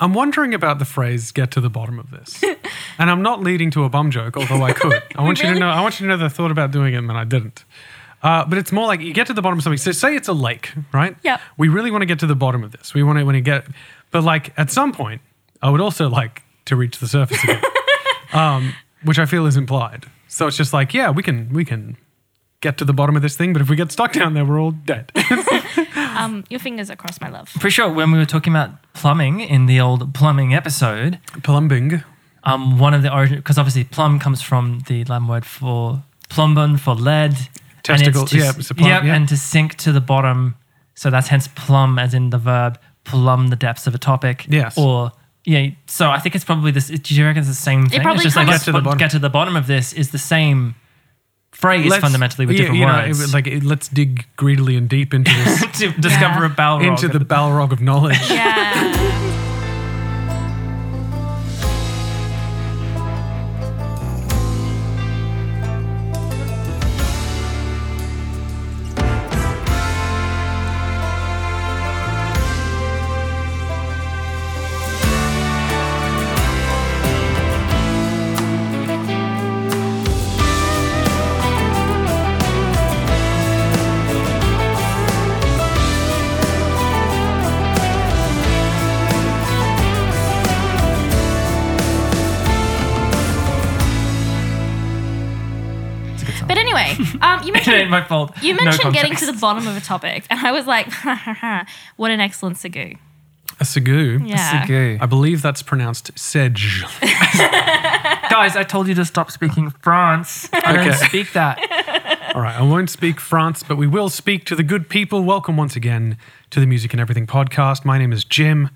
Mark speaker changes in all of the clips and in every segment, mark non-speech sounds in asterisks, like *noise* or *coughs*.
Speaker 1: I'm wondering about the phrase "get to the bottom of this," and I'm not leading to a bum joke, although I could. I want you to
Speaker 2: Really?
Speaker 1: know. I want you to know that I thought about doing it and then I didn't. Uh, but it's more like you get to the bottom of something. So say it's a lake, right?
Speaker 2: Yep.
Speaker 1: We really want to get to the bottom of this. We want to want to get, but like at some point, I would also like to reach the surface again, um, which I feel is implied. So it's just like, yeah, we can we can get to the bottom of this thing, but if we get stuck down there, we're all dead. *laughs*
Speaker 2: Um, your fingers are crossed, my love.
Speaker 3: Pretty sure when we were talking about plumbing in the old plumbing episode,
Speaker 1: Plumbing.
Speaker 3: um, one of the origin because obviously plum comes from the Latin word for plumbon for lead. and
Speaker 1: Testicle,
Speaker 3: to s-
Speaker 1: yeah, it's a plum,
Speaker 3: yep,
Speaker 1: yeah.
Speaker 3: and to sink to the bottom. So that's hence plumb, as in the verb plumb the depths of a topic.
Speaker 1: Yes.
Speaker 3: Or yeah. So I think it's probably this. Do you reckon it's the same thing?
Speaker 2: probably
Speaker 3: it's just like
Speaker 2: comes-
Speaker 3: let's
Speaker 1: Get to the
Speaker 3: bo-
Speaker 1: bottom.
Speaker 3: get to the bottom of this is the same phrase
Speaker 1: Let's-
Speaker 3: fundamentally with
Speaker 1: yeah,
Speaker 3: different
Speaker 1: you know,
Speaker 3: words.
Speaker 1: it was like it- let's dig greedily and deep into this,
Speaker 3: *laughs* to discover a Balrog.
Speaker 1: into
Speaker 3: at
Speaker 1: the Balrog of knowledge.
Speaker 2: *laughs* Yeah. but anyway, um, you
Speaker 3: *laughs* it ain't
Speaker 2: mentioned
Speaker 3: my fault.
Speaker 2: you
Speaker 3: No
Speaker 2: mentioned getting
Speaker 3: context.
Speaker 2: to the bottom of a topic, and I was like, *laughs* what an excellent sagu.
Speaker 1: A sagoo.
Speaker 2: Yeah.
Speaker 3: Sagu.
Speaker 1: I believe that's pronounced sedge.
Speaker 3: Guys, I told you to stop speaking France. I
Speaker 1: Okay.
Speaker 3: don't speak that.
Speaker 1: All right, I won't speak France, but we will speak to the good people. Welcome once again to the Music and Everything podcast. My name is Jim.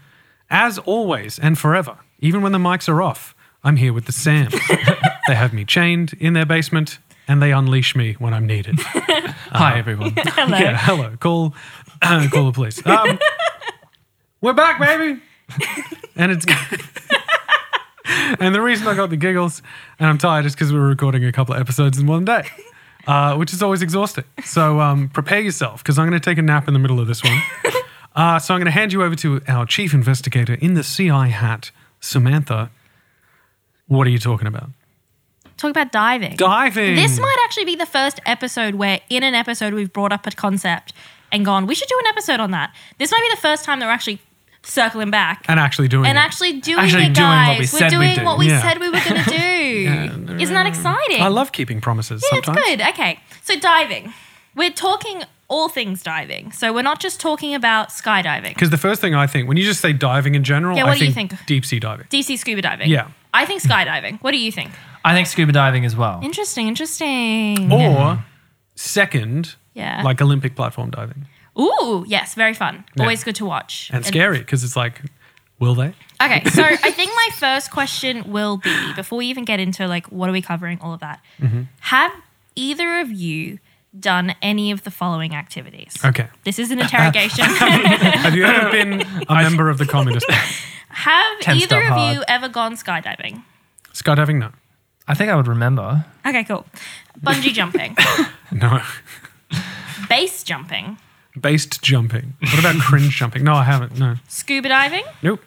Speaker 1: As always and forever, even when the mics are off, I'm here with the Sam. they have me chained in their basement and they unleash me when I'm needed. Hi, everyone.
Speaker 2: Hello.
Speaker 1: Yeah, hello. Call, *coughs* call the police. Um, we're back, baby. and it's. and the reason I got the giggles and I'm tired is because we were recording a couple of episodes in one day, *laughs* uh, which is always exhausting. So um, prepare yourself because I'm going to take a nap in the middle of this
Speaker 2: *laughs*
Speaker 1: one. Uh, so I'm going to hand you over to our chief investigator in the CI hat, Samantha. What are you talking about?
Speaker 2: Talk about diving.
Speaker 1: Diving.
Speaker 2: This might actually be the first episode where, in an episode, we've brought up a concept and gone, we should do an episode on that. This might be the first time that we're actually circling back
Speaker 1: and actually doing
Speaker 2: and
Speaker 1: it.
Speaker 2: actually doing
Speaker 3: Oh, Actually
Speaker 2: it,
Speaker 3: doing what
Speaker 2: guys.
Speaker 3: we said
Speaker 2: are
Speaker 3: we'd
Speaker 2: doing
Speaker 3: do.
Speaker 2: what we
Speaker 1: Yeah.
Speaker 2: said we were
Speaker 3: *laughs*
Speaker 2: going to do. Isn't that exciting?
Speaker 1: I love keeping promises.
Speaker 2: Yeah, it's
Speaker 1: sometimes.
Speaker 2: good. Okay. So, diving. We're talking all things diving. So, we're not just talking about skydiving,
Speaker 1: Because the first thing I think when you just say diving in general,
Speaker 2: Yeah,
Speaker 1: I
Speaker 2: what do you
Speaker 1: think,
Speaker 2: think?
Speaker 1: deep sea diving.
Speaker 2: DC scuba diving.
Speaker 1: Yeah.
Speaker 2: I think skydiving. What do you think?
Speaker 3: I think scuba diving as well.
Speaker 2: Interesting, interesting.
Speaker 1: Or second,
Speaker 2: Yeah.
Speaker 1: like Olympic platform diving.
Speaker 2: Ooh, yes, very fun.
Speaker 1: Yeah.
Speaker 2: Always good to watch.
Speaker 1: And scary because it's like, will they?
Speaker 2: Okay, so I think my first question will be before we even get into like what are we covering, all of that.
Speaker 1: Mm-hmm.
Speaker 2: Have either of you done any of the following activities?
Speaker 1: Okay.
Speaker 2: This is an
Speaker 1: *laughs*
Speaker 2: interrogation.
Speaker 1: Have you ever been
Speaker 2: *laughs*
Speaker 1: a member of the communist? Party?
Speaker 2: Have
Speaker 3: Ten
Speaker 2: either
Speaker 3: step
Speaker 2: of
Speaker 3: hard.
Speaker 2: you ever gone skydiving?
Speaker 1: Skydiving? No.
Speaker 3: I think I would remember.
Speaker 2: Okay, cool.
Speaker 1: *laughs*
Speaker 2: Bungee jumping,
Speaker 1: No.
Speaker 2: base jumping,
Speaker 1: Based jumping. What about cringe jumping? No, I haven't. No.
Speaker 2: scuba diving.
Speaker 1: Nope.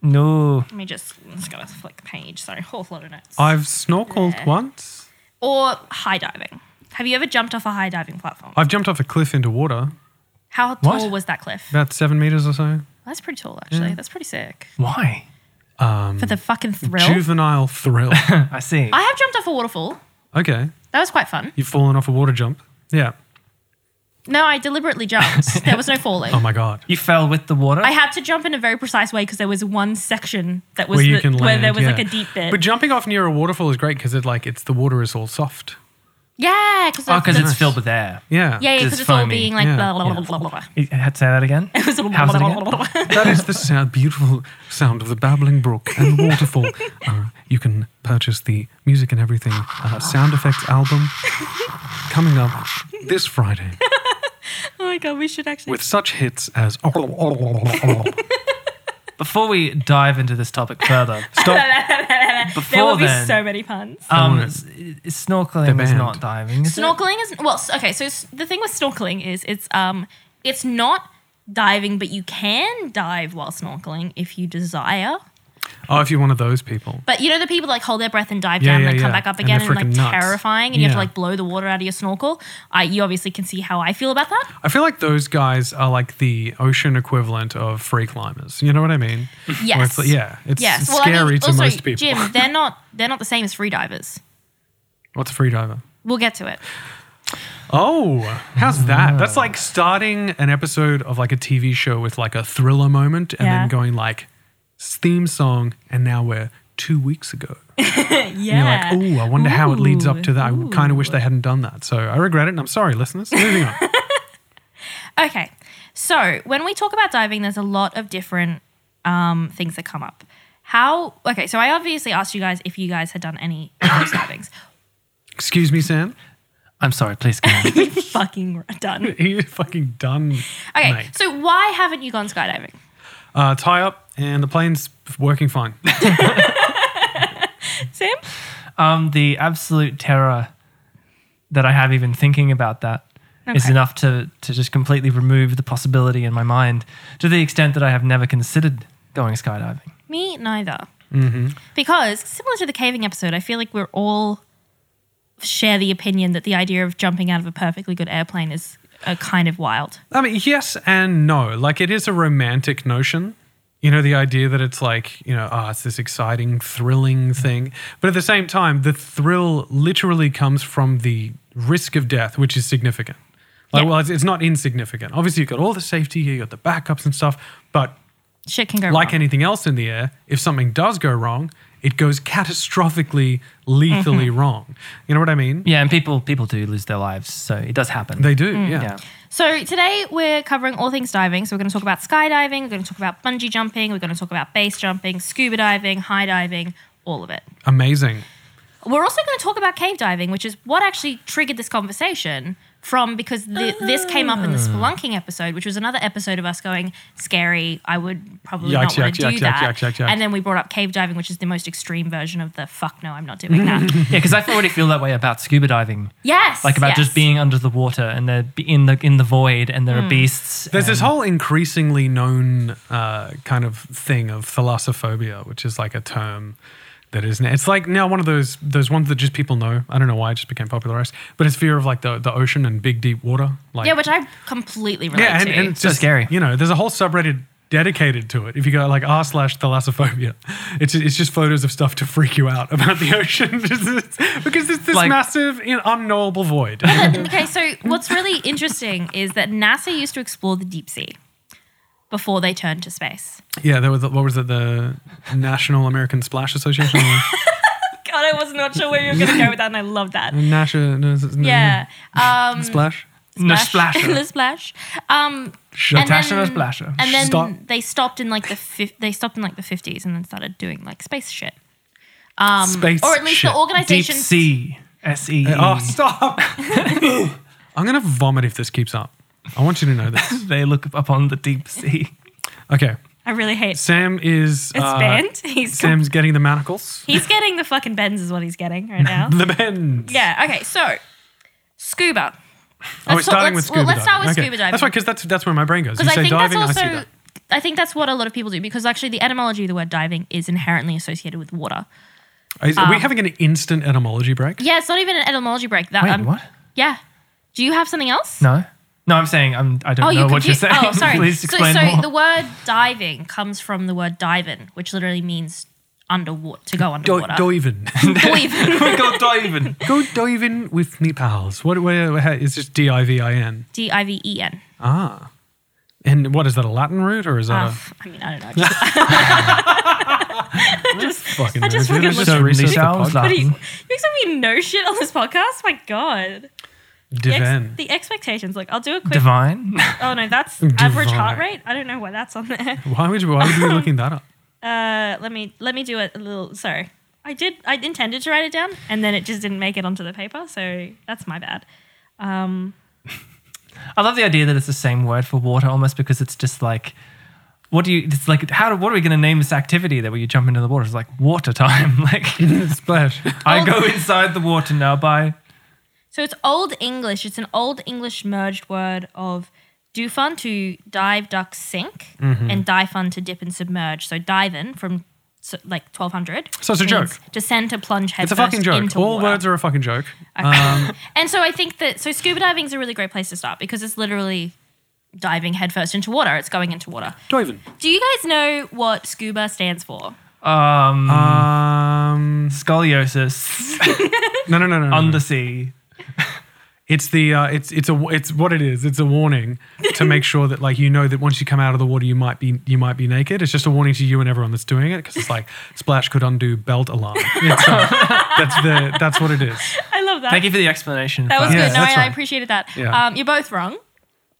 Speaker 3: No.
Speaker 2: Let me just, I'm just gotta flick the page. Sorry, *laughs* whole lot of notes.
Speaker 1: I've snorkeled
Speaker 2: Yeah.
Speaker 1: once.
Speaker 2: or high diving. Have you ever jumped off a high diving platform?
Speaker 1: I've jumped off a cliff into water,
Speaker 2: How
Speaker 3: What?
Speaker 2: tall was that cliff?
Speaker 1: about seven meters or so.
Speaker 2: That's pretty tall, actually. That's pretty sick.
Speaker 3: Why?
Speaker 1: Um,
Speaker 2: For the fucking thrill.
Speaker 1: Juvenile
Speaker 2: *laughs*
Speaker 1: thrill.
Speaker 3: I see.
Speaker 2: I have jumped off a waterfall.
Speaker 1: Okay.
Speaker 2: That was quite fun.
Speaker 1: You've fallen off a water jump. Yeah.
Speaker 2: No, I
Speaker 1: *laughs*
Speaker 2: deliberately jumped. there was no falling.
Speaker 1: Oh my God.
Speaker 3: you fell with the water.
Speaker 2: I had to jump in a very precise way because there was one section that was
Speaker 1: where you
Speaker 2: the-
Speaker 1: can land.
Speaker 2: where there was
Speaker 1: yeah.
Speaker 2: like a deep bit.
Speaker 1: But jumping off near a waterfall is great because it like it's the water is all soft.
Speaker 2: yeah, because
Speaker 3: oh, because
Speaker 1: Nice.
Speaker 3: it's filled with air.
Speaker 1: Yeah.
Speaker 2: yeah, yeah,
Speaker 3: 'cause
Speaker 2: because
Speaker 3: it's
Speaker 2: it's all
Speaker 3: foamy.
Speaker 2: being like
Speaker 1: Yeah.
Speaker 2: blah blah blah blah blah. blah.
Speaker 3: You had to say that again.
Speaker 2: It was all
Speaker 3: How
Speaker 2: blah, *laughs*
Speaker 3: was it
Speaker 2: blah,
Speaker 3: again?
Speaker 2: blah, blah, blah.
Speaker 1: That is the sound, beautiful sound of the babbling brook and the
Speaker 2: *laughs*
Speaker 1: waterfall. Uh, you can purchase the Music and Everything uh, sound effects album coming up this Friday
Speaker 2: Oh my god, we should actually.
Speaker 1: with such hits as. *laughs* uh,
Speaker 3: Before we dive into this topic
Speaker 2: *laughs*
Speaker 3: further,
Speaker 1: Stop.
Speaker 2: there
Speaker 3: before
Speaker 2: will be
Speaker 3: then,
Speaker 2: so many puns.
Speaker 3: um,
Speaker 1: Darn it.
Speaker 3: s- s-
Speaker 1: They're
Speaker 3: snorkeling is
Speaker 1: banned.
Speaker 3: not diving. Is it?
Speaker 2: Snorkeling is well, s- okay. So s- the thing with snorkeling is it's um, it's not diving, but you can dive while snorkeling if you desire.
Speaker 1: Oh, if you're one of those people.
Speaker 2: But you know the people like hold their breath and dive
Speaker 1: Yeah,
Speaker 2: down
Speaker 1: yeah,
Speaker 2: and then come
Speaker 1: yeah.
Speaker 2: back up
Speaker 1: And they're
Speaker 2: again and,
Speaker 1: freaking
Speaker 2: like
Speaker 1: nuts.
Speaker 2: terrifying, and you have to
Speaker 1: Yeah.
Speaker 2: like blow the water out of your snorkel. I, you obviously can see how I feel about that.
Speaker 1: I feel like those guys are like the ocean equivalent of free climbers. You know what I mean? Where
Speaker 2: Yes.
Speaker 1: it's like- yeah. It's
Speaker 2: yes. Well, I
Speaker 1: scary
Speaker 2: mean,
Speaker 1: to
Speaker 2: also,
Speaker 1: most people.
Speaker 2: Jim, they're not they're not the same as free divers.
Speaker 1: What's a free diver?
Speaker 2: We'll get to it.
Speaker 1: Oh, how's
Speaker 2: *laughs*
Speaker 1: that? That's like starting an episode of like a TV show with like a thriller moment and
Speaker 2: Yeah.
Speaker 1: then going like s- theme song and now we're two weeks ago.
Speaker 2: Yeah.
Speaker 1: And you're like, oh, I wonder how it leads up
Speaker 2: Ooh,
Speaker 1: to that. I kind of wish
Speaker 2: ooh.
Speaker 1: they hadn't done that. So I regret it and I'm sorry, listeners. Moving
Speaker 2: *laughs*
Speaker 1: on.
Speaker 2: Okay. So when we talk about diving, there's a lot of different um, things that come up. How? Okay. So I obviously asked you guys if you guys had done any *coughs* of those divings.
Speaker 1: Excuse me, Sam.
Speaker 3: I'm sorry, please go on.
Speaker 2: You fucking done.
Speaker 1: Are you fucking done?
Speaker 2: Okay.
Speaker 1: mate?
Speaker 2: So why haven't you gone skydiving?
Speaker 1: Uh, tie up and the plane's working fine.
Speaker 2: Sam?
Speaker 3: um, the absolute terror that I have even thinking about that is
Speaker 2: Okay.
Speaker 3: enough to, to just completely remove the possibility in my mind to the extent that I have never considered going skydiving.
Speaker 2: Me neither. Mm-hmm. Because similar to the caving episode, I feel like we're all share the opinion that the idea of jumping out of a perfectly good airplane is uh, kind of wild.
Speaker 1: I mean, yes and no. Like, it is a romantic notion. You know, the idea that it's like, you know, ah, it's this exciting, thrilling thing. But at the same time, the thrill literally comes from the risk of death, which is significant. Like,
Speaker 2: Yeah.
Speaker 1: well, it's, it's not insignificant. Obviously, you've got all the safety, you've got the backups and stuff. But
Speaker 2: Shit can go
Speaker 1: like
Speaker 2: wrong.
Speaker 1: anything else in the air, if something does go wrong, it goes catastrophically, lethally wrong. You know what I mean?
Speaker 3: Yeah, and people people do lose their lives, so it does happen.
Speaker 1: They do, yeah.
Speaker 3: yeah.
Speaker 2: So today we're covering all things diving. So we're going to talk about skydiving, we're going to talk about bungee jumping, we're going to talk about base jumping, scuba diving, high diving, all of it.
Speaker 1: Amazing.
Speaker 2: We're also going to talk about cave diving, which is what actually triggered this conversation from because th- this came up in
Speaker 1: Ah.
Speaker 2: the spelunking episode, which was another episode of us going scary. I would probably
Speaker 1: Yuck,
Speaker 2: not
Speaker 1: yuck,
Speaker 2: want to
Speaker 1: yuck,
Speaker 2: do
Speaker 1: yuck,
Speaker 2: that.
Speaker 1: yuck, yuck, yuck.
Speaker 2: And then we brought up cave diving, which is the most extreme version of the fuck no, I'm not
Speaker 1: *laughs*
Speaker 2: doing that.
Speaker 3: Yeah, because I already feel that way about scuba diving,
Speaker 2: yes,
Speaker 3: like about
Speaker 2: yes. Mm.
Speaker 3: just being under the water and they're be- in the in the void and there are beasts.
Speaker 1: There's this
Speaker 3: and-
Speaker 1: whole increasingly known uh, kind of thing of thalassophobia, which is like a term that is now it's like now one of those those ones that just people know. I don't know why it just became popularized, but it's fear of like the, the ocean and big deep water. Like
Speaker 2: yeah, which I completely relate
Speaker 1: yeah, and,
Speaker 2: to.
Speaker 1: and it's
Speaker 3: So
Speaker 1: just
Speaker 3: scary.
Speaker 1: You know, there's a whole subreddit dedicated to it. If you go like r slash thalassophobia, it's it's just photos of stuff to freak you out about the ocean *laughs* because it's this
Speaker 3: Like-
Speaker 1: massive you know, unknowable void. *laughs*
Speaker 2: *laughs* okay, so what's really interesting is that NASA used to explore the deep sea before they turned to space.
Speaker 1: yeah, there was what was it the National American Splash Association? Or-
Speaker 2: God, I was not sure where you were going to go with that, and I love that.
Speaker 1: Nasha, uh, no, no,
Speaker 2: Yeah. Um,
Speaker 1: Splash.
Speaker 3: no
Speaker 2: splash- *laughs*
Speaker 3: splasher,
Speaker 2: the splash. Um, and
Speaker 3: Natasha
Speaker 2: then-
Speaker 3: the splasher.
Speaker 2: And then
Speaker 1: Stop.
Speaker 2: they stopped in like the fif- they stopped in like the fifties, and then started doing like space shit. Um,
Speaker 1: Space.
Speaker 2: Or at least
Speaker 1: shit.
Speaker 2: the
Speaker 3: deep
Speaker 2: organization.
Speaker 3: sea, S E E.
Speaker 1: Oh, stop! *laughs* I'm gonna vomit if this keeps up. I want you to know this.
Speaker 2: *laughs*
Speaker 3: They look upon the deep sea.
Speaker 1: Okay,
Speaker 2: I really hate it's
Speaker 1: Sam is. uh,
Speaker 2: banned. *laughs* He's com-
Speaker 1: Sam's getting the manacles.
Speaker 2: he's getting the fucking bends is what he's getting right now.
Speaker 1: The bends.
Speaker 2: yeah. Okay. So
Speaker 1: Oh,
Speaker 2: scuba.
Speaker 1: we're
Speaker 2: Let's talk-
Speaker 1: starting with
Speaker 2: let's-
Speaker 1: scuba
Speaker 2: well, let's start
Speaker 1: diving.
Speaker 2: with
Speaker 1: Okay.
Speaker 2: scuba diving.
Speaker 1: That's why, because that's that's where my brain goes. You
Speaker 2: Because
Speaker 1: say
Speaker 2: I think
Speaker 1: diving,
Speaker 2: that's
Speaker 1: I see
Speaker 2: also.
Speaker 1: that.
Speaker 2: I think that's what a lot of people do because actually the etymology of the word diving is inherently associated with water.
Speaker 1: Is-
Speaker 2: um,
Speaker 1: Are we having an instant etymology break?
Speaker 2: Yeah, it's not even an etymology break. That
Speaker 3: Wait,
Speaker 2: um,
Speaker 3: what?
Speaker 2: Yeah. Do you have something else?
Speaker 3: No, no, I'm saying I'm. I don't
Speaker 2: Oh,
Speaker 3: know
Speaker 2: you
Speaker 3: what you're
Speaker 2: confused.
Speaker 3: saying.
Speaker 1: *laughs*
Speaker 2: Oh, sorry.
Speaker 3: *laughs* Please
Speaker 2: so,
Speaker 3: explain
Speaker 2: so
Speaker 3: more.
Speaker 2: the word diving comes from the word diving, which literally means underwater to go
Speaker 1: Go
Speaker 2: underwater. *laughs*
Speaker 1: diving.
Speaker 2: Diving. *laughs*
Speaker 3: we got diving.
Speaker 1: Go diving with me pals. What? Where? how- It's just D I V I N.
Speaker 2: D I V E N.
Speaker 1: Ah. And what is that? A Latin root or is that
Speaker 2: Uh,
Speaker 1: a
Speaker 2: I mean, I don't know. I just-
Speaker 1: fucking?
Speaker 2: *laughs* I just
Speaker 1: nerd?
Speaker 2: fucking
Speaker 1: Just
Speaker 2: looked-
Speaker 1: research the
Speaker 3: Certainly sounds
Speaker 1: podcast.
Speaker 2: what do you, *laughs* you expect me to know shit on this podcast? My God. The, ex-
Speaker 1: Divan.
Speaker 2: the expectations. Like, I'll do a quick.
Speaker 3: Divine.
Speaker 2: Oh, no, that's average heart
Speaker 1: Divine.
Speaker 2: rate. I don't know why that's on
Speaker 1: *laughs*
Speaker 2: there.
Speaker 1: Why would you? Why would you be looking that up?
Speaker 2: Uh, let me let me do a, a little. Sorry, I did. I intended to write it down, and then it just didn't make it onto the paper. So that's my bad. Um,
Speaker 3: I love the idea that it's the same word for water almost because it's just like, what do you? It's like how? do- What are we going to name this activity that where you jump into the water? It's like water time. *laughs* Like
Speaker 2: *laughs*
Speaker 1: Splash.
Speaker 3: I go inside the water now. Bye.
Speaker 2: so it's Old English. It's an Old English merged word of do fun to dive, duck, sink,
Speaker 1: Mm-hmm.
Speaker 2: and dive fun to dip and submerge. So dive in from so, like 1200.
Speaker 1: So it's a
Speaker 2: means
Speaker 1: joke.
Speaker 2: Descend to plunge headfirst
Speaker 1: It's a fucking joke.
Speaker 2: into
Speaker 1: All
Speaker 2: water.
Speaker 1: words are a fucking joke.
Speaker 2: And so I think that so scuba diving is a really great place to start because it's literally diving headfirst into water. It's going into water.
Speaker 1: Doiven.
Speaker 2: Do you guys know what scuba stands for?
Speaker 3: Um,
Speaker 1: Uh, Um,
Speaker 3: scoliosis,
Speaker 1: no, no, no, no. no.
Speaker 3: undersea.
Speaker 1: It's the uh, it's it's a it's what it is. It's a warning to make sure that like you know that once you come out of the water, you might be you might be naked. It's just a warning to you and everyone that's doing it because it's like splash could undo belt alarm. It's, uh, that's the that's what it is.
Speaker 2: I love that.
Speaker 3: Thank you for the explanation.
Speaker 2: That was
Speaker 3: Fran.
Speaker 1: Yeah,
Speaker 2: good. No, I,
Speaker 1: that's
Speaker 2: I
Speaker 1: right.
Speaker 2: appreciated that.
Speaker 1: Yeah.
Speaker 2: Um, you're both wrong.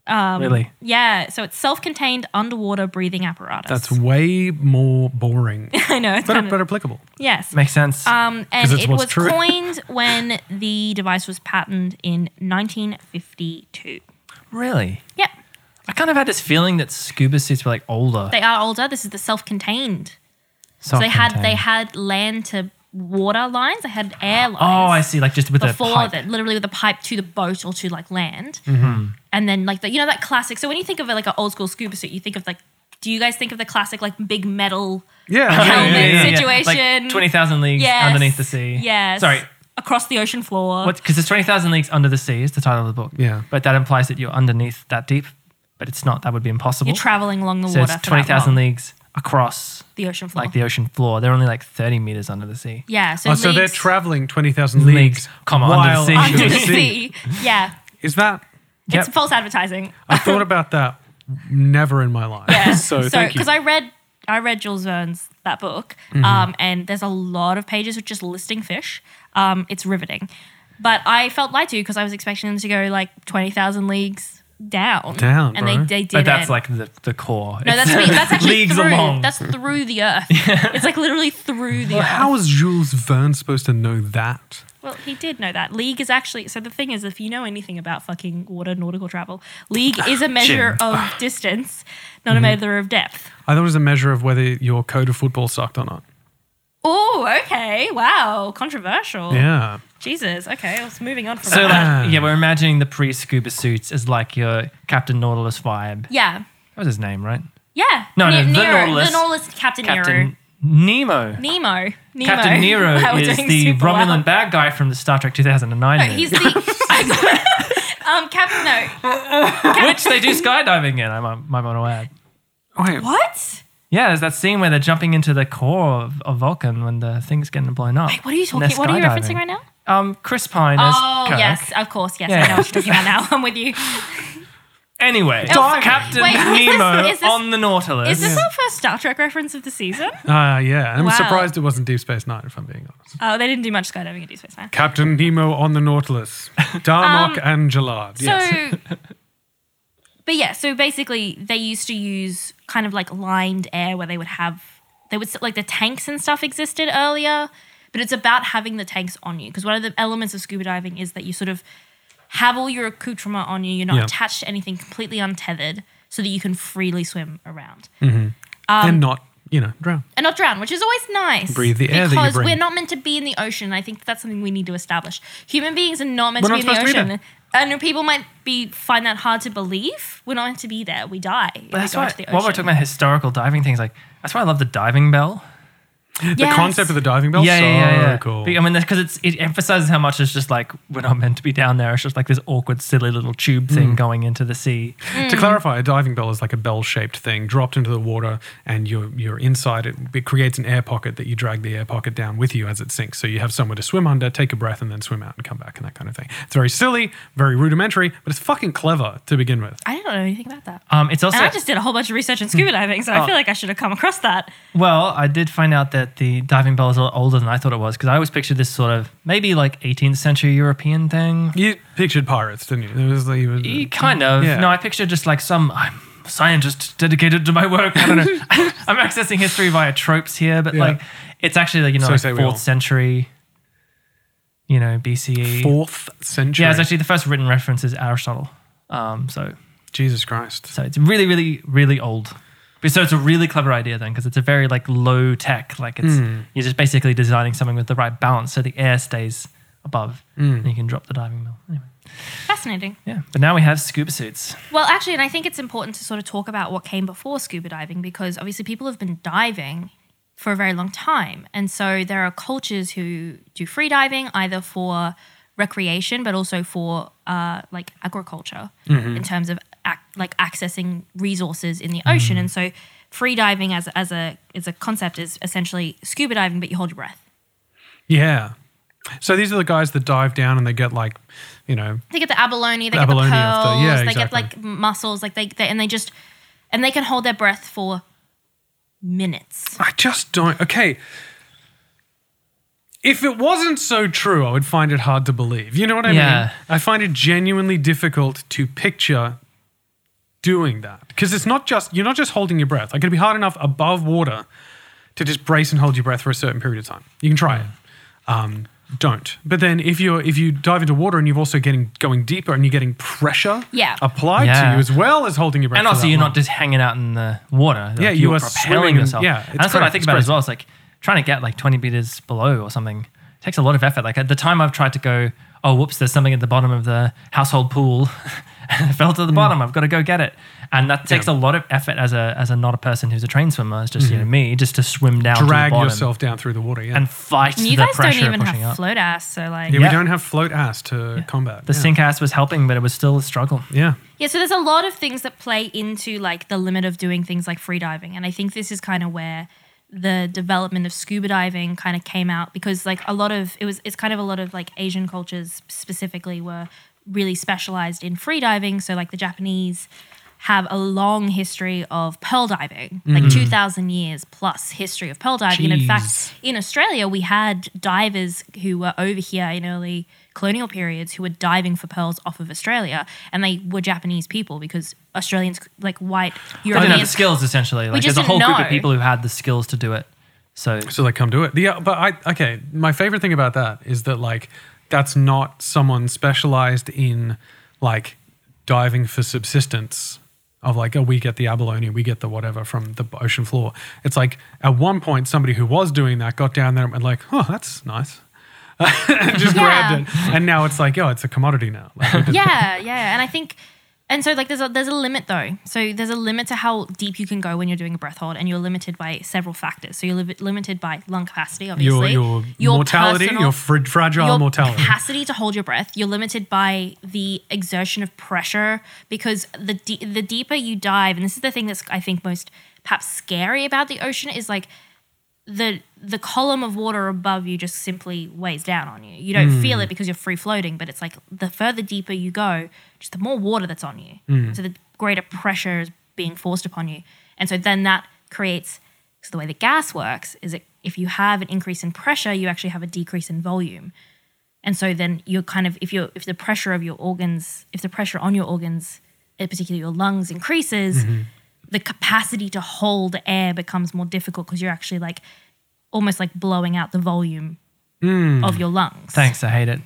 Speaker 3: Really?
Speaker 2: Yeah. So it's self-contained underwater breathing apparatus.
Speaker 1: That's way more boring,
Speaker 2: *laughs* I know. It's
Speaker 1: but
Speaker 2: kind
Speaker 1: but
Speaker 2: of,
Speaker 1: applicable.
Speaker 2: yes.
Speaker 3: Makes sense.
Speaker 2: Um, and
Speaker 1: 'Cause it's
Speaker 2: it
Speaker 1: what's
Speaker 2: was
Speaker 1: true.
Speaker 2: coined when the device was patented in 1952.
Speaker 3: really?
Speaker 2: Yep.
Speaker 3: I kind of had this feeling that scuba suits were like older.
Speaker 2: They are older. This is the self-contained. So
Speaker 3: So
Speaker 2: they had they had land to water lines. They had air lines.
Speaker 3: Oh, I see. Like just with a
Speaker 2: before
Speaker 3: pipe. Mm-hmm.
Speaker 2: that, literally with a pipe to the boat or to like land, and then like the you know that classic. So when you think of like an old school scuba suit, you think of like, do you guys think of the classic like big metal?
Speaker 1: Yeah,
Speaker 2: Helmet
Speaker 1: yeah, yeah, yeah.
Speaker 2: situation.
Speaker 3: Like twenty thousand leagues
Speaker 2: Yes,
Speaker 3: underneath the sea.
Speaker 2: Yes.
Speaker 3: Sorry.
Speaker 2: Across the ocean floor.
Speaker 3: What? Because it's twenty thousand leagues under the sea is the title of the book.
Speaker 1: Yeah.
Speaker 3: But that implies that you're underneath that deep. But it's not. That would be impossible.
Speaker 2: You're traveling along the
Speaker 3: so
Speaker 2: water.
Speaker 3: it's
Speaker 2: for that
Speaker 3: twenty thousand
Speaker 2: long.
Speaker 3: leagues across,
Speaker 2: The ocean floor.
Speaker 3: like the ocean floor. They're only like thirty meters under the sea.
Speaker 2: yeah. So,
Speaker 1: Oh, so they're
Speaker 2: leagues
Speaker 1: traveling twenty thousand leagues,
Speaker 3: Leagues, comma, under the
Speaker 1: while
Speaker 3: sea.
Speaker 2: under the
Speaker 3: You
Speaker 2: sea. Yeah.
Speaker 1: Is that?
Speaker 2: It's
Speaker 3: Yep.
Speaker 2: false advertising.
Speaker 1: I thought about that never in my life.
Speaker 2: Yeah.
Speaker 1: *laughs* So, thank you.
Speaker 2: because I read I read Jules Verne's that book, um, and there's a lot of pages with just listing fish. Um, it's riveting, but I felt lied to because I was expecting them to go like twenty thousand leagues down.
Speaker 1: Down,
Speaker 2: and
Speaker 1: bro.
Speaker 2: they they didn't.
Speaker 3: But that's like the, the core.
Speaker 2: no, that's me. That's actually
Speaker 3: leagues
Speaker 2: through.
Speaker 3: along.
Speaker 2: That's through the earth. It's like literally through the earth.
Speaker 1: How is Jules Verne supposed to know that?
Speaker 2: Well, he did know that. League is actually so the thing is if you know anything about fucking water nautical travel, league is a measure of distance, not a measure of depth.
Speaker 1: I thought it was a measure of whether your code of football sucked or not.
Speaker 2: Oh, okay. Wow. Controversial.
Speaker 3: Oh.
Speaker 1: Yeah.
Speaker 2: Jesus. Okay. I was moving on from
Speaker 3: so
Speaker 2: that.
Speaker 1: Ah.
Speaker 3: like, yeah, we're imagining the pre-scuba suits as like your Captain Nautilus vibe.
Speaker 2: yeah.
Speaker 3: That was his name, right?
Speaker 2: Yeah.
Speaker 3: No,
Speaker 2: Ne-
Speaker 3: no, the
Speaker 2: Nero,
Speaker 3: Nautilus.
Speaker 2: The Nautilus Captain,
Speaker 3: Captain Nemo.
Speaker 2: Nero. Nemo. Nemo.
Speaker 3: Captain
Speaker 2: *laughs*
Speaker 3: Nero
Speaker 2: Wow, we're
Speaker 3: is
Speaker 2: doing
Speaker 3: the
Speaker 2: super well.
Speaker 3: Romulan bad guy from the Star Trek 2009
Speaker 2: No,
Speaker 3: movie,
Speaker 2: he's
Speaker 3: *laughs*
Speaker 2: the. I got- um, Captain. No.
Speaker 3: which they do skydiving in. I might, might want to add. Oh,
Speaker 1: Wait,
Speaker 2: What?
Speaker 3: Yeah, there's that scene where they're jumping into the core of, of Vulcan when the thing's getting blown up.
Speaker 2: Wait, what are you talking? What are you referencing right now?
Speaker 3: now? Um, Chris Pine as
Speaker 2: Oh
Speaker 3: Kirk.
Speaker 2: yes, of course. Yes, I
Speaker 3: Yeah.
Speaker 2: know what you're talking about now. I'm with you.
Speaker 3: *laughs* Anyway,
Speaker 2: Diving.
Speaker 3: Captain
Speaker 2: Oh, Wait, is this-
Speaker 3: Nemo
Speaker 2: is this-
Speaker 3: on the Nautilus.
Speaker 2: Is this our first Star Trek reference of the season?
Speaker 1: Uh, yeah. I'm
Speaker 2: Wow.
Speaker 1: surprised it wasn't Deep Space Nine, if I'm being honest.
Speaker 2: Oh, they didn't do much skydiving in Deep Space Nine.
Speaker 1: Captain Nemo on the
Speaker 2: *laughs*
Speaker 1: Nautilus. Darmok and Gelard.
Speaker 2: Um, So,
Speaker 1: Yes. *laughs*
Speaker 2: but yeah, so basically they used to use kind of like lined air where they would have, they would, s- like the tanks and stuff existed earlier, but it's about having the tanks on you. Because one of the elements of scuba diving is that you sort of have all your accoutrement on you, you're not
Speaker 1: Yeah.
Speaker 2: attached to anything, completely untethered, so that you can freely swim around um,
Speaker 1: and not, you know, drown.
Speaker 2: and not drown, which is always nice.
Speaker 1: Breathe the air that
Speaker 2: because
Speaker 1: you breathe.
Speaker 2: we're not meant to be in the ocean. I think that's something we need to establish. Human beings are not meant
Speaker 1: We're not
Speaker 2: to be in the
Speaker 1: supposed to be
Speaker 2: ocean. And people might be find that hard to believe. We're not meant to be there. We die. if
Speaker 3: But
Speaker 2: we
Speaker 3: that's
Speaker 2: go
Speaker 3: why,
Speaker 2: into the
Speaker 3: while we're
Speaker 2: ocean.
Speaker 3: talking about historical diving things, like that's why I love the diving bell.
Speaker 1: The
Speaker 2: Yes.
Speaker 1: concept of the diving bell.
Speaker 3: yeah,
Speaker 1: so
Speaker 3: yeah, yeah, yeah.
Speaker 1: cool.
Speaker 3: But, I mean, because it's it emphasizes how much it's just like we're not meant to be down there. It's just like this awkward, silly little tube thing
Speaker 1: Hmm.
Speaker 3: going into the sea.
Speaker 1: To clarify, a diving bell is like a bell-shaped thing dropped into the water, and you're you're inside it. It creates an air pocket that you drag the air pocket down with you as it sinks, so you have somewhere to swim under, take a breath, and then swim out and come back, and that kind of thing. It's very silly, very rudimentary, but it's fucking clever to begin with.
Speaker 2: I don't know anything about that.
Speaker 3: Um, it's also
Speaker 2: and I just did a whole bunch of research in scuba diving, so I
Speaker 1: Oh.
Speaker 2: feel like I should have come across that.
Speaker 3: well, I did find out that the diving bell is a lot older than I thought it was because I always pictured this sort of maybe like 18th century European thing.
Speaker 1: You pictured pirates, didn't you? It was like,
Speaker 3: Eh, Kind of.
Speaker 1: Yeah.
Speaker 3: No, I pictured just like some I'm a scientist dedicated to my work. I don't know. *laughs* I'm accessing history via tropes here, but
Speaker 1: Yeah.
Speaker 3: like it's actually like you know
Speaker 1: So
Speaker 3: like
Speaker 1: say we all.
Speaker 3: fourth century. You know BCE.
Speaker 1: fourth century.
Speaker 3: Yeah, it's actually the first written reference is Aristotle. Um, so
Speaker 1: Jesus Christ.
Speaker 3: so it's really, really, really old. But so it's a really clever idea then, because it's a very like low tech. Like it's you're just basically designing something with the right balance so the air stays above and you can drop the diving bell. Anyway.
Speaker 2: Fascinating.
Speaker 3: Yeah. But now we have scuba suits.
Speaker 2: Well, actually, and I think it's important to sort of talk about what came before scuba diving because obviously people have been diving for a very long time. And so there are cultures who do free diving either for recreation but also for uh, like agriculture in terms of ac- like accessing resources in the ocean. And so free diving as, as a as a concept is essentially scuba diving but you hold your breath.
Speaker 1: Yeah. So these are the guys that dive down and they get like, you know,
Speaker 2: they get the abalone, they
Speaker 1: Abalone
Speaker 2: get the
Speaker 1: after,
Speaker 2: pearls,
Speaker 1: yeah,
Speaker 2: they get
Speaker 1: exactly.
Speaker 2: like muscles, like they, they and they just and they can hold their breath for minutes.
Speaker 1: I just don't. Okay. If it wasn't so true, I would find it hard to believe. You know what I
Speaker 3: Yeah.
Speaker 1: mean? I find it genuinely difficult to picture doing that because it's not just you're not just holding your breath. Like it'd be hard enough above water to just brace and hold your breath for a certain period of time. You can try it. Um, don't. But then if you're if you dive into water and you're also getting going deeper and you're getting pressure
Speaker 2: Yeah.
Speaker 1: applied to
Speaker 3: Yeah.
Speaker 1: you as well as holding your breath.
Speaker 3: And
Speaker 1: for
Speaker 3: also,
Speaker 1: that
Speaker 3: you're
Speaker 1: long.
Speaker 3: not just hanging out in the water. Like,
Speaker 1: Yeah, you
Speaker 3: you're
Speaker 1: are swimming
Speaker 3: propelling
Speaker 1: in-
Speaker 3: yourself.
Speaker 1: yeah,
Speaker 3: And
Speaker 1: it's
Speaker 3: that's what I
Speaker 1: correct,
Speaker 3: think
Speaker 1: it's
Speaker 3: about
Speaker 1: crazy.
Speaker 3: as well. It's like trying to get like 20 meters below or something takes a lot of effort. Like at the time, I've tried to go, oh, whoops, there's something at the bottom of the household pool. *laughs* and it fell to the bottom. I've got to go get it. And that takes
Speaker 1: Hmm. Yeah. Mm-hmm.
Speaker 3: a lot of effort as a as a not a person who's a trained swimmer. It's just you know me just to swim down to the
Speaker 1: drag
Speaker 3: bottom
Speaker 1: yourself down through the water. Yeah.
Speaker 3: and fight
Speaker 2: And you
Speaker 3: the
Speaker 2: guys don't
Speaker 3: pressure
Speaker 2: even
Speaker 3: of pushing
Speaker 2: have
Speaker 3: up.
Speaker 2: float ass, so like
Speaker 1: yeah,
Speaker 2: yeah.
Speaker 3: Yeah.
Speaker 1: we don't have float ass to combat.
Speaker 3: the
Speaker 1: yeah.
Speaker 3: sink ass was helping, but it was still a struggle.
Speaker 1: Yeah.
Speaker 2: so there's a lot of things that play into like the limit of doing things like free diving. And I think this is kind of where the development of scuba diving kind of came out because like a lot of it was it's kind of a lot of like Asian cultures specifically were really specialized in free diving. So like the Japanese have a long history of pearl diving, like 2,000 years plus history of pearl diving. And in
Speaker 3: Jeez.
Speaker 2: fact, in Australia, we had divers who were over here in early colonial periods who were diving for pearls off of Australia. And they were Japanese people because Australians, like white
Speaker 3: I didn't have the
Speaker 2: Europeans,
Speaker 3: skills essentially. Like
Speaker 2: just
Speaker 3: there's a whole
Speaker 2: didn't
Speaker 3: group of
Speaker 2: know.
Speaker 3: people who had the skills to do it. So
Speaker 1: So they come to it. Yeah, but I okay. My favorite thing about that is that like that's not someone specialized in like diving for subsistence of like oh we get the abalone we get the whatever from the ocean floor. It's like at one point somebody who was doing that got down there and like oh that's nice. *laughs* and just
Speaker 2: Yeah.
Speaker 1: grabbed it, and now it's like, oh, it's a commodity now. Like,
Speaker 2: *laughs*
Speaker 1: we just-
Speaker 2: *laughs* yeah, yeah, and I think, and so like there's a there's a limit though. So there's a limit to how deep you can go when you're doing a breath hold, and you're limited by several factors. So you're li- limited by lung capacity,
Speaker 1: your
Speaker 2: obviously,
Speaker 1: your, mortality,
Speaker 2: personal-
Speaker 1: your fr- fragile
Speaker 2: your
Speaker 1: mortality.
Speaker 2: capacity to hold your breath. You're limited by the exertion of pressure because the de- the deeper you dive, and this is the thing that's I think most perhaps scary about the ocean is like the the column of water above you just simply weighs down on you. You don't feel it because you're free floating, but it's like the further deeper you go, just the more water that's on you. So the greater pressure is being forced upon you. And so then that creates so the way the gas works is it if you have an increase in pressure, you actually have a decrease in volume. And so then you're kind of if you're if the pressure of your organs, if the pressure on your organs, in particular your lungs increases,
Speaker 3: Mm-hmm.
Speaker 2: the capacity to hold air becomes more difficult because you're actually like almost like blowing out the volume
Speaker 3: Hmm.
Speaker 2: of your lungs.
Speaker 3: thanks, I hate it.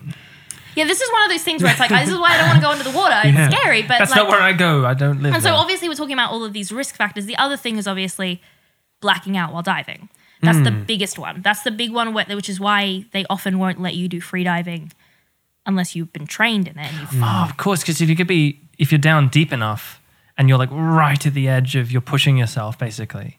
Speaker 2: Yeah, this is one of those things where it's like this is why I don't want to go into the water.
Speaker 3: *laughs*
Speaker 2: It's
Speaker 1: Yeah.
Speaker 2: scary, but
Speaker 3: That's
Speaker 2: like,
Speaker 3: not where I go. I don't live.
Speaker 2: and so
Speaker 3: there.
Speaker 2: obviously we're talking about all of these risk factors. The other thing is obviously blacking out while diving. That's the
Speaker 1: Hmm.
Speaker 2: biggest one. That's the big one, where, which is why they often won't let you do free diving unless you've been trained in it. And you've,
Speaker 1: Hmm.
Speaker 3: Oh, of course, because if you could be, if you're down deep enough and you're like right at the edge of, you're pushing yourself basically,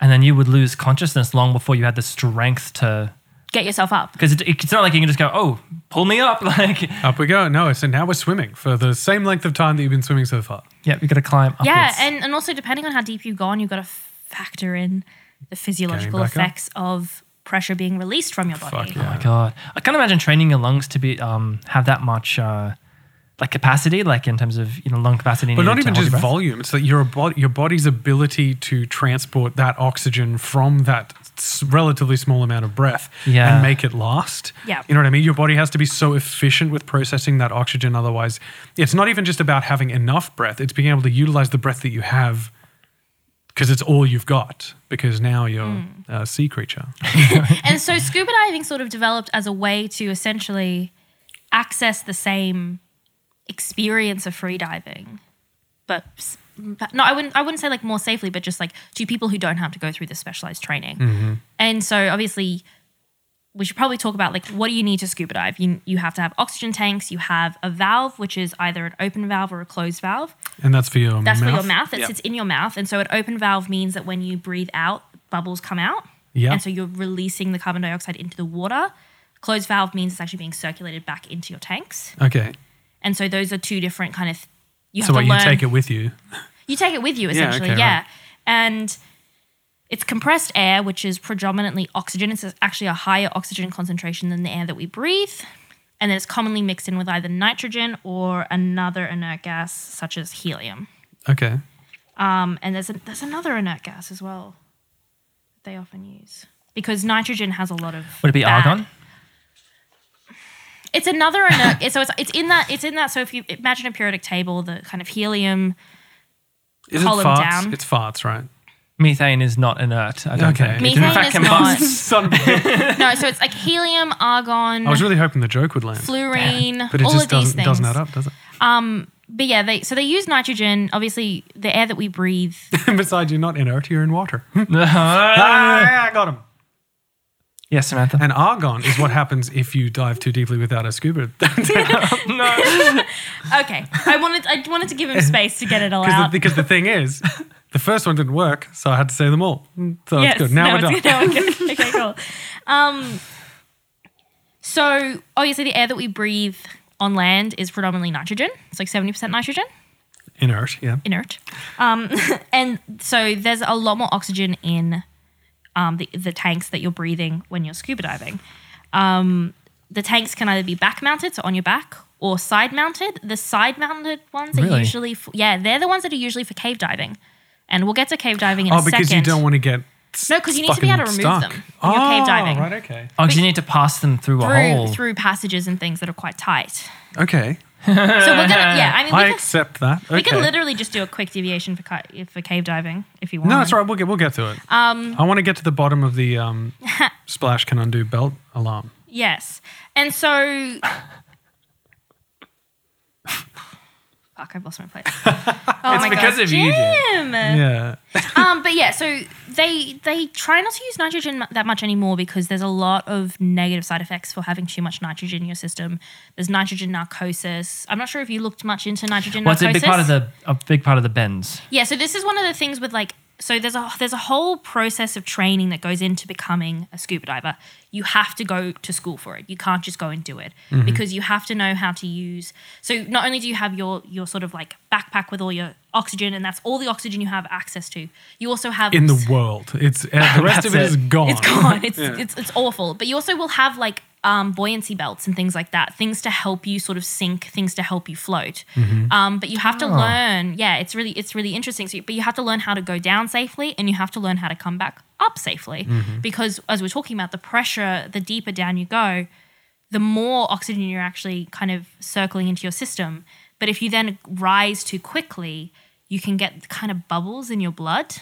Speaker 3: and then you would lose consciousness long before you had the strength to.
Speaker 2: Get yourself up.
Speaker 3: Because it, it's not like you can just go, oh, pull me up. *laughs* Like,
Speaker 1: Up we go. No, so now we're swimming for the same length of time that you've been swimming so far.
Speaker 3: yeah, you got to climb upwards.
Speaker 2: Yeah, and, and also depending on how deep you've gone, you've got to factor in the physiological
Speaker 1: back up.
Speaker 2: effects of pressure being released from your body.
Speaker 1: Fuck yeah.
Speaker 3: Oh my god, I can't imagine training your lungs to be um have that much uh like capacity, like in terms of you know lung capacity.
Speaker 1: But not
Speaker 3: needed
Speaker 1: even
Speaker 3: to hold
Speaker 1: just
Speaker 3: your breath.
Speaker 1: volume. It's like your body, your body's ability to transport that oxygen from that s- relatively small amount of breath
Speaker 3: Yeah.
Speaker 1: and make it last.
Speaker 2: Yeah.
Speaker 1: You know what I mean? Your body has to be so efficient with processing that oxygen. Otherwise, it's not even just about having enough breath. It's being able to utilize the breath that you have because it's all you've got because now you're
Speaker 2: Hmm.
Speaker 1: a sea creature.
Speaker 2: and so scuba diving sort of developed as a way to essentially access the same experience of free diving, but s- but- no, I wouldn't. I wouldn't say like more safely, but just like to people who don't have to go through this specialized training. And so obviously, we should probably talk about like what do you need to scuba dive? You you have to have oxygen tanks. You have a valve, which is either an open valve or a closed valve.
Speaker 1: And that's for your
Speaker 2: That's
Speaker 1: mouth.
Speaker 2: for your mouth. It
Speaker 4: Yep.
Speaker 2: sits in your mouth, and so an open valve means that when you breathe out, bubbles come out,
Speaker 1: Yeah.
Speaker 2: and so you're releasing the carbon dioxide into the water. Closed valve means it's actually being circulated back into your tanks,
Speaker 1: okay.
Speaker 2: and so those are two different kind of. You have
Speaker 1: So
Speaker 2: to
Speaker 1: what you
Speaker 2: learn.
Speaker 1: take it with you.
Speaker 2: You take it with you essentially, yeah.
Speaker 1: okay, right.
Speaker 2: And it's compressed air, which is predominantly oxygen. It's actually a higher oxygen concentration than the air that we breathe. And then it's commonly mixed in with either nitrogen or another inert gas, such as helium.
Speaker 1: Okay.
Speaker 2: Um, and there's, a, there's another inert gas as well that they often use because nitrogen has a lot of.
Speaker 3: Would it be
Speaker 2: bad-
Speaker 3: argon?
Speaker 2: It's another inert. it's- so it's, it's in that. It's in that. So if you imagine a periodic table, the kind of helium.
Speaker 1: Is
Speaker 2: Column
Speaker 1: it farts?
Speaker 2: down.
Speaker 1: It's farts, right?
Speaker 3: Methane is not inert. I don't
Speaker 1: Okay.
Speaker 3: think.
Speaker 1: Me-
Speaker 3: In
Speaker 2: Methane
Speaker 3: fact,
Speaker 2: is
Speaker 1: *laughs*
Speaker 2: not.
Speaker 3: combines-
Speaker 1: Son of a bitch.
Speaker 2: *laughs* No, so it's like helium, argon.
Speaker 1: I was really hoping the joke would land.
Speaker 2: fluorine,
Speaker 1: but it
Speaker 2: all
Speaker 1: just
Speaker 2: of these
Speaker 1: doesn't,
Speaker 2: things.
Speaker 1: doesn't add up, does it? *laughs*
Speaker 2: But yeah, they so they use nitrogen. Obviously, the air that
Speaker 1: *laughs*
Speaker 2: we breathe.
Speaker 1: Besides, you're not inert, you're in
Speaker 2: *laughs*
Speaker 1: water.
Speaker 3: *laughs* Ah.
Speaker 1: I got him.
Speaker 3: yes, Samantha.
Speaker 1: And argon is what happens if you dive too deeply without a scuba. *laughs* Because
Speaker 2: Okay, I wanted I wanted to
Speaker 1: *laughs*
Speaker 2: give him space to get it all
Speaker 1: the,
Speaker 2: out.
Speaker 1: because the thing
Speaker 2: *laughs*
Speaker 1: is, the first one didn't work, so I had to say them all. So it's good. Now
Speaker 2: no,
Speaker 1: we're done.
Speaker 2: it's good,
Speaker 1: *laughs*
Speaker 2: now we're good. Okay, cool. Um, so obviously, the air that we breathe on land is predominantly nitrogen. It's like seventy percent nitrogen,
Speaker 1: Inert, yeah.
Speaker 2: inert. Um, *laughs* and so there's a lot more oxygen in um, the, the tanks that you're breathing when you're scuba diving. Um, the tanks can either be back mounted, so on your back, or side mounted. The side mounted ones are
Speaker 3: Really?
Speaker 2: usually, for, yeah, they're the ones that are usually for cave diving. And we'll get to cave diving in
Speaker 1: Oh,
Speaker 2: a second.
Speaker 1: because you don't want to get.
Speaker 2: No, 'cause you need to be able to remove
Speaker 1: stuck.
Speaker 2: them when you're cave
Speaker 1: Oh,
Speaker 2: diving.
Speaker 1: Right, okay.
Speaker 3: Oh, 'cause you need to pass them through, a
Speaker 2: through,
Speaker 3: hole.
Speaker 2: through passages and things that are quite tight.
Speaker 1: Okay.
Speaker 2: So we're gonna, yeah. I mean, we
Speaker 1: I
Speaker 2: can,
Speaker 1: accept that. Okay.
Speaker 2: we can literally just do a quick deviation for ca- for cave diving if you want.
Speaker 1: No, it's all right. We'll get we'll get to it. Um, I want to get to the bottom of the
Speaker 2: *laughs*
Speaker 1: um, splash can undo belt alarm.
Speaker 2: Yes. And so. Fuck, I've lost my
Speaker 3: *laughs*
Speaker 2: place. Oh
Speaker 3: it's
Speaker 2: my
Speaker 3: because
Speaker 2: God.
Speaker 3: of you,
Speaker 2: Jim!
Speaker 3: Jim.
Speaker 1: Yeah,
Speaker 2: Um, but yeah, so they they try not to use nitrogen mu- that much anymore because there's a lot of negative side effects for having too much nitrogen in your system. There's nitrogen narcosis. I'm not sure if you looked much into nitrogen
Speaker 3: What's a
Speaker 2: narcosis.
Speaker 3: big part of the a big part of the bends?
Speaker 2: Yeah, so this is one of the things with like so there's a there's a whole process of training that goes into becoming a scuba diver. You have to go to school for it. You can't just go and do it
Speaker 1: Mm-hmm.
Speaker 2: because you have to know how to use. So not only do you have your your sort of like backpack with all your oxygen and that's all the oxygen you have access to. You also have
Speaker 1: in the world, it's uh,
Speaker 2: *laughs*
Speaker 1: the rest of it
Speaker 3: That's
Speaker 1: is
Speaker 3: it.
Speaker 1: gone.
Speaker 2: it's gone. It's, it's it's awful. But you also will have like um, buoyancy belts and things like that, things to help you sort of sink, things to help you float. Um, but you have to learn. Yeah, it's really it's really interesting. So, you- but you have to learn how to go down safely, and you have to learn how to come back up safely, because as we're talking about, the pressure, the deeper down you go, the more oxygen you're actually kind of circling into your system. But if you then rise too quickly. You can get kind of bubbles in your blood.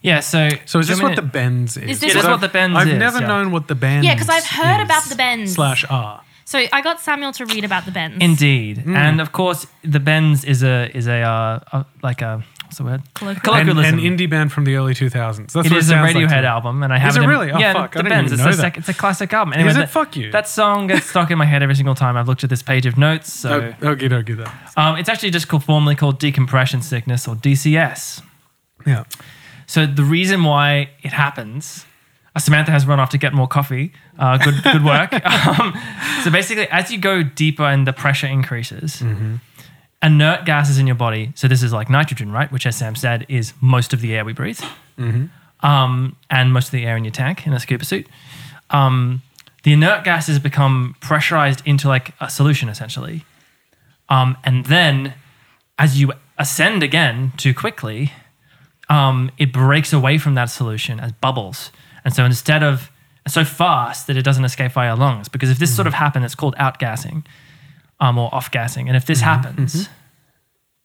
Speaker 3: Yeah. So
Speaker 1: So is this
Speaker 3: Jim
Speaker 1: what
Speaker 3: and
Speaker 1: the
Speaker 3: it-
Speaker 1: bends is?
Speaker 2: Is this Yeah, that's
Speaker 1: I've-
Speaker 3: what the bends
Speaker 1: I've
Speaker 3: is,
Speaker 1: never
Speaker 3: yeah.
Speaker 1: known what the bends.
Speaker 2: Yeah, because I've heard
Speaker 1: is
Speaker 2: about the bends.
Speaker 1: slash R.
Speaker 2: So I got Samuel to read about the bends.
Speaker 3: indeed,
Speaker 1: Hmm.
Speaker 3: and of course the bends is a is a, uh, uh like a what's the word
Speaker 2: Colloquialism.
Speaker 1: An, an
Speaker 3: colloquialism.
Speaker 1: indie band from the early 2000s. That's
Speaker 3: it
Speaker 1: what
Speaker 3: is
Speaker 1: it
Speaker 3: a
Speaker 1: sounds like
Speaker 3: Radiohead
Speaker 1: to me.
Speaker 3: album, and I have
Speaker 1: Is
Speaker 3: it.
Speaker 1: it
Speaker 3: in-
Speaker 1: really? Oh,
Speaker 3: Yeah,
Speaker 1: fuck, I
Speaker 3: the
Speaker 1: didn't even
Speaker 3: Bends. It's
Speaker 1: know
Speaker 3: the
Speaker 1: that.
Speaker 3: sec- it's a classic album. Anyway,
Speaker 1: Is it?
Speaker 3: that-
Speaker 1: Fuck you.
Speaker 3: That song gets stuck in my head every single time I've looked at this page of notes. So
Speaker 1: Oh, okay, okay, that.
Speaker 3: um, it's actually just called, formally called decompression sickness or DCS.
Speaker 1: Yeah.
Speaker 3: So the reason why it happens, uh, Samantha has run off to get more coffee. Uh, good, good work. um, so basically, as you go deeper and the pressure increases, inert gases in your body. So this is like nitrogen, right? Which, as Sam said, is most of the air we breathe, um, and most of the air in your tank in a scuba suit. Um, the inert gases become pressurized into like a solution, essentially, um, and then as you ascend again too quickly um, it breaks away from that solution as bubbles. And so instead of so fast that it doesn't escape via lungs, because if this sort of happened, it's called outgassing um, or off gassing. And if this happens,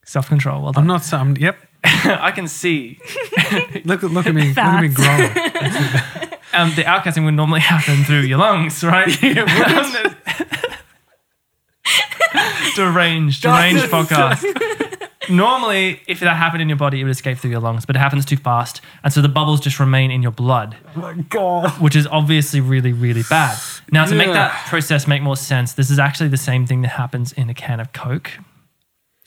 Speaker 3: self control, well
Speaker 1: I'm
Speaker 3: done.
Speaker 1: not. Some, yep.
Speaker 3: *laughs* I can see
Speaker 1: Look, look at me. look at me growing.
Speaker 2: *laughs*
Speaker 3: um, the outgassing would normally happen through your lungs, right? *laughs* Um, deranged, deranged podcast. normally, if that happened in your body, it would escape through your lungs, but it happens too fast. And so the bubbles just remain in your blood,
Speaker 2: Oh
Speaker 1: My God.
Speaker 3: which is obviously really, really bad. Now, to make
Speaker 1: Yeah.
Speaker 3: that process make more sense, this is actually the same thing that happens in a can of Coke.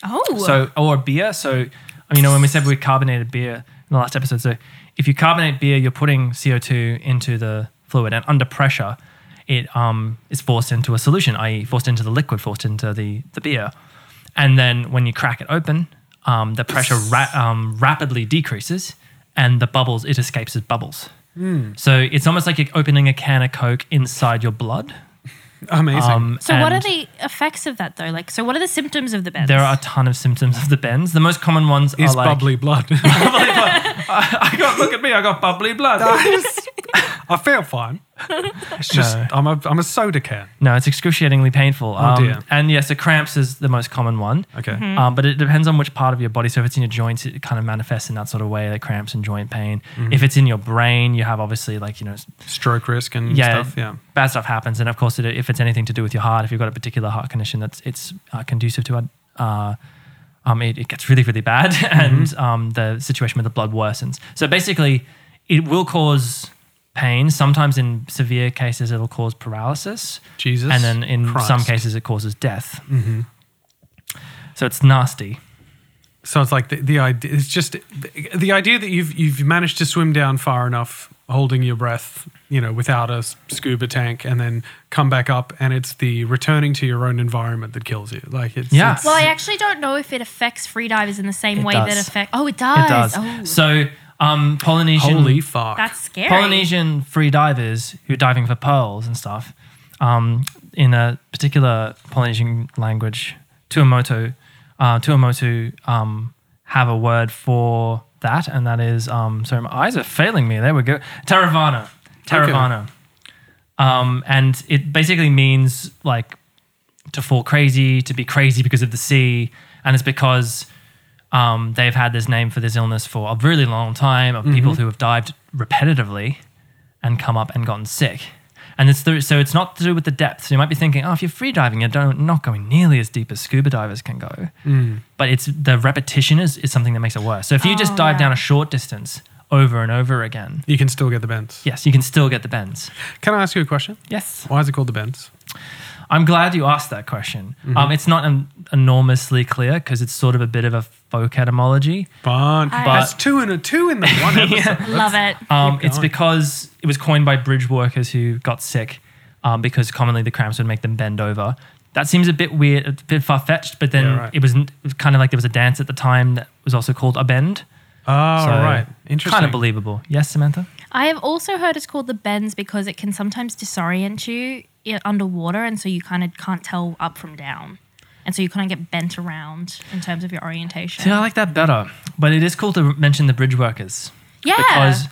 Speaker 2: Oh.
Speaker 3: So, or beer. So, you know, when we said we carbonated beer in the last episode, so if you carbonate beer, you're putting CO2 into the fluid, and under pressure, it um, is forced into a solution, i.e., forced into the liquid, forced into the, the beer. And then when you crack it open, um, the pressure ra- um, rapidly decreases, and the bubbles, it escapes as bubbles.
Speaker 2: Hmm.
Speaker 3: So it's almost like you're opening a can of Coke inside your blood.
Speaker 1: Amazing.
Speaker 3: Um,
Speaker 2: So what are
Speaker 3: and-
Speaker 2: the effects of that though? Like, so what are the symptoms of the bends?
Speaker 3: There are a ton of symptoms of the bends. The most common ones
Speaker 1: is
Speaker 3: are like
Speaker 1: bubbly
Speaker 3: *laughs*
Speaker 1: blood.
Speaker 3: bubbly blood. I, I got look at me. I got bubbly blood.
Speaker 1: *laughs* I feel fine. It's just
Speaker 3: No.
Speaker 1: I'm a I'm a soda can.
Speaker 3: No, it's excruciatingly painful. Um,
Speaker 1: dear.
Speaker 3: And yes, the cramps is the most common one.
Speaker 1: Okay.
Speaker 2: Mm-hmm.
Speaker 3: Um, but it depends on which part of your body. So if it's in your joints, it kind of manifests in that sort of way, like cramps and joint pain. If it's in your brain, you have obviously like you know, s-
Speaker 1: Stroke risk and
Speaker 3: yeah,
Speaker 1: stuff. Yeah.
Speaker 3: bad stuff happens. And of course, it, if it's anything to do with your heart, if you've got a particular heart condition that's it's uh, conducive to it, uh, um, it, it gets really really bad, *laughs*
Speaker 1: Mm-hmm.
Speaker 3: and um, the situation with the blood worsens. So basically, it will cause pain. Sometimes in severe cases, it'll cause paralysis,
Speaker 1: Jesus.
Speaker 3: and then in
Speaker 1: Christ. Mm-hmm.
Speaker 3: some cases, it causes death. So it's nasty.
Speaker 1: So it's like the, the idea. It's just the, the idea that you've you've managed to swim down far enough, holding your breath, you know, without a s- scuba tank, and then come back up, and it's the returning to your own environment that kills you. Like it's
Speaker 3: Yeah.
Speaker 1: it's-
Speaker 2: well, I actually don't know if it affects freedivers in the same
Speaker 3: It
Speaker 2: way
Speaker 3: does.
Speaker 2: that affect. Oh, it does.
Speaker 3: It does.
Speaker 2: Oh,
Speaker 3: So um, Polynesian
Speaker 1: holy fuck.
Speaker 2: that's scary.
Speaker 3: Polynesian free divers who are diving for pearls and stuff, um, in a particular Polynesian language, Tuamotu, uh, Tuamotu um, have a word for that, and that is, um, sorry, my eyes are failing me. There we go. Taravana. Taravana. Um, and it basically means like to fall crazy, to be crazy because of the sea. And it's because um, they've had this name for this illness for a really long time of people who have dived repetitively and come up and gotten sick. And it's through, so it's not to do with the depth. So you might be thinking, oh, if you're free diving, you're don't, not going nearly as deep as scuba divers can go. But it's the repetition is, is something that makes it worse. So if you just
Speaker 2: Oh,
Speaker 3: dive
Speaker 2: right.
Speaker 3: down a short distance over and over again,
Speaker 1: you can still get the bends.
Speaker 3: yes, you can still get the bends.
Speaker 1: Can I ask you a question?
Speaker 3: Yes.
Speaker 1: Why is it called the bends?
Speaker 3: I'm glad you asked that question.
Speaker 1: Mm-hmm.
Speaker 3: Um, it's not en- enormously clear because it's sort of a bit of a folk etymology.
Speaker 1: Fun.
Speaker 2: I-
Speaker 1: That's two in a two
Speaker 3: *laughs*
Speaker 1: in the one episode.
Speaker 2: Love it.
Speaker 3: Um,
Speaker 1: Keep
Speaker 3: it's
Speaker 1: going.
Speaker 3: because it was coined by bridge workers who got sick um, because commonly the cramps would make them bend over. That seems a bit weird, a bit far fetched, but then
Speaker 1: Yeah, right.
Speaker 3: it was, it was kind of like there was a dance at the time that was also called a bend.
Speaker 1: Oh, right. Interesting.
Speaker 3: Kind of believable. Yes, Samantha?
Speaker 2: I have also heard it's called the bends because it can sometimes disorient you i- underwater, and so you kind of can't tell up from down, and so you kind of get bent around in terms of your orientation.
Speaker 3: See, I like that better. But it is cool to mention the bridge workers.
Speaker 2: Yeah.
Speaker 3: because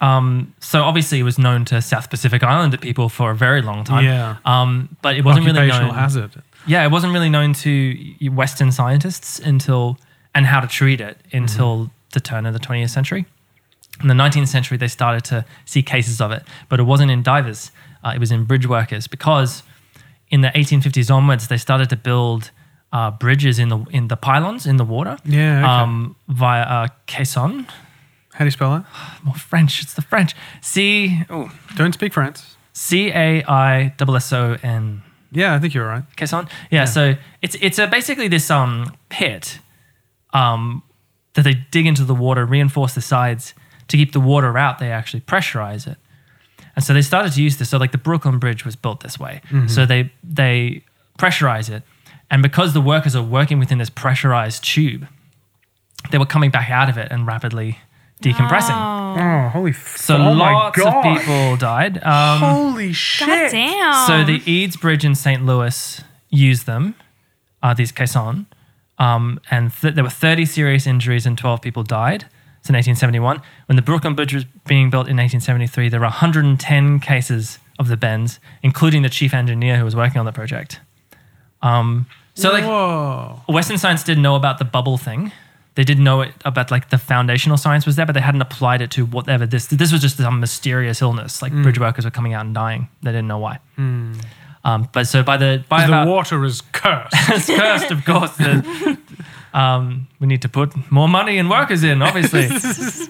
Speaker 3: um, so obviously it was known to South Pacific Islander people for a very long time.
Speaker 1: Yeah.
Speaker 3: Um, but it wasn't really
Speaker 1: Occupational
Speaker 3: known.
Speaker 1: hazard.
Speaker 3: Yeah, it wasn't really known to y- Western scientists until and how to treat it until
Speaker 1: Mm-hmm.
Speaker 3: the turn of the 20th century. In the 19th century, they started to see cases of it, but it wasn't in divers. Uh, it was in bridge workers because in the 1850s onwards, they started to build uh, bridges in the in the pylons in the water.
Speaker 1: Yeah, okay.
Speaker 3: Um, via uh, caisson,
Speaker 1: How do you spell that?
Speaker 3: more French. It's the French. C oh
Speaker 1: Don't speak French.
Speaker 3: C A I S S O N.
Speaker 1: Yeah, I think you're right.
Speaker 3: Caisson. Yeah, So it's it's a, basically this um pit, um, that they dig into the water, reinforce the sides to keep the water out. They actually pressurize it, and so they started to use this. So like the Brooklyn Bridge was built this way. So they they pressurize it, and because the workers are working within this pressurized tube, they were coming back out of it and rapidly decompressing.
Speaker 2: Oh,
Speaker 1: Oh, holy
Speaker 3: So lots of people died. Um,
Speaker 1: Holy shit.
Speaker 2: God damn.
Speaker 3: so the Eads Bridge in St. Louis used them, uh, these caissons, um, and th- there were 30 serious injuries and 12 people died. It's in 1871. When the Brooklyn Bridge was being built in 1873, there were 110 cases of the bends, including the chief engineer who was working on the project. Um, so like
Speaker 1: Whoa.
Speaker 3: Western science did know about the bubble thing. They did know it about like the foundational science was there, but they hadn't applied it to whatever this. This was just some mysterious illness. Like bridge workers were coming out and dying. They didn't know why. Um, but so by the by
Speaker 1: The
Speaker 3: about *laughs*
Speaker 1: water is cursed.
Speaker 3: it's cursed, of course. The, Um, we need to put more money and workers in, obviously.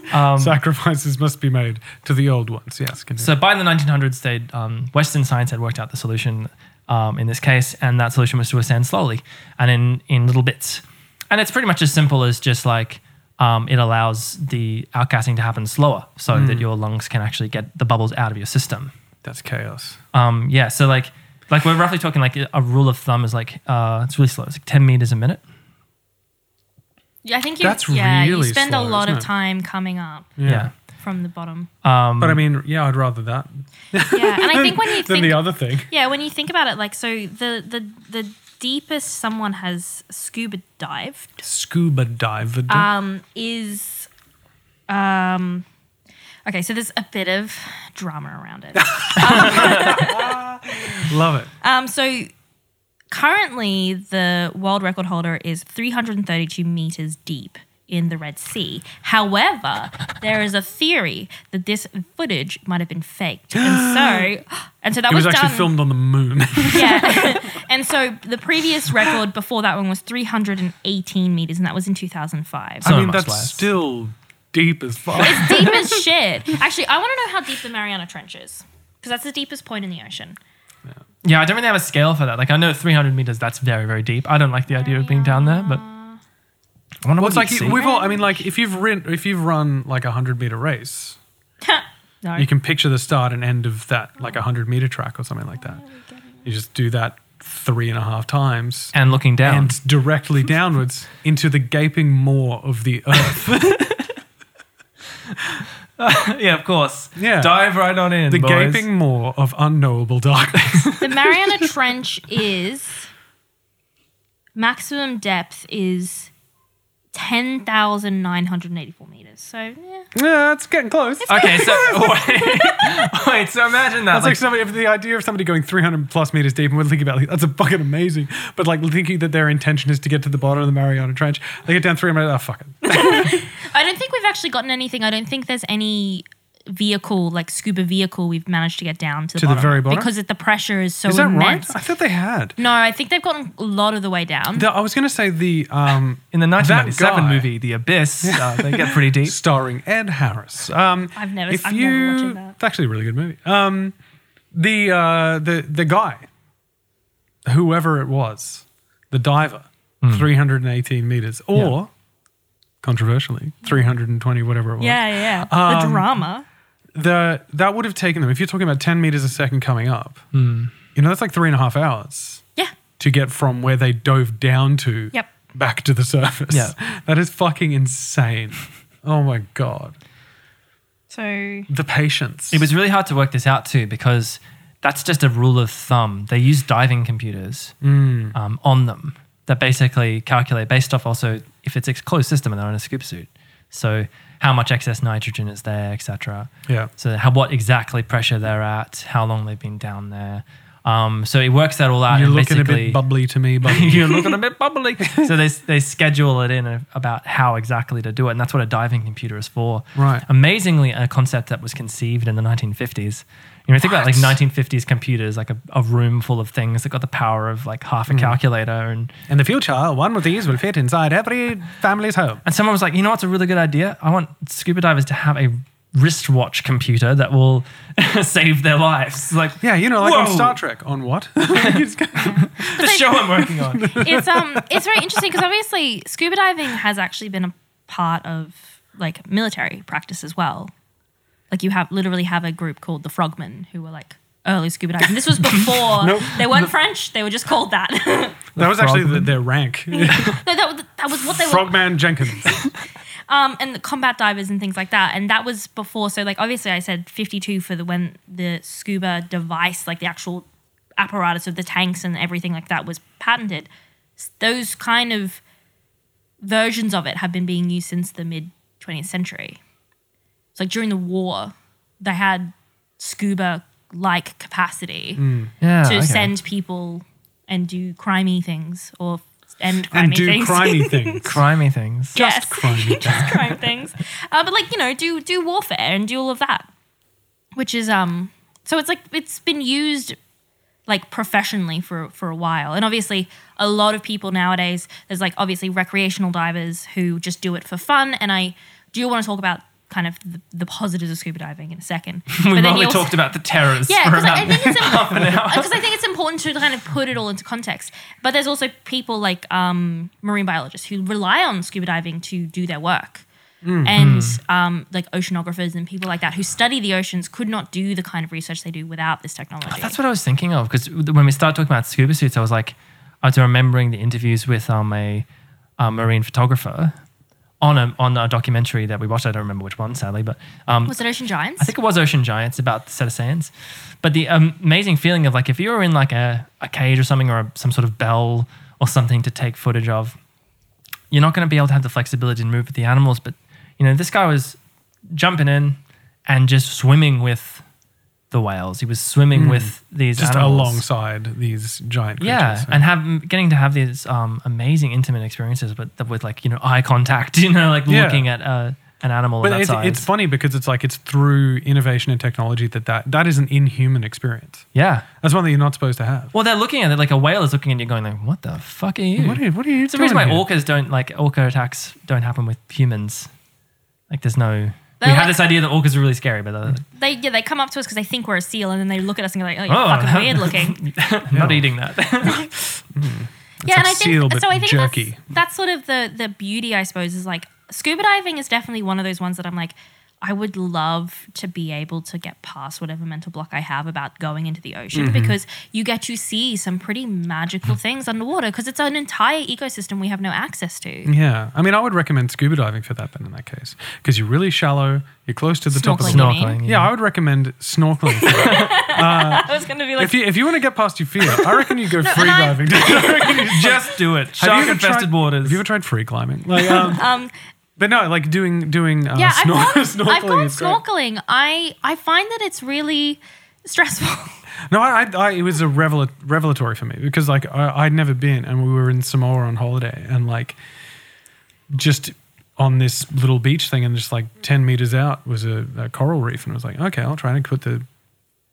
Speaker 1: Sacrifices must be made to the old ones. Yes. continue.
Speaker 3: Um, So by the 1900s, they um, Western science had worked out the solution um, in this case, and that solution was to ascend slowly and in in little bits. And it's pretty much as simple as just like um, it allows the outgassing to happen slower, so
Speaker 1: Hmm.
Speaker 3: that your lungs can actually get the bubbles out of your system.
Speaker 1: That's chaos.
Speaker 3: Um, yeah, so like like we're roughly talking like a rule of thumb is like uh, it's really slow. It's like 10 meters a minute.
Speaker 2: Yeah, I think you,
Speaker 1: That's
Speaker 2: yeah, you
Speaker 1: really
Speaker 2: spend
Speaker 1: slow,
Speaker 2: a lot
Speaker 1: isn't
Speaker 2: of
Speaker 1: it?
Speaker 2: time coming up
Speaker 3: Yeah.
Speaker 2: from the
Speaker 3: *laughs*
Speaker 2: bottom.
Speaker 3: Um,
Speaker 1: But I mean, yeah, I'd rather that
Speaker 2: Yeah, and I think when you
Speaker 1: than
Speaker 2: think
Speaker 1: the other thing.
Speaker 2: Yeah, when you think about it, like so the the the deepest someone has scuba dived
Speaker 1: Scuba diver.
Speaker 2: um is um okay, so there's a bit of drama around
Speaker 1: *laughs*
Speaker 2: it.
Speaker 1: Love it.
Speaker 2: um so currently the world record holder is 332 meters deep in the Red Sea. However, there is a theory that this footage might have been faked. And so *gasps* and so that
Speaker 1: It was
Speaker 2: was
Speaker 1: actually
Speaker 2: done
Speaker 1: filmed on the
Speaker 3: *laughs*
Speaker 1: moon.
Speaker 2: Yeah. *laughs* and so the previous record before that one was 318 meters, and that was in 2005.
Speaker 1: I
Speaker 3: So
Speaker 1: mean,
Speaker 3: much
Speaker 1: that's
Speaker 3: less.
Speaker 1: still deep as fuck.
Speaker 2: deep as shit. Actually, I want to know how deep the Mariana Trench is, because that's the deepest point in the ocean.
Speaker 3: yeah, I don't really have a scale for that. Like I know 300 meters, that's very, very deep. I don't like the idea of being down there, but I wonder
Speaker 1: Well, it's
Speaker 3: what
Speaker 1: like
Speaker 3: you'd see.
Speaker 1: we've all. I mean, like if you've run, if you've run like a hundred meter race,
Speaker 2: no.
Speaker 1: you can picture the start and end of that like a hundred meter track or something like
Speaker 2: Oh,
Speaker 1: that. You just do that three and a half times
Speaker 3: and looking down.
Speaker 1: and directly downwards into the gaping maw of *laughs* the earth.
Speaker 3: yeah, of course.
Speaker 1: Yeah.
Speaker 3: Dive right on in.
Speaker 1: the
Speaker 3: boys.
Speaker 1: gaping maw of unknowable darkness.
Speaker 2: the Mariana Trench is maximum depth is 10,984 meters. So yeah,
Speaker 1: *laughs* yeah, it's getting close. *laughs*
Speaker 3: Okay, so *laughs* wait, wait, so imagine that.
Speaker 1: That's like, somebody, if the idea of somebody going 300 plus meters deep, and we're thinking about like, that's a fucking amazing. But like thinking that their intention is to get to the bottom of the Mariana Trench, they get down 300. Oh, fuck it.
Speaker 2: I don't think we've actually gotten anything. I don't think there's any vehicle like scuba vehicle we've managed to get down to the,
Speaker 1: To the
Speaker 2: bottom,
Speaker 1: very bottom?
Speaker 2: because it, the pressure is so
Speaker 1: Is that
Speaker 2: immense.
Speaker 1: right? I thought they had.
Speaker 2: No, I think they've gotten a lot of the way down.
Speaker 1: The- I was going to say the *laughs* um,
Speaker 3: in the 1997
Speaker 1: guy-
Speaker 3: movie, The Abyss, uh,
Speaker 1: *laughs*
Speaker 3: they get pretty deep.
Speaker 1: starring Ed Harris. Um,
Speaker 2: I've never-
Speaker 1: If
Speaker 2: I'm
Speaker 1: you,
Speaker 2: never watching that.
Speaker 1: It's actually a really good movie. Um, the uh, the the guy, whoever it was, the diver,
Speaker 3: Hmm.
Speaker 1: 318 meters, or controversially 320, whatever it was.
Speaker 2: yeah, yeah.
Speaker 1: Um,
Speaker 2: yeah. the drama.
Speaker 1: the that would have taken them if you're talking about 10 meters a second coming up
Speaker 3: Hmm.
Speaker 1: you know that's like three and a half hours
Speaker 2: Yeah.
Speaker 1: to get from where they dove down to
Speaker 2: Yep.
Speaker 1: back to the surface
Speaker 3: Yeah.
Speaker 1: *laughs* that is fucking insane oh my god
Speaker 2: So
Speaker 1: the patience
Speaker 3: It was really hard to work this out too because that's just a rule of thumb. They use diving computers
Speaker 1: Hmm.
Speaker 3: um, on them that basically calculate based off also if it's a closed system and they're in a scoop suit. So how much excess nitrogen is there, etc.
Speaker 1: yeah
Speaker 3: So how what exactly pressure they're at, how long they've been down there. Um, so it works that all out.
Speaker 1: you're
Speaker 3: and
Speaker 1: looking a
Speaker 3: basically-
Speaker 1: bit bubbly to me but
Speaker 3: *laughs*
Speaker 1: *laughs*
Speaker 3: you're looking a bit bubbly. So they, they schedule it in about how exactly to do it. And that's what a diving computer is for.
Speaker 1: Right.
Speaker 3: Amazingly, a concept that was conceived in the 1950s. You know, think about like
Speaker 1: What?
Speaker 3: 1950s computers, like a, a room full of things that got the power of like half a
Speaker 1: Mm.
Speaker 3: calculator. And,
Speaker 1: in the future one of these will fit inside every family's home
Speaker 3: and someone was like, you know what's a really good idea? I want scuba divers to have a wristwatch computer that will *laughs* save their lives. Like,
Speaker 1: yeah you know like on
Speaker 3: Whoa.
Speaker 1: star trek on what *laughs*
Speaker 3: the show I'm
Speaker 2: *laughs*
Speaker 3: working on.
Speaker 2: it's um it's very interesting because obviously scuba diving has actually been a part of like military practice as well. Like you have literally have a group called the Frogmen who were like early scuba diving.
Speaker 1: *laughs*
Speaker 2: This was before
Speaker 1: Nope.
Speaker 2: they weren't French; they were just called that. *laughs*
Speaker 1: that was actually the, their
Speaker 3: *laughs*
Speaker 1: rank
Speaker 2: no, that, was- that was what they were
Speaker 1: frogman jenkins
Speaker 2: um, and the combat divers and things like that. And that was before. So like obviously I said 52 for the when the scuba device, like the actual apparatus of the tanks and everything like that was patented. S- Those kind of versions of it have been being used since the mid 20th century. It's like during the war, they had scuba like capacity
Speaker 1: Mm.
Speaker 3: Yeah.
Speaker 1: Ah,
Speaker 2: to
Speaker 3: okay.
Speaker 2: send people and do crimey things or end crimey
Speaker 1: and do
Speaker 2: things *laughs*
Speaker 3: *laughs*
Speaker 1: crimey things
Speaker 3: Crimey things.
Speaker 2: just
Speaker 1: crime.
Speaker 2: *laughs* just crime things. Uh, but like you know, do do warfare and do all of that, which is um. So it's like it's been used like professionally for for a while. And obviously, a lot of people nowadays there's like obviously recreational divers who just do it for fun. And I do want to talk about kind of the, the positives of scuba diving in a second.
Speaker 3: We've
Speaker 2: you
Speaker 3: only
Speaker 2: also-
Speaker 3: talked about the terrors
Speaker 2: yeah,
Speaker 3: for
Speaker 2: because
Speaker 3: about
Speaker 2: I, I think it's important.
Speaker 3: *laughs* half an hour.
Speaker 2: *laughs* because I think it's important to kind of put it all into context. But there's also people like um, marine biologists who rely on scuba diving to do their work.
Speaker 3: Mm.
Speaker 2: And um, like oceanographers and people like that who study the oceans could not do the kind of research they do without this technology.
Speaker 3: That's what I was thinking of because when we started talking about scuba suits, I was like, I was remembering the interviews with um, a, uh marine photographer on a on a documentary that we watched. I don't remember which one, sadly, but um,
Speaker 2: Was it Ocean Giants?
Speaker 3: I think it was Ocean Giants about the set of sands. But the um, amazing feeling of like if you were in like a, a cage or something or a, some sort of bell or something to take footage of, you're not going to be able to have the flexibility to move with the animals. But you know, this guy was jumping in and just swimming with the whales. He was swimming with these
Speaker 1: Hmm. Just
Speaker 3: animals.
Speaker 1: alongside these giant creatures.
Speaker 3: Yeah, and have getting to have these um, amazing intimate experiences, but with like you know eye contact, *laughs* you know, like
Speaker 1: Yeah.
Speaker 3: looking at uh, an animal of
Speaker 1: But
Speaker 3: that
Speaker 1: it's,
Speaker 3: size.
Speaker 1: it's funny because it's like it's through innovation and technology that, that that is an inhuman experience.
Speaker 3: yeah,
Speaker 1: That's one that you're not supposed to have.
Speaker 3: Well, they're looking at it like a whale is looking at you, going like, "What the fuck are you?"
Speaker 1: What are you, what are you
Speaker 3: Hmm. it's the
Speaker 1: doing?
Speaker 3: reason why
Speaker 1: here?
Speaker 3: orcas don't like orca attacks don't happen with humans. Like, there's no.
Speaker 2: They're
Speaker 3: we have
Speaker 2: like-
Speaker 3: this idea that orcas are really scary, but uh, they're
Speaker 2: they yeah they come up to us because they think we're a seal and then they look at us and go like oh you're
Speaker 3: Oh,
Speaker 2: fucking weird looking.
Speaker 3: not eating that.
Speaker 2: yeah, and
Speaker 1: like
Speaker 2: I think
Speaker 1: seal, but
Speaker 2: so. I think
Speaker 1: jerky.
Speaker 2: That's, that's sort of the the beauty, I suppose, is like scuba diving is definitely one of those ones that I'm like, I would love to be able to get past whatever mental block I have about going into the
Speaker 1: Mm-hmm.
Speaker 2: ocean because you get to see some pretty magical things underwater because it's an entire ecosystem we have no access to.
Speaker 1: Yeah, I mean, I would recommend scuba diving for that. Then, in that case, because you're really shallow, you're close to the top of the
Speaker 2: Snorkeling. Snorkel.
Speaker 1: Yeah, I would recommend snorkeling.
Speaker 3: *laughs*
Speaker 1: for that.
Speaker 2: *laughs* I was gonna be like,
Speaker 1: if you if you want to get past your fear, I reckon
Speaker 2: *laughs*
Speaker 1: you go free
Speaker 2: and I-
Speaker 1: diving. *laughs* I reckon you-
Speaker 3: *laughs* just do
Speaker 1: Have
Speaker 3: it.
Speaker 1: you
Speaker 3: Shark
Speaker 1: ever
Speaker 3: infested
Speaker 1: tried-
Speaker 3: waters.
Speaker 1: Have you ever tried free climbing? Like,
Speaker 2: *laughs*
Speaker 1: um,
Speaker 2: um,
Speaker 1: but no, like doing doing uh,
Speaker 2: yeah, I've
Speaker 1: snor- *laughs*
Speaker 2: gone,
Speaker 1: snorkeling.
Speaker 2: I've gone
Speaker 1: is great.
Speaker 2: snorkeling. I I find that it's really stressful.
Speaker 1: No, I, I, I it was a revel- revelatory for me because like I, I'd never been, and we were in Samoa on holiday, and like just on this little beach thing, and just like ten meters out was a, a coral reef, and I was like, okay, I'll try and put the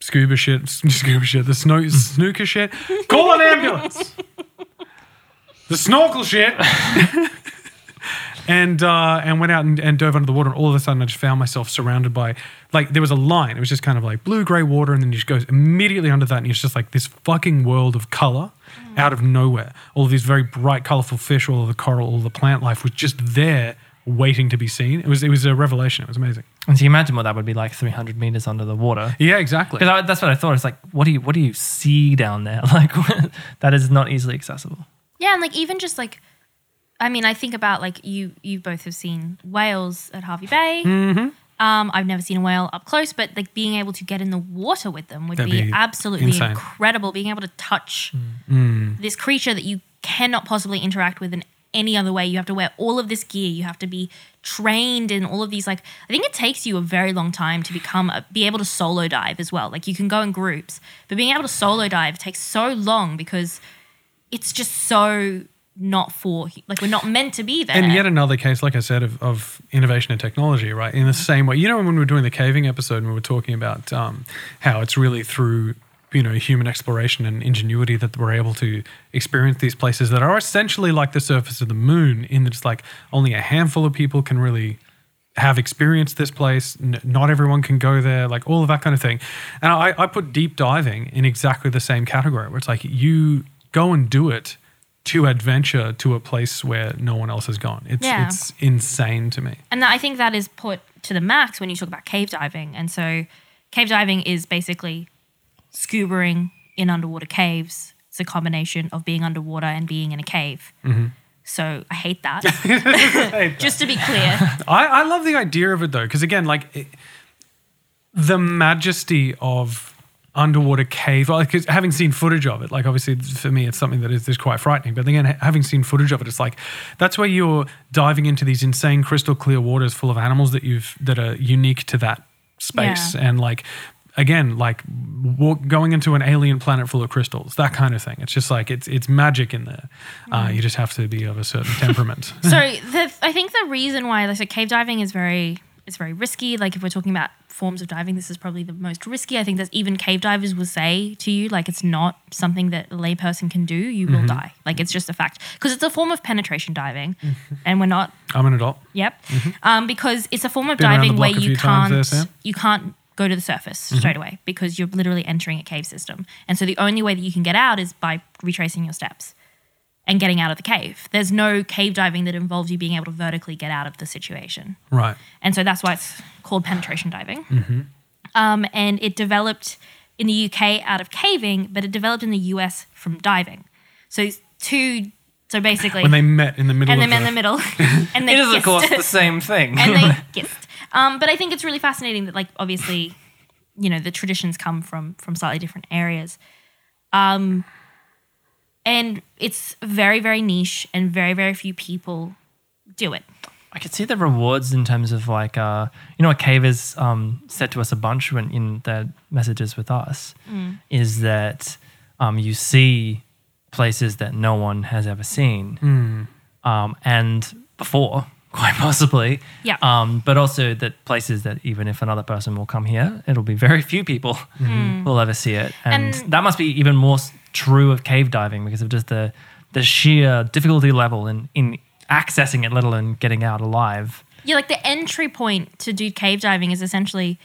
Speaker 1: scuba shit, *laughs* scuba shit, the snow snooker shit, call an
Speaker 2: *laughs*
Speaker 1: ambulance, the snorkel shit. And uh, and went out and, and dove under the water, and all of a sudden I just found myself surrounded by like there was a line. It was just kind of like blue grey water, and then you just goes immediately under that, and it's just like this fucking world of color out of nowhere. All of these very bright, colorful fish, all of the coral, all the plant life was just there, waiting to be seen. It was it was a revelation. It was amazing.
Speaker 3: and so you imagine what that would be like 300 meters under the water.
Speaker 1: Yeah, exactly.
Speaker 3: Because that's what I thought. It's like, what do you what do you see down there? *laughs* Like, that is not easily accessible.
Speaker 2: Yeah, and like even just like, I mean, I think about like you you both have seen whales at Harvey Bay. Mm-hmm. Um, I've never seen a whale up close, but like being able to get in the water with them would
Speaker 1: That'd
Speaker 2: be,
Speaker 1: be
Speaker 2: absolutely
Speaker 1: insane.
Speaker 2: incredible. Being able to touch this creature that you cannot possibly interact with in any other way. You have to wear all of this gear. You have to be trained in all of these. Like I think it takes you a very long time to become a, be able to solo dive as well. Like you can go in groups, but being able to solo dive takes so long because it's just so not for like we're not meant to be there.
Speaker 1: And yet another case, like I said, of, of innovation and technology, right? In the same way, you know, when we were doing the caving episode and we were talking about um, how it's really through you know human exploration and ingenuity that we're able to experience these places that are essentially like the surface of the moon, in that it's like only a handful of people can really have experienced this place. N- not everyone can go there, like all of that kind of thing. And I, I put deep diving in exactly the same category, where it's like you go and do it to adventure to a place where no one else has gone. It's
Speaker 2: Yeah.
Speaker 1: it's insane to me.
Speaker 2: and that, I think that is put to the max when you talk about cave diving. And so cave diving is basically scubaing in underwater caves. It's a combination of being underwater and being in a cave. So Mm-hmm. *laughs* I hate that. *laughs* Just to be clear.
Speaker 1: I, I love the idea of it though, because again, like it, the majesty of underwater cave. Like 'cause having seen footage of it, like obviously for me, it's something that is, is quite frightening. But again, ha- having seen footage of it, it's like that's where you're diving into these insane crystal clear waters full of animals that you've that are unique to that space, and like again, like walk, going into an alien planet full of crystals, that kind of thing. It's just like it's it's magic in there. Uh, you just have to be of a certain temperament.
Speaker 2: so the, I think the reason why like, so cave diving is very it's very risky. Like if we're talking about forms of diving, this is probably the most risky. I think that even cave divers will say to you, like it's not something that a layperson can do. You will die. Like it's just a fact because it's a form of penetration diving, and we're not.
Speaker 1: I'm an adult.
Speaker 2: Yep. Um, because it's a form
Speaker 1: Mm-hmm.
Speaker 2: of
Speaker 1: Been around the
Speaker 2: diving where
Speaker 1: block a
Speaker 2: you
Speaker 1: few times Mm-hmm.
Speaker 2: can't
Speaker 1: there, Sam.
Speaker 2: you can't go to the surface straight away because you're literally entering a cave system, and so the only way that you can get out is by retracing your steps. And getting out of the cave. There's no cave diving that involves you being able to vertically get out of the situation.
Speaker 1: Right.
Speaker 2: And so that's why it's called penetration diving.
Speaker 1: Mm-hmm.
Speaker 2: Um, and it developed in the UK out of caving, but it developed in the US from diving. So it's two, so basically,
Speaker 1: When they met in the middle
Speaker 2: and
Speaker 1: of
Speaker 2: them in
Speaker 1: the-
Speaker 2: the middle. *laughs* and they
Speaker 3: It is, of
Speaker 2: kissed.
Speaker 3: course, the same thing.
Speaker 2: and they kissed. Um, but I think it's really fascinating that, like, obviously, you know, the traditions come from from slightly different areas. Um, and it's very, very niche, and very, very few people do it.
Speaker 3: I could see the rewards in terms of like, uh, you know, what Cave has um, said to us a bunch when in their messages with us is that um, you see places that no one has ever seen um, and before, *laughs* quite possibly.
Speaker 2: Yeah.
Speaker 3: Um, but also that places that even if another person will come here, it'll be very few people will ever see it, and,
Speaker 2: And-
Speaker 3: that must be even more s- true of cave diving because of just the the sheer difficulty level in in accessing it, let alone getting out alive.
Speaker 2: Yeah, like the entry point to do cave diving is essentially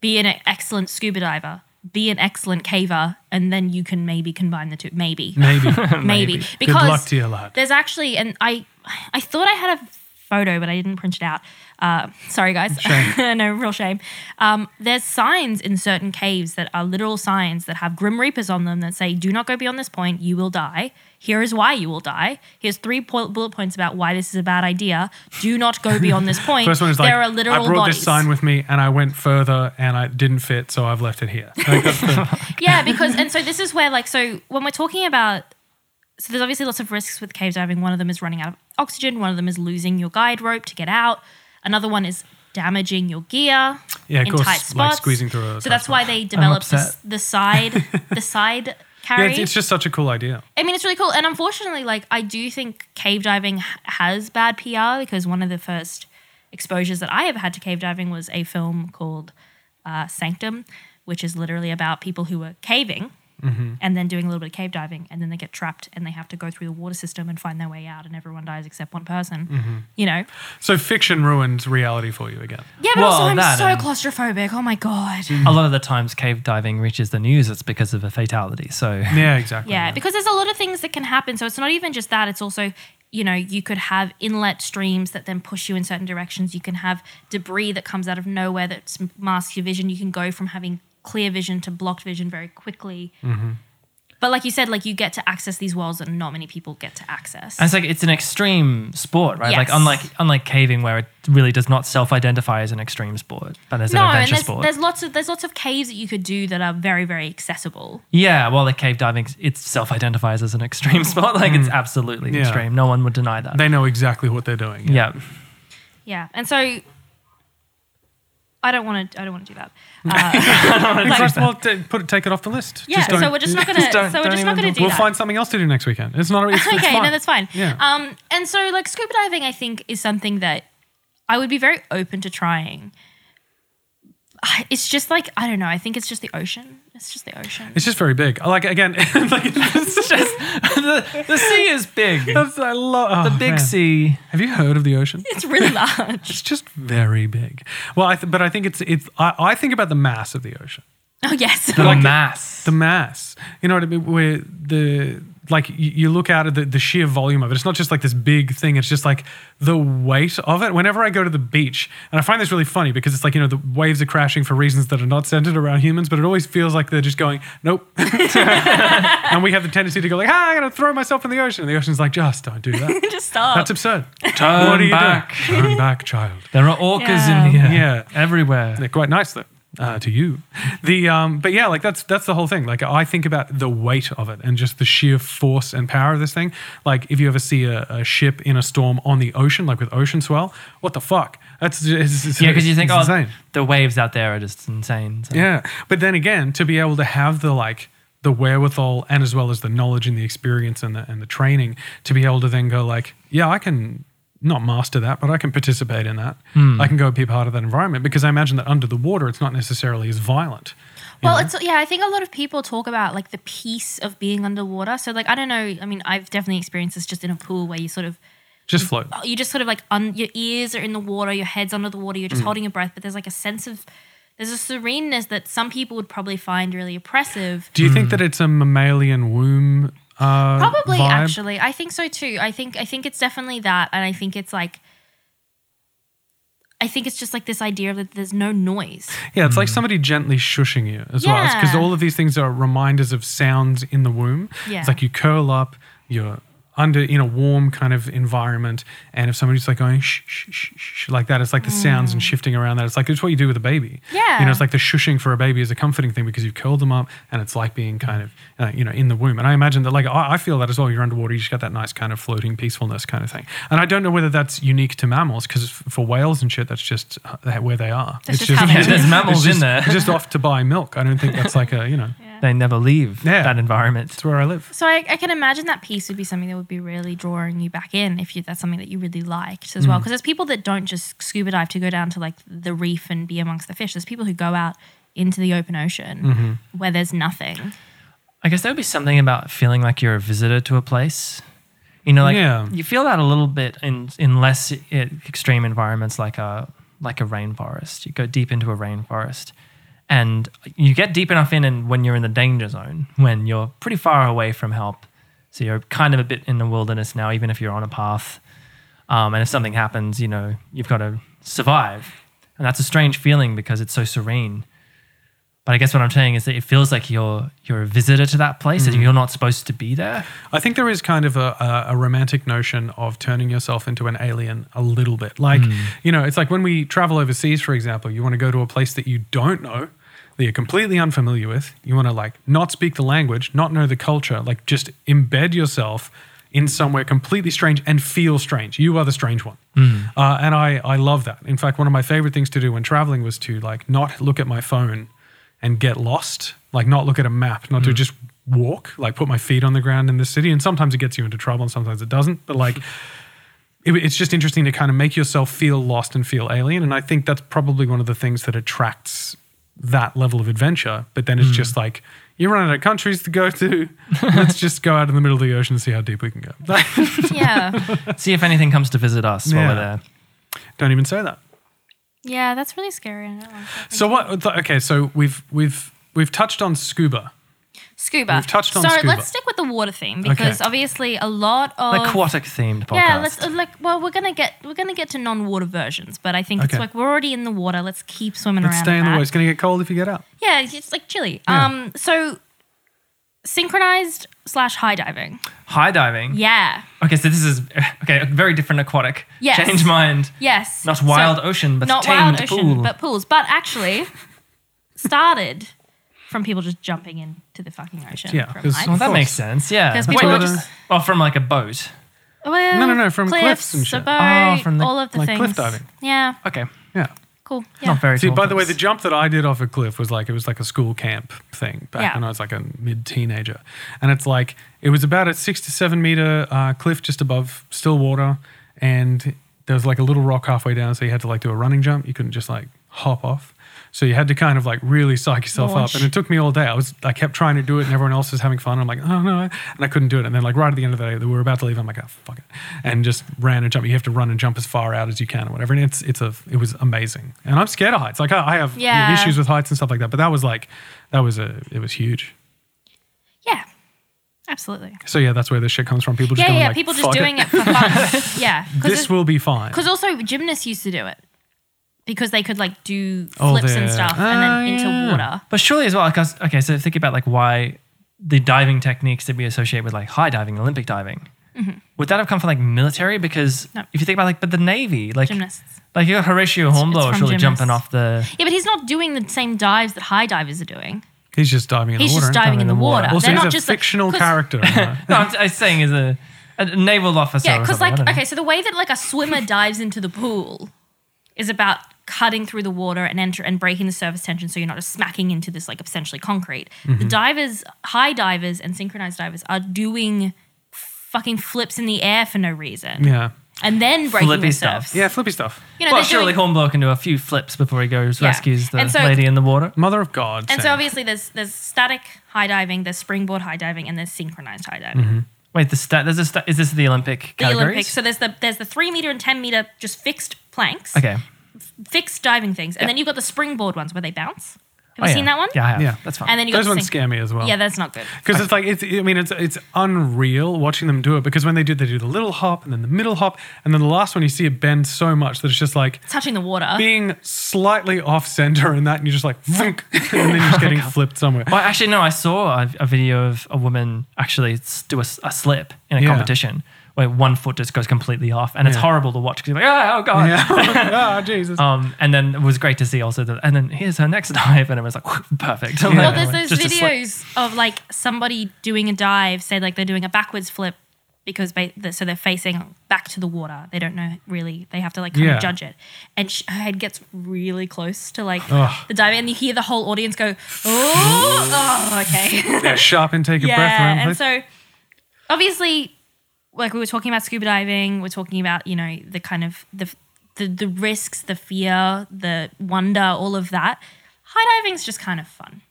Speaker 2: be an excellent scuba diver, be an excellent caver, and then you can maybe combine the two. Maybe,
Speaker 1: *laughs* *laughs* Maybe.
Speaker 2: maybe,
Speaker 3: Good
Speaker 1: Good
Speaker 2: because
Speaker 1: luck to you, lad.
Speaker 2: there's actually, and I, I thought I had a photo, but I didn't print it out. Uh, sorry, guys.
Speaker 1: Shame.
Speaker 2: *laughs* no, real shame. Um, there's signs in certain caves that are literal signs that have grim reapers on them that say, "Do not go beyond this point. You will die. Here is why you will die. Here's three po- bullet points about why this is a bad idea. Do not go
Speaker 1: *laughs*
Speaker 2: beyond this point.
Speaker 1: First one is like,
Speaker 2: there are
Speaker 1: I
Speaker 2: literal
Speaker 1: brought
Speaker 2: bodies.
Speaker 1: this sign with me and I went further and I didn't fit, so I've left it here. Like, that's the-
Speaker 2: *laughs* yeah, because and so this is where like so when we're talking about so there's obviously lots of risks with cave diving. One of them is running out of oxygen. One of them is losing your guide rope to get out. Another one is damaging your gear.
Speaker 1: Yeah, of
Speaker 2: in
Speaker 1: course,
Speaker 2: tight
Speaker 1: like
Speaker 2: spots.
Speaker 1: squeezing through a
Speaker 2: So
Speaker 1: tight
Speaker 2: that's why they developed this, the side the
Speaker 1: *laughs*
Speaker 2: side
Speaker 1: yeah,
Speaker 2: carry.
Speaker 1: it's, it's just such a cool idea.
Speaker 2: I mean, it's really cool. And unfortunately, like, I do think cave diving h- has bad PR because one of the first exposures that I ever had to cave diving was a film called uh, Sanctum, which is literally about people who were caving
Speaker 3: Mm-hmm.
Speaker 2: and then doing a little bit of cave diving and then they get trapped and they have to go through the water system and find their way out and everyone dies except one person,
Speaker 3: Mm-hmm.
Speaker 2: you know?
Speaker 1: So fiction ruins reality for you again.
Speaker 2: Yeah, but
Speaker 3: Well,
Speaker 2: also, I'm
Speaker 3: that
Speaker 2: so
Speaker 3: and-
Speaker 2: claustrophobic. Oh my God.
Speaker 3: A lot of the times, cave diving reaches the news. It's because of a fatality. So
Speaker 1: Yeah, exactly.
Speaker 2: Yeah, because there's a lot of things that can happen. So it's not even just that. It's also, you know, you could have inlet streams that then push you in certain directions. You can have debris that comes out of nowhere that s- masks your vision. You can go from having clear vision to blocked vision very quickly.
Speaker 3: Mm-hmm.
Speaker 2: But like you said, like you get to access these worlds that not many people get to access.
Speaker 3: And it's like it's an extreme sport, right? Like
Speaker 2: Yes.
Speaker 3: unlike unlike caving, where it really does not self-identify as an extreme sport, but as
Speaker 2: no,
Speaker 3: an
Speaker 2: and
Speaker 3: adventure
Speaker 2: there's,
Speaker 3: sport.
Speaker 2: there's lots of there's lots of caves that you could do that are very very accessible.
Speaker 3: Yeah, well, the cave diving it self-identifies as an extreme *laughs* sport. Like it's absolutely
Speaker 1: Yeah.
Speaker 3: extreme. No one would deny that.
Speaker 1: They know exactly what they're doing.
Speaker 3: yeah,
Speaker 2: Yeah, and so I don't want to I don't want to do that.
Speaker 1: First of all, t- put it, take it off the list.
Speaker 2: Yeah,
Speaker 1: Just don't-
Speaker 2: so
Speaker 1: *laughs*
Speaker 2: we're just not gonna
Speaker 3: don't-
Speaker 2: so we're
Speaker 3: don't
Speaker 2: just not
Speaker 3: even
Speaker 2: gonna
Speaker 3: look.
Speaker 2: do
Speaker 1: We'll
Speaker 2: that.
Speaker 1: find something else to do next weekend. It's not. It's, it's
Speaker 2: *laughs* okay,
Speaker 1: fine.
Speaker 2: no, that's fine.
Speaker 1: Yeah.
Speaker 2: Um, and so like scuba diving, I think is something that I would be very open to trying. I- It's just like I don't know. I think it's just the ocean. It's just the ocean.
Speaker 1: It's just very big. Like again, *laughs* like, it's just,
Speaker 3: *laughs* the, the sea is *laughs* big. The
Speaker 1: that's, I love the
Speaker 3: big sea.
Speaker 1: Have you heard of the ocean?
Speaker 2: It's
Speaker 1: *laughs*
Speaker 2: really large. *laughs*
Speaker 1: It's just very big. Well, I th- but I think it's it's. I, I think about the mass of the ocean.
Speaker 2: Oh yes.
Speaker 3: The mass.
Speaker 1: the mass. You know what I mean? Where the like you, you look out at the, the sheer volume of it. It's not just like this big thing. It's just like the weight of it. Whenever I go to the beach, and I find this really funny because it's like you know the waves are crashing for reasons that are not centered around humans, but it always feels like they're just going nope. *laughs* and we have the tendency to go like, ah, I'm gonna throw myself in the ocean. And the ocean's like, just don't do
Speaker 3: *laughs*
Speaker 1: that.
Speaker 2: *laughs* Just stop.
Speaker 1: That's absurd. *laughs*
Speaker 3: Turn
Speaker 1: what are you
Speaker 3: back.
Speaker 1: doing? Turn back, child.
Speaker 3: There are orcas
Speaker 2: Yeah.
Speaker 3: in here.
Speaker 1: Yeah.
Speaker 3: everywhere.
Speaker 1: They're quite nice though. Uh, to you, the um, but yeah, like that's that's the whole thing. Like I think about the weight of it and just the sheer force and power of this thing. Like if you ever see a, a ship in a storm on the ocean, like with ocean swell, what the fuck? That's it's, it's,
Speaker 3: Yeah, because you think,
Speaker 1: it's
Speaker 3: oh,
Speaker 1: insane.
Speaker 3: the waves out there are just insane. So-
Speaker 1: Yeah, but then again, to be able to have the like the wherewithal and as well as the knowledge and the experience and the and the training to be able to then go like, yeah, I can not master that, but I can participate in that. I can go be part of that environment because I imagine that under the water, it's not necessarily as violent.
Speaker 2: Well, it's yeah, I think a lot of people talk about like the peace of being underwater. So like I don't know, I mean, I've definitely experienced this just in a pool where you sort of
Speaker 1: Just float.
Speaker 2: you just sort of like un, your ears are in the water, your head's under the water, you're just holding your breath, but there's like a sense of there's a sereneness that some people would probably find really oppressive.
Speaker 1: Do you think that it's a mammalian womb? Uh,
Speaker 2: Probably
Speaker 1: vibe?
Speaker 2: actually. I think so too. I think I think it's definitely that and I think it's like I think it's just like this idea that there's no noise.
Speaker 1: Yeah, it's like somebody gently shushing you as well. Because
Speaker 2: Hmm. Yeah.
Speaker 1: all of these things are reminders of sounds in the womb.
Speaker 2: Yeah.
Speaker 1: It's like you curl up, you're under in a warm kind of environment, and if somebody's like going shh, shh, shh, shh, shh like that, it's like the sounds and shifting around that. It's like it's what you do with a baby. You
Speaker 2: Mm. Yeah.
Speaker 1: know, it's like the shushing for a baby is a comforting thing because you curl them up, and it's like being kind of uh, you know in the womb. And I imagine that like I, I feel that as well. You're underwater, you just got that nice kind of floating peacefulness kind of thing. And I don't know whether that's unique to mammals because for whales and shit, that's just uh, where they are.
Speaker 2: That's just how they
Speaker 3: Yeah, there's mammals
Speaker 1: It's
Speaker 3: in
Speaker 1: just, *laughs*
Speaker 3: there.
Speaker 1: just off to buy milk. I don't think that's like a, you
Speaker 3: *laughs*
Speaker 1: know,
Speaker 3: They never leave
Speaker 1: Yeah.
Speaker 3: that environment.
Speaker 1: it's where I live.
Speaker 2: So I, I can imagine that piece would be something that would be really drawing you back in if you, that's something that you really liked as well.
Speaker 1: Mm.
Speaker 2: Because there's people that don't just scuba dive to go down to like the reef and be amongst the fish. There's people who go out into the open ocean
Speaker 1: Mm-hmm.
Speaker 2: where
Speaker 1: *laughs*
Speaker 2: there's nothing.
Speaker 3: I guess there would be something about feeling like you're a visitor to a place. You know, like
Speaker 1: Yeah.
Speaker 3: you feel that a little bit in in less e- extreme environments, like a like a rainforest. You go deep into a rainforest, and you get deep enough in, and when you're in the danger zone, when you're pretty far away from help, so you're kind of a bit in the wilderness now, even if you're on a path. Um, and if something happens, you know, you've got to survive, and that's a strange feeling because it's so serene. But I guess what I'm saying is that it feels like you're you're a visitor to that place
Speaker 1: Mm.
Speaker 3: and you're not supposed to be there.
Speaker 1: I think there is kind of a, a, a romantic notion of turning yourself into an alien a little bit. Like,
Speaker 3: Hmm.
Speaker 1: you know, it's like when we travel overseas, for example, you want to go to a place that you don't know, that you're completely unfamiliar with. You want to like not speak the language, not know the culture, like just embed yourself in somewhere completely strange and feel strange. You are the strange one.
Speaker 3: Hmm.
Speaker 1: Uh, and I, I love that. In fact, one of my favorite things to do when traveling was to like not look at my phone and get lost, like not look at a map, not to just walk, like put my feet on the ground in the city. And sometimes it gets you into trouble and sometimes it doesn't. But like, *laughs* it, it's just interesting to kind of make yourself feel lost and feel alien. And I think that's probably one of the things that attracts that level of adventure. But then it's just like, you run out of countries to go to. *laughs* Let's just go out in the middle of the ocean and see how deep we can go. *laughs*
Speaker 2: Yeah.
Speaker 3: See if anything comes to visit us while we're
Speaker 1: Yeah.
Speaker 3: there.
Speaker 1: Don't even say that.
Speaker 2: yeah, that's really scary. I don't like that.
Speaker 1: So what? Okay, so we've we've we've touched on scuba.
Speaker 2: Scuba.
Speaker 1: We've touched on
Speaker 2: so
Speaker 1: scuba.
Speaker 2: let's stick with the water theme because
Speaker 1: Okay.
Speaker 2: obviously a lot of
Speaker 3: Aquatic themed podcast.
Speaker 2: yeah, let's uh, like. Well, we're gonna get we're gonna get to non-water versions, but I think it's
Speaker 1: Okay.
Speaker 2: like we're already in the water. Let's keep swimming
Speaker 1: Let's
Speaker 2: around.
Speaker 1: stay in the
Speaker 2: that.
Speaker 1: water. It's going to get cold if you get up.
Speaker 2: Yeah, it's just, like chilly.
Speaker 1: Yeah.
Speaker 2: Um, so synchronized slash high diving.
Speaker 3: High diving.
Speaker 2: Yeah.
Speaker 3: Okay, so this is *laughs* okay, a very different aquatic.
Speaker 2: Yes.
Speaker 3: Change mind.
Speaker 2: Yes.
Speaker 3: Not
Speaker 2: So-
Speaker 3: wild ocean, but
Speaker 2: not
Speaker 3: tamed
Speaker 2: wild ocean,
Speaker 3: pool.
Speaker 2: but pools. But actually, started from people just jumping into the fucking ocean.
Speaker 1: Yeah,
Speaker 2: from
Speaker 1: 'cause-
Speaker 2: heights.
Speaker 3: well, that
Speaker 1: Of
Speaker 3: makes
Speaker 1: course.
Speaker 3: sense. Yeah.
Speaker 2: Because
Speaker 3: Wait,
Speaker 2: people
Speaker 1: what
Speaker 2: are
Speaker 1: the-
Speaker 2: just
Speaker 3: oh, from like a boat.
Speaker 2: well,
Speaker 1: No, no, no, from cliffs and
Speaker 2: a
Speaker 1: shit. Ah,
Speaker 2: boat,
Speaker 3: Oh, from the-
Speaker 2: all of the
Speaker 1: like
Speaker 2: things.
Speaker 1: cliff diving.
Speaker 2: Yeah,
Speaker 3: Okay.
Speaker 1: Yeah.
Speaker 2: cool. Yeah.
Speaker 3: Not very.
Speaker 1: See,
Speaker 3: tall
Speaker 1: by the way, the
Speaker 3: cliffs.
Speaker 1: jump that I did off a cliff was like it was like a school camp thing back
Speaker 2: Yeah.
Speaker 1: when I was like a mid teenager, and it's like it was about a six to seven meter uh, cliff just above still water, and there was like a little rock halfway down, so you had to like do a running jump. You couldn't just like hop off. So you had to kind of like really *laughs* psych yourself
Speaker 2: Launch.
Speaker 1: up, and it took me all day. I was I kept trying to do it, and everyone else was having fun. I'm like, oh no, and I couldn't do it. And then like right at the end of the day, we were about to leave. I'm like, oh fuck it, and just ran and jumped. You have to run and jump as far out as you can or whatever. And it's it's a it was amazing. And I'm scared of heights. Like I, I have
Speaker 2: Yeah.
Speaker 1: issues with heights and stuff like that. But that was like that was a it was huge.
Speaker 2: Yeah. Absolutely.
Speaker 1: So yeah, that's where this shit comes from. People just
Speaker 2: Yeah,
Speaker 1: going
Speaker 2: yeah.
Speaker 1: like,
Speaker 2: people just
Speaker 1: fuck
Speaker 2: doing it,
Speaker 1: *laughs*
Speaker 2: for fun. yeah.
Speaker 1: This will be fine.
Speaker 2: Because also gymnasts used to do it because they could like do
Speaker 1: Oh,
Speaker 2: flips
Speaker 1: they're-
Speaker 2: and stuff and then
Speaker 1: Oh,
Speaker 2: into
Speaker 1: yeah.
Speaker 2: water.
Speaker 3: But surely as well, because okay, so think about like why the diving techniques that we associate with like high diving, Olympic diving, would that have come from like military? Because
Speaker 2: Mm-hmm. No.
Speaker 3: if you think about like, but the navy, like
Speaker 2: Gymnasts.
Speaker 3: like you got Horatio
Speaker 2: it's
Speaker 3: Hornblower
Speaker 2: from
Speaker 3: surely
Speaker 2: gymnasts.
Speaker 3: jumping off the.
Speaker 2: Yeah, but he's not doing the same dives that high divers are doing.
Speaker 1: He's just diving in
Speaker 2: He's
Speaker 1: the water.
Speaker 2: just diving, in the water.
Speaker 1: Also,
Speaker 2: They're
Speaker 1: he's
Speaker 2: not
Speaker 1: a
Speaker 2: just like-
Speaker 1: fictional
Speaker 2: 'cause- *laughs*
Speaker 1: character.
Speaker 3: *laughs* No, I'm, I'm saying is a, a naval officer.
Speaker 2: Yeah,
Speaker 3: or
Speaker 2: because
Speaker 3: something, I
Speaker 2: like
Speaker 3: don't know.
Speaker 2: okay, so the way that like a swimmer dives into the pool is about cutting through the water and enter and breaking the surface tension, so you're not just smacking into this like essentially concrete.
Speaker 1: Mm-hmm.
Speaker 2: The divers, high divers, and synchronized divers are doing fucking flips in the air for no reason.
Speaker 1: yeah.
Speaker 2: and then breaking
Speaker 3: Flippy
Speaker 2: the
Speaker 3: stuff.
Speaker 2: surf.
Speaker 1: Yeah, flippy stuff.
Speaker 2: You know,
Speaker 3: well,
Speaker 2: they're
Speaker 3: surely
Speaker 2: doing-
Speaker 3: Hornblower can do a few flips before he goes
Speaker 2: Yeah.
Speaker 3: rescues the
Speaker 2: And so-
Speaker 3: lady in the water.
Speaker 1: Mother of God.
Speaker 2: and so
Speaker 1: Sam.
Speaker 2: obviously there's there's static high diving, there's springboard high diving, and there's synchronized high diving.
Speaker 3: Wait, the sta- there's a sta- is this the Olympic
Speaker 2: The
Speaker 3: Mm-hmm. categories?
Speaker 2: Olympics. So there's the there's the three meter and ten meter just fixed planks,
Speaker 3: Okay.
Speaker 2: fixed diving things, and
Speaker 3: Yeah.
Speaker 2: then you've got the springboard ones where they bounce. Have
Speaker 3: Oh,
Speaker 2: you
Speaker 3: yeah.
Speaker 2: seen that one?
Speaker 3: Yeah, I have.
Speaker 1: Yeah.
Speaker 3: that's fine.
Speaker 2: And then you got
Speaker 1: Those
Speaker 2: the
Speaker 1: ones
Speaker 2: syn-
Speaker 1: scare me as well.
Speaker 2: Yeah, that's not good.
Speaker 1: Because it's like it's. I mean, it's it's unreal watching them do it. Because when they do, they do the little hop and then the middle hop, and then the last one you see it bend so much that it's just like
Speaker 2: Touching the water.
Speaker 1: being slightly off center in that, and you're just like, vroom, *laughs* and then you're just getting flipped somewhere.
Speaker 3: Well, actually, no. I saw a, a video of a woman actually s- do a, s- a slip in a
Speaker 1: Yeah.
Speaker 3: competition where one foot just goes completely off, and it's
Speaker 1: Yeah.
Speaker 3: horrible to watch because you're like, "Ah, oh, god.
Speaker 1: Yeah. *laughs* Ah, Jesus.
Speaker 3: Um, and then it was great to see also that. And then here's her next *laughs* dive, and it was like perfect. I'm
Speaker 2: Well,
Speaker 3: like,
Speaker 2: there's those
Speaker 3: just a slip.
Speaker 2: videos of like somebody doing a dive, say like they're doing a backwards flip because ba- the- so they're facing back to the water. They don't know really. They have to like kind
Speaker 1: Yeah.
Speaker 2: of judge it, and sh her head gets really close to like
Speaker 1: Ugh.
Speaker 2: the dive, and you hear the whole audience go, "Oh, oh *laughs* okay."
Speaker 1: yeah, sharp intake of breath around.
Speaker 2: yeah, and
Speaker 1: please.
Speaker 2: so obviously, like we were talking about scuba diving, we're talking about you know the kind of the the, the risks, the fear, the wonder, all of that. High diving's just kind of fun.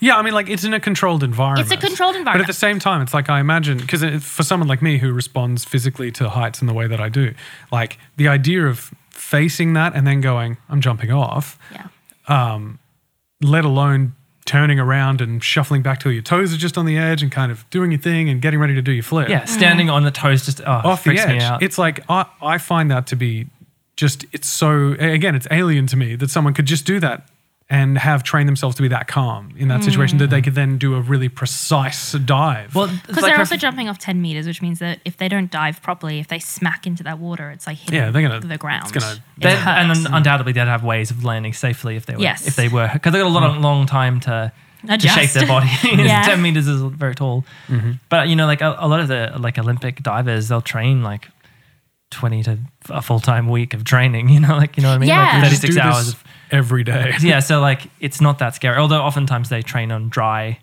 Speaker 1: Yeah, I mean, like it's in a controlled environment.
Speaker 2: It's a controlled
Speaker 1: But at
Speaker 2: environment.
Speaker 1: the same time, it's like I imagine because for someone like me who responds physically to heights in the way that I do, like the idea of facing that and then going, "I'm jumping off,"
Speaker 2: Yeah.
Speaker 1: let alone turning around and shuffling back till your toes are just on the edge and kind of doing your thing and getting ready to do your flip
Speaker 3: Yeah, standing on the toes just oh,
Speaker 1: off the
Speaker 3: freaks me
Speaker 1: edge.
Speaker 3: out.
Speaker 1: It's like I, I find that to be just it's so again it's alien to me that someone could just do that and have trained themselves to be that calm in that situation that they could then do a really precise dive. *laughs*
Speaker 3: Mm. well, it's
Speaker 2: Because
Speaker 3: like
Speaker 2: they're
Speaker 3: her-
Speaker 2: also jumping off 10 meters, which means that if they don't dive properly, if they smack into that water, it's like hitting
Speaker 1: Yeah, they're gonna-
Speaker 2: the ground.
Speaker 1: it's gonna-
Speaker 2: It
Speaker 3: They,
Speaker 2: hurts.
Speaker 3: and un- undoubtedly, they'd have ways of landing safely if they were.
Speaker 2: Yes.
Speaker 3: If they were, because they got a
Speaker 1: Mm.
Speaker 3: lot of long time to, to
Speaker 2: Adjust.
Speaker 3: shake their body.
Speaker 2: *laughs*
Speaker 3: *laughs*
Speaker 2: Yeah.
Speaker 3: Ten meters is very tall.
Speaker 1: Mm-hmm.
Speaker 3: But you know, like a, a lot of the like Olympic divers, they'll train like twenty to a full time week of training. You know, like you know what I mean?
Speaker 2: Yeah.
Speaker 3: Like
Speaker 2: Just
Speaker 1: Just
Speaker 3: thirty six
Speaker 1: do this
Speaker 3: hours. Of, *laughs*
Speaker 1: every day.
Speaker 3: yeah. So like, it's not that scary. Although oftentimes they train on dry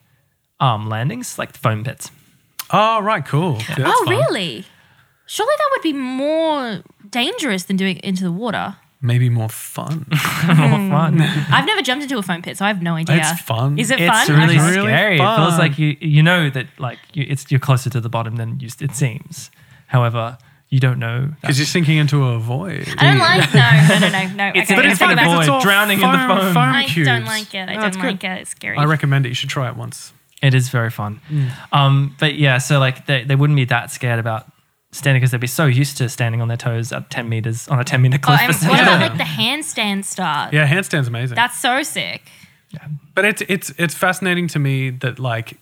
Speaker 3: um, landings, like foam pits.
Speaker 1: Oh right, cool. Yeah, that's
Speaker 2: oh,
Speaker 1: fun.
Speaker 2: really? Surely that would be more dangerous than doing it into the water.
Speaker 1: Maybe more
Speaker 3: *laughs*
Speaker 1: fun.
Speaker 2: Mm.
Speaker 3: More fun.
Speaker 2: I've never jumped into a foam pit, so I have no idea.
Speaker 1: It's fun.
Speaker 2: Is it
Speaker 3: It's
Speaker 2: fun?
Speaker 3: really
Speaker 2: Okay.
Speaker 1: really
Speaker 3: scary. It feels
Speaker 1: fun.
Speaker 3: like you you know that like you, it's you're closer to the bottom than you, it seems. However, you don't know. that.
Speaker 1: Because you're sinking into a void.
Speaker 2: I don't like no, no, no, no, no.
Speaker 3: It's
Speaker 2: okay,
Speaker 3: an
Speaker 2: let's go
Speaker 3: infinite
Speaker 2: back.
Speaker 3: void.
Speaker 1: all
Speaker 3: drowning in the foam.
Speaker 2: I don't
Speaker 1: cubes.
Speaker 2: like it.
Speaker 1: No,
Speaker 2: I don't
Speaker 1: it's good.
Speaker 2: like it. It's scary.
Speaker 1: I recommend it. You should try it once.
Speaker 3: It is very fun.
Speaker 1: Mm.
Speaker 3: Um, but yeah, so like they, they wouldn't be that scared about standing because they'd be so used to standing on their toes at ten meters on a ten meter
Speaker 2: oh,
Speaker 3: cliff.
Speaker 2: and what
Speaker 3: essentially.
Speaker 2: about like the handstand start?
Speaker 1: Yeah, handstand's amazing.
Speaker 2: That's so sick.
Speaker 1: But it's it's it's fascinating to me that like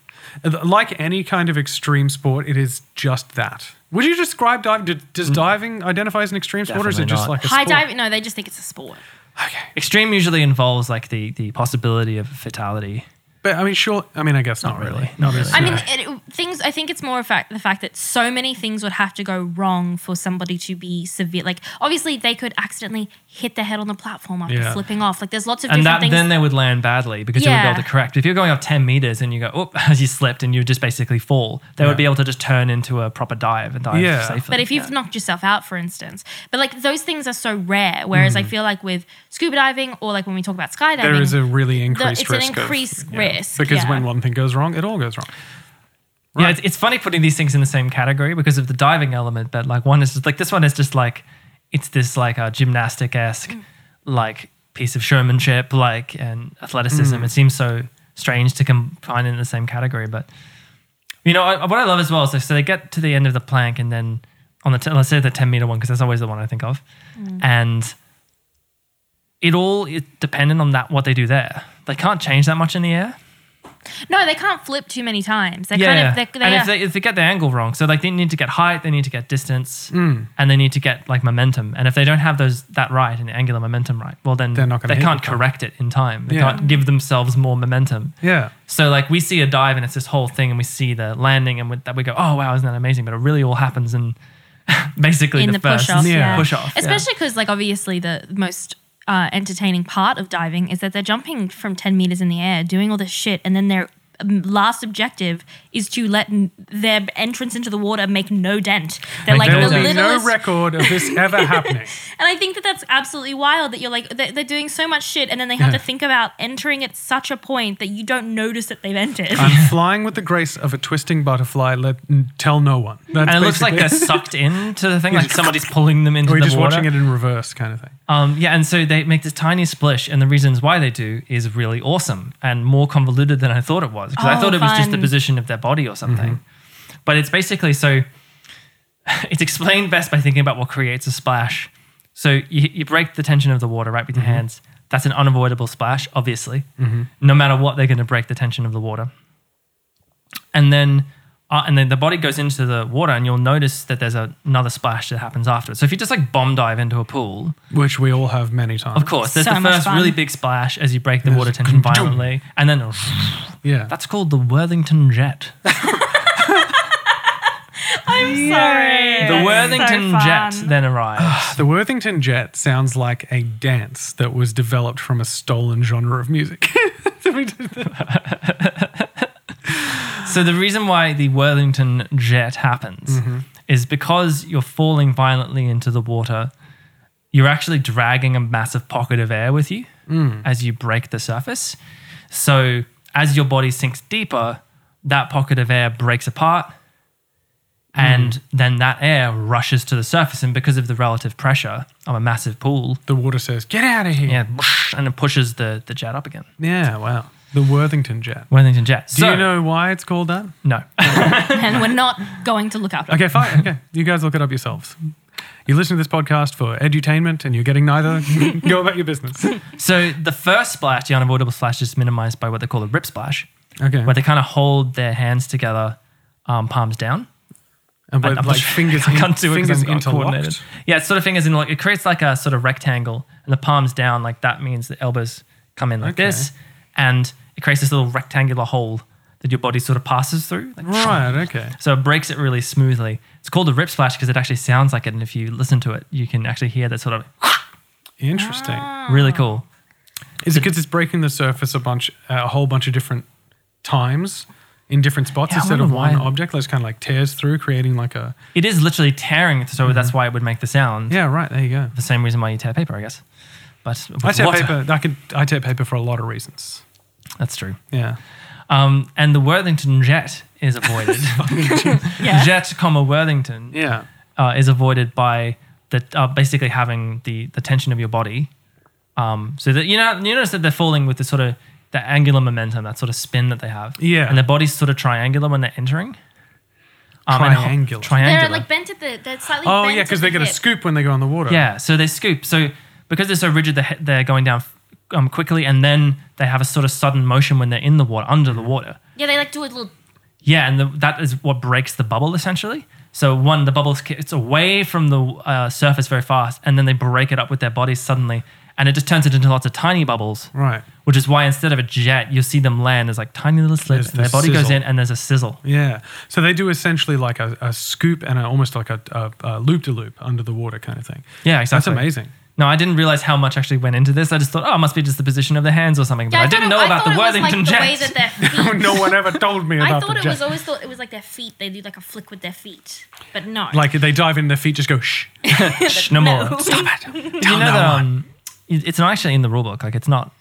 Speaker 1: like any kind of extreme sport, it is just that. Would you describe diving? do- Does diving identify as an extreme sport, or is it
Speaker 3: Mm. Definitely
Speaker 1: just
Speaker 3: not.
Speaker 1: like a
Speaker 2: High
Speaker 1: sport?
Speaker 2: diving? No, they just think it's a sport.
Speaker 3: *laughs* Extreme usually involves like the the possibility of fatality.
Speaker 1: But I mean, sure. I mean, I guess not, really.
Speaker 3: Really, not really.
Speaker 2: I mean, it, things. I think it's more a fact the fact that so many things would have to go wrong for somebody to be severe. Like, obviously, they could accidentally hit their head on the platform after
Speaker 1: Yeah.
Speaker 2: flipping off. Like, there's lots of
Speaker 3: and
Speaker 2: different
Speaker 3: that
Speaker 2: things.
Speaker 3: then they would land badly because you wouldn't be
Speaker 2: Yeah.
Speaker 3: able to correct. If you're going up 10 meters and you go, oh, *laughs* as you slipped and you just basically fall, they
Speaker 1: Yeah.
Speaker 3: would be able to just turn into a proper dive and dive
Speaker 1: Yeah.
Speaker 3: safely.
Speaker 2: but if you've knocked yourself out, for instance, but like those things are so rare. Whereas I feel like with scuba diving or like when we talk about skydiving,
Speaker 1: Mm-hmm. There is a really increased
Speaker 2: it's an
Speaker 1: risk. of-
Speaker 2: increased
Speaker 1: yeah.
Speaker 2: risk,
Speaker 1: because
Speaker 2: yeah.
Speaker 1: when one thing goes wrong, it all goes wrong.
Speaker 3: Yeah, it's, it's funny putting these things in the same category because of the diving element, but like one is just like this one is just like it's this like a gymnastic esque like piece of showmanship like and athleticism. It seems so strange to combine in the same category, but you know I, what I love as well is like, so they get to the end of the plank and then on the t- let's say the ten meter one because that's always the one I think of, and it all is dependent on that what they do there. They can't change that much in the air.
Speaker 2: no, they can't flip too many times. They're
Speaker 3: Yeah, yeah.
Speaker 2: kind of they, they
Speaker 3: and
Speaker 2: are,
Speaker 3: if they if they get the angle wrong, so like they need to get height, they need to get distance,
Speaker 1: Mm.
Speaker 3: and they need to get like momentum. And if they don't have those that right and the angular momentum right, well then
Speaker 1: They're not gonna
Speaker 3: they
Speaker 1: hit
Speaker 3: can't
Speaker 1: the target.
Speaker 3: correct it in time. They
Speaker 1: Yeah.
Speaker 3: can't give themselves more momentum.
Speaker 1: Yeah.
Speaker 3: So like we see a dive and it's this whole thing, and we see the landing, and with that we go, oh wow, isn't that amazing? But it really all happens in *laughs* basically
Speaker 2: in the,
Speaker 3: the, first
Speaker 2: push off.
Speaker 1: Yeah.
Speaker 2: Yeah.
Speaker 3: push off, yeah.
Speaker 2: Especially because, like, obviously, the most uh, entertaining part of diving is that they're jumping from 10 meters in the air, doing all this shit, and then they're um, last objective is to let n- their entrance into the water make no dent. They're like
Speaker 1: there
Speaker 2: the
Speaker 1: will be no
Speaker 2: littlest.
Speaker 1: record of this
Speaker 2: *laughs*
Speaker 1: ever happening.
Speaker 2: and I think that that's absolutely wild that you're like, they're, they're doing so much shit and then they have
Speaker 1: Yeah.
Speaker 2: to think about entering at such a point that you don't notice that they've entered.
Speaker 1: I'm flying with the grace of a twisting butterfly. Let n- tell no one. That's
Speaker 3: and it looks like
Speaker 1: basically-
Speaker 3: they're sucked
Speaker 1: *laughs*
Speaker 3: into the thing, like somebody's pulling them into
Speaker 1: Or
Speaker 3: the
Speaker 1: you're just
Speaker 3: water.
Speaker 1: watching it in reverse, kind of thing.
Speaker 3: Um, yeah, and so they make this tiny splish, and the reasons why they do is really awesome and more convoluted than I thought it was because I
Speaker 2: Oh,
Speaker 3: thought it was just the
Speaker 2: fun.
Speaker 3: position of their body or something. But it's basically so *laughs* it's explained best by thinking about what creates a splash. So you, you break the tension of the water right with your hands. That's an unavoidable splash, obviously. No matter what, they're going to break the tension of the water. And then, uh, and then the body goes into the water, and you'll notice that there's a, another splash that happens afterwards. So if you just like bomb dive into a pool,
Speaker 1: Which we all have many times.
Speaker 3: of course, there's
Speaker 2: So
Speaker 3: the
Speaker 2: much
Speaker 3: first
Speaker 2: fun.
Speaker 3: really big splash as you break the
Speaker 1: Yes.
Speaker 3: water tension violently, and then *laughs*
Speaker 1: Yeah.
Speaker 3: that's called the Worthington Jet.
Speaker 2: I'm sorry.
Speaker 3: The Worthington Jet then arrives.
Speaker 1: the Worthington Jet sounds like a dance that was developed from a stolen genre of music. *laughs*
Speaker 3: so the reason why the Worthington Jet happens
Speaker 1: Mm-hmm.
Speaker 3: is because you're falling violently into the water. You're actually dragging a massive pocket of air with you
Speaker 1: Mm.
Speaker 3: as you break the surface. So as your body sinks deeper, that pocket of air breaks
Speaker 1: Mm.
Speaker 3: apart. And then that air rushes to the surface. And because of the relative pressure of a massive pool,
Speaker 1: the water says, "Get out of here!"
Speaker 3: yeah, and it pushes the, the jet up again.
Speaker 1: Yeah, Wow. The Worthington Jet.
Speaker 3: Worthington Jet.
Speaker 1: Do
Speaker 3: so,
Speaker 1: you know why it's called that?
Speaker 3: No.
Speaker 2: *laughs* and we're not going to look up.
Speaker 1: Okay,
Speaker 3: *laughs*
Speaker 1: fine. Okay, you guys look it up yourselves. You listen to this podcast for edutainment, and you're getting
Speaker 3: *laughs*
Speaker 1: neither. Go about your business.
Speaker 3: So the first splash, the unavoidable splash, is minimized by what they call a rip splash,
Speaker 1: Okay,
Speaker 3: where they kind of hold their hands together, um, palms down.
Speaker 1: and with,
Speaker 3: I'm
Speaker 1: like
Speaker 3: not sure-
Speaker 1: fingers,
Speaker 3: *laughs* I
Speaker 1: in,
Speaker 3: can't do it 'cause
Speaker 1: fingers
Speaker 3: I'm not
Speaker 1: interlocked.
Speaker 3: coordinated. Yeah, it's sort of fingers in like it creates like a sort of rectangle, and the palms down like that means the elbows come in like
Speaker 1: Okay.
Speaker 3: this, and it creates this little rectangular hole that your body sort of passes through. like,
Speaker 1: Right. Okay.
Speaker 3: So it breaks it really smoothly. It's called a rip splash because it actually sounds like it, and if you listen to it, you can actually hear that sort of
Speaker 1: Interesting.
Speaker 3: really cool.
Speaker 1: Is it because it's breaking the surface a bunch, uh, a whole bunch of different times in different spots
Speaker 3: Yeah, I
Speaker 1: instead
Speaker 3: wonder
Speaker 1: of one
Speaker 3: why.
Speaker 1: object? Like it's kind of like tears through, creating like a
Speaker 3: It is literally tearing, so that's why it would make the sound.
Speaker 1: Mm-hmm. yeah. Right there you go.
Speaker 3: the same reason why you tear paper, I guess. But
Speaker 1: I tear
Speaker 3: water-
Speaker 1: paper. I could. I tear paper for a lot of reasons.
Speaker 3: That's true.
Speaker 1: Yeah.
Speaker 3: Um, and the Worthington jet
Speaker 1: *laughs*
Speaker 3: is avoided.
Speaker 2: Yeah.
Speaker 3: Jet, comma Worthington
Speaker 1: Yeah.
Speaker 3: uh, is avoided by the uh, basically having the the tension of your body. Um, so that you know you notice that they're falling with the sort of the angular momentum, that sort of spin that they have.
Speaker 1: Yeah.
Speaker 3: And their body's sort of triangular when they're entering. Um, and-
Speaker 1: Triangular.
Speaker 3: triangular.
Speaker 2: They're like bent at the, they're slightly
Speaker 1: Oh
Speaker 2: bent
Speaker 1: yeah,
Speaker 2: at
Speaker 1: because
Speaker 2: the
Speaker 1: they get a
Speaker 2: hip.
Speaker 1: scoop when they go on the water.
Speaker 3: Yeah, so they scoop. So because they're so rigid, they're, he- they're going down um, quickly, and then they have a sort of sudden motion when they're in the water, under
Speaker 2: Mm-hmm.
Speaker 3: the water.
Speaker 2: Yeah, they like do a little.
Speaker 3: Yeah, and the, that is what breaks the bubble essentially. So one, the bubble it's away from the uh, surface very fast, and then they break it up with their bodies suddenly, and it just turns it into lots of tiny bubbles.
Speaker 1: Right.
Speaker 3: Which is why instead of a jet, you'll see them land as like tiny little
Speaker 1: There's
Speaker 3: slits, and
Speaker 1: the
Speaker 3: their body goes
Speaker 1: sizzle.
Speaker 3: in, and there's a sizzle.
Speaker 1: Yeah. So they do essentially like a, a scoop and a, almost like a loop de loop under the water kind of thing.
Speaker 3: Yeah, exactly.
Speaker 1: That's amazing. *laughs*
Speaker 3: No, I didn't realize how much actually went into this. I just thought, oh, it must be just the position of the hands or something. But
Speaker 2: Yeah,
Speaker 3: I,
Speaker 2: thought
Speaker 3: didn't
Speaker 2: it-
Speaker 3: know about
Speaker 2: thought
Speaker 3: the
Speaker 2: it was,
Speaker 3: Worthington
Speaker 2: like,
Speaker 3: jet.
Speaker 2: The way that
Speaker 3: *laughs*
Speaker 2: their feet
Speaker 1: no one ever told me
Speaker 2: I
Speaker 1: about
Speaker 2: thought
Speaker 1: the
Speaker 2: it
Speaker 1: jet.
Speaker 2: was always thought it was like their feet. They do like a flick with their feet, but no.
Speaker 1: like they dive in, their feet just go shh.
Speaker 3: Shh,
Speaker 2: *laughs*
Speaker 3: no, more.
Speaker 1: it.
Speaker 3: you know that um, it- it's not actually in the rule book. Like it's not,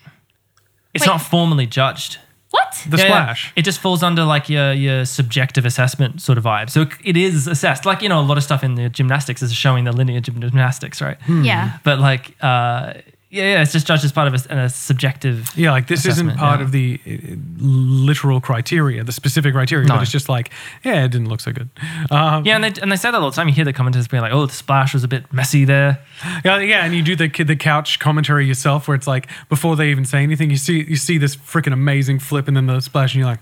Speaker 3: it's
Speaker 2: Wait.
Speaker 3: not formally judged.
Speaker 2: what?
Speaker 1: The
Speaker 3: Yeah, yeah.
Speaker 1: splash.
Speaker 3: It just falls under like your your subjective assessment sort of vibe. So it is assessed. Like you know, a lot of stuff in the gymnastics is showing the lineage of gymnastics, right?
Speaker 1: Hmm.
Speaker 2: Yeah.
Speaker 3: But like, uh, yeah, yeah, it's just judged as part of a, a subjective.
Speaker 1: Yeah, like this isn't
Speaker 3: assessment,
Speaker 1: part
Speaker 3: yeah.
Speaker 1: of the uh, literal criteria, the specific criteria, but
Speaker 3: No.
Speaker 1: it's just like, yeah, it didn't look so good. Um,
Speaker 3: Yeah, and they, and they say that all the time. You hear the commenters being like, "Oh, the splash was a bit messy there."
Speaker 1: yeah, yeah, and you do the the couch commentary yourself, where it's like before they even say anything, you see you see this freaking amazing flip, and then the splash, and you're like,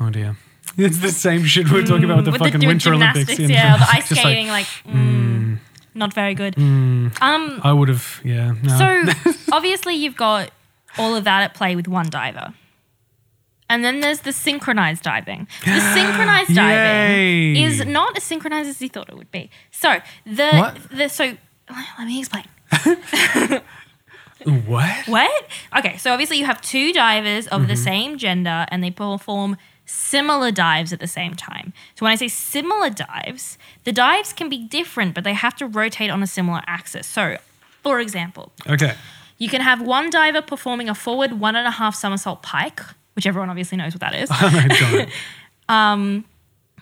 Speaker 1: oh dear, *laughs* it's the same shit we were talking about with the
Speaker 2: Mm, With
Speaker 1: fucking
Speaker 2: the
Speaker 1: Winter
Speaker 2: gymnastics,
Speaker 1: Olympics. you know? *laughs*
Speaker 2: yeah, the ice
Speaker 1: Just like,
Speaker 2: skating, like, mm, not very good. Um.
Speaker 1: I would have, yeah. No. *laughs*
Speaker 2: So obviously you've got all of that at play with one diver. And then there's the synchronized diving.
Speaker 3: *gasps*
Speaker 2: The synchronized diving
Speaker 1: Yay.
Speaker 2: is not as synchronized as you thought it would be. So the
Speaker 3: What?
Speaker 2: the so let me explain.
Speaker 1: What?
Speaker 2: What? Okay, so obviously you have two divers of the same gender and they perform similar dives at the same time. So when I say similar dives, the dives can be different, but they have to rotate on a similar axis. So, for example,
Speaker 1: Okay. *laughs*
Speaker 2: you can have one diver performing a forward one and a half somersault pike, which everyone obviously knows what that is,
Speaker 1: I don't.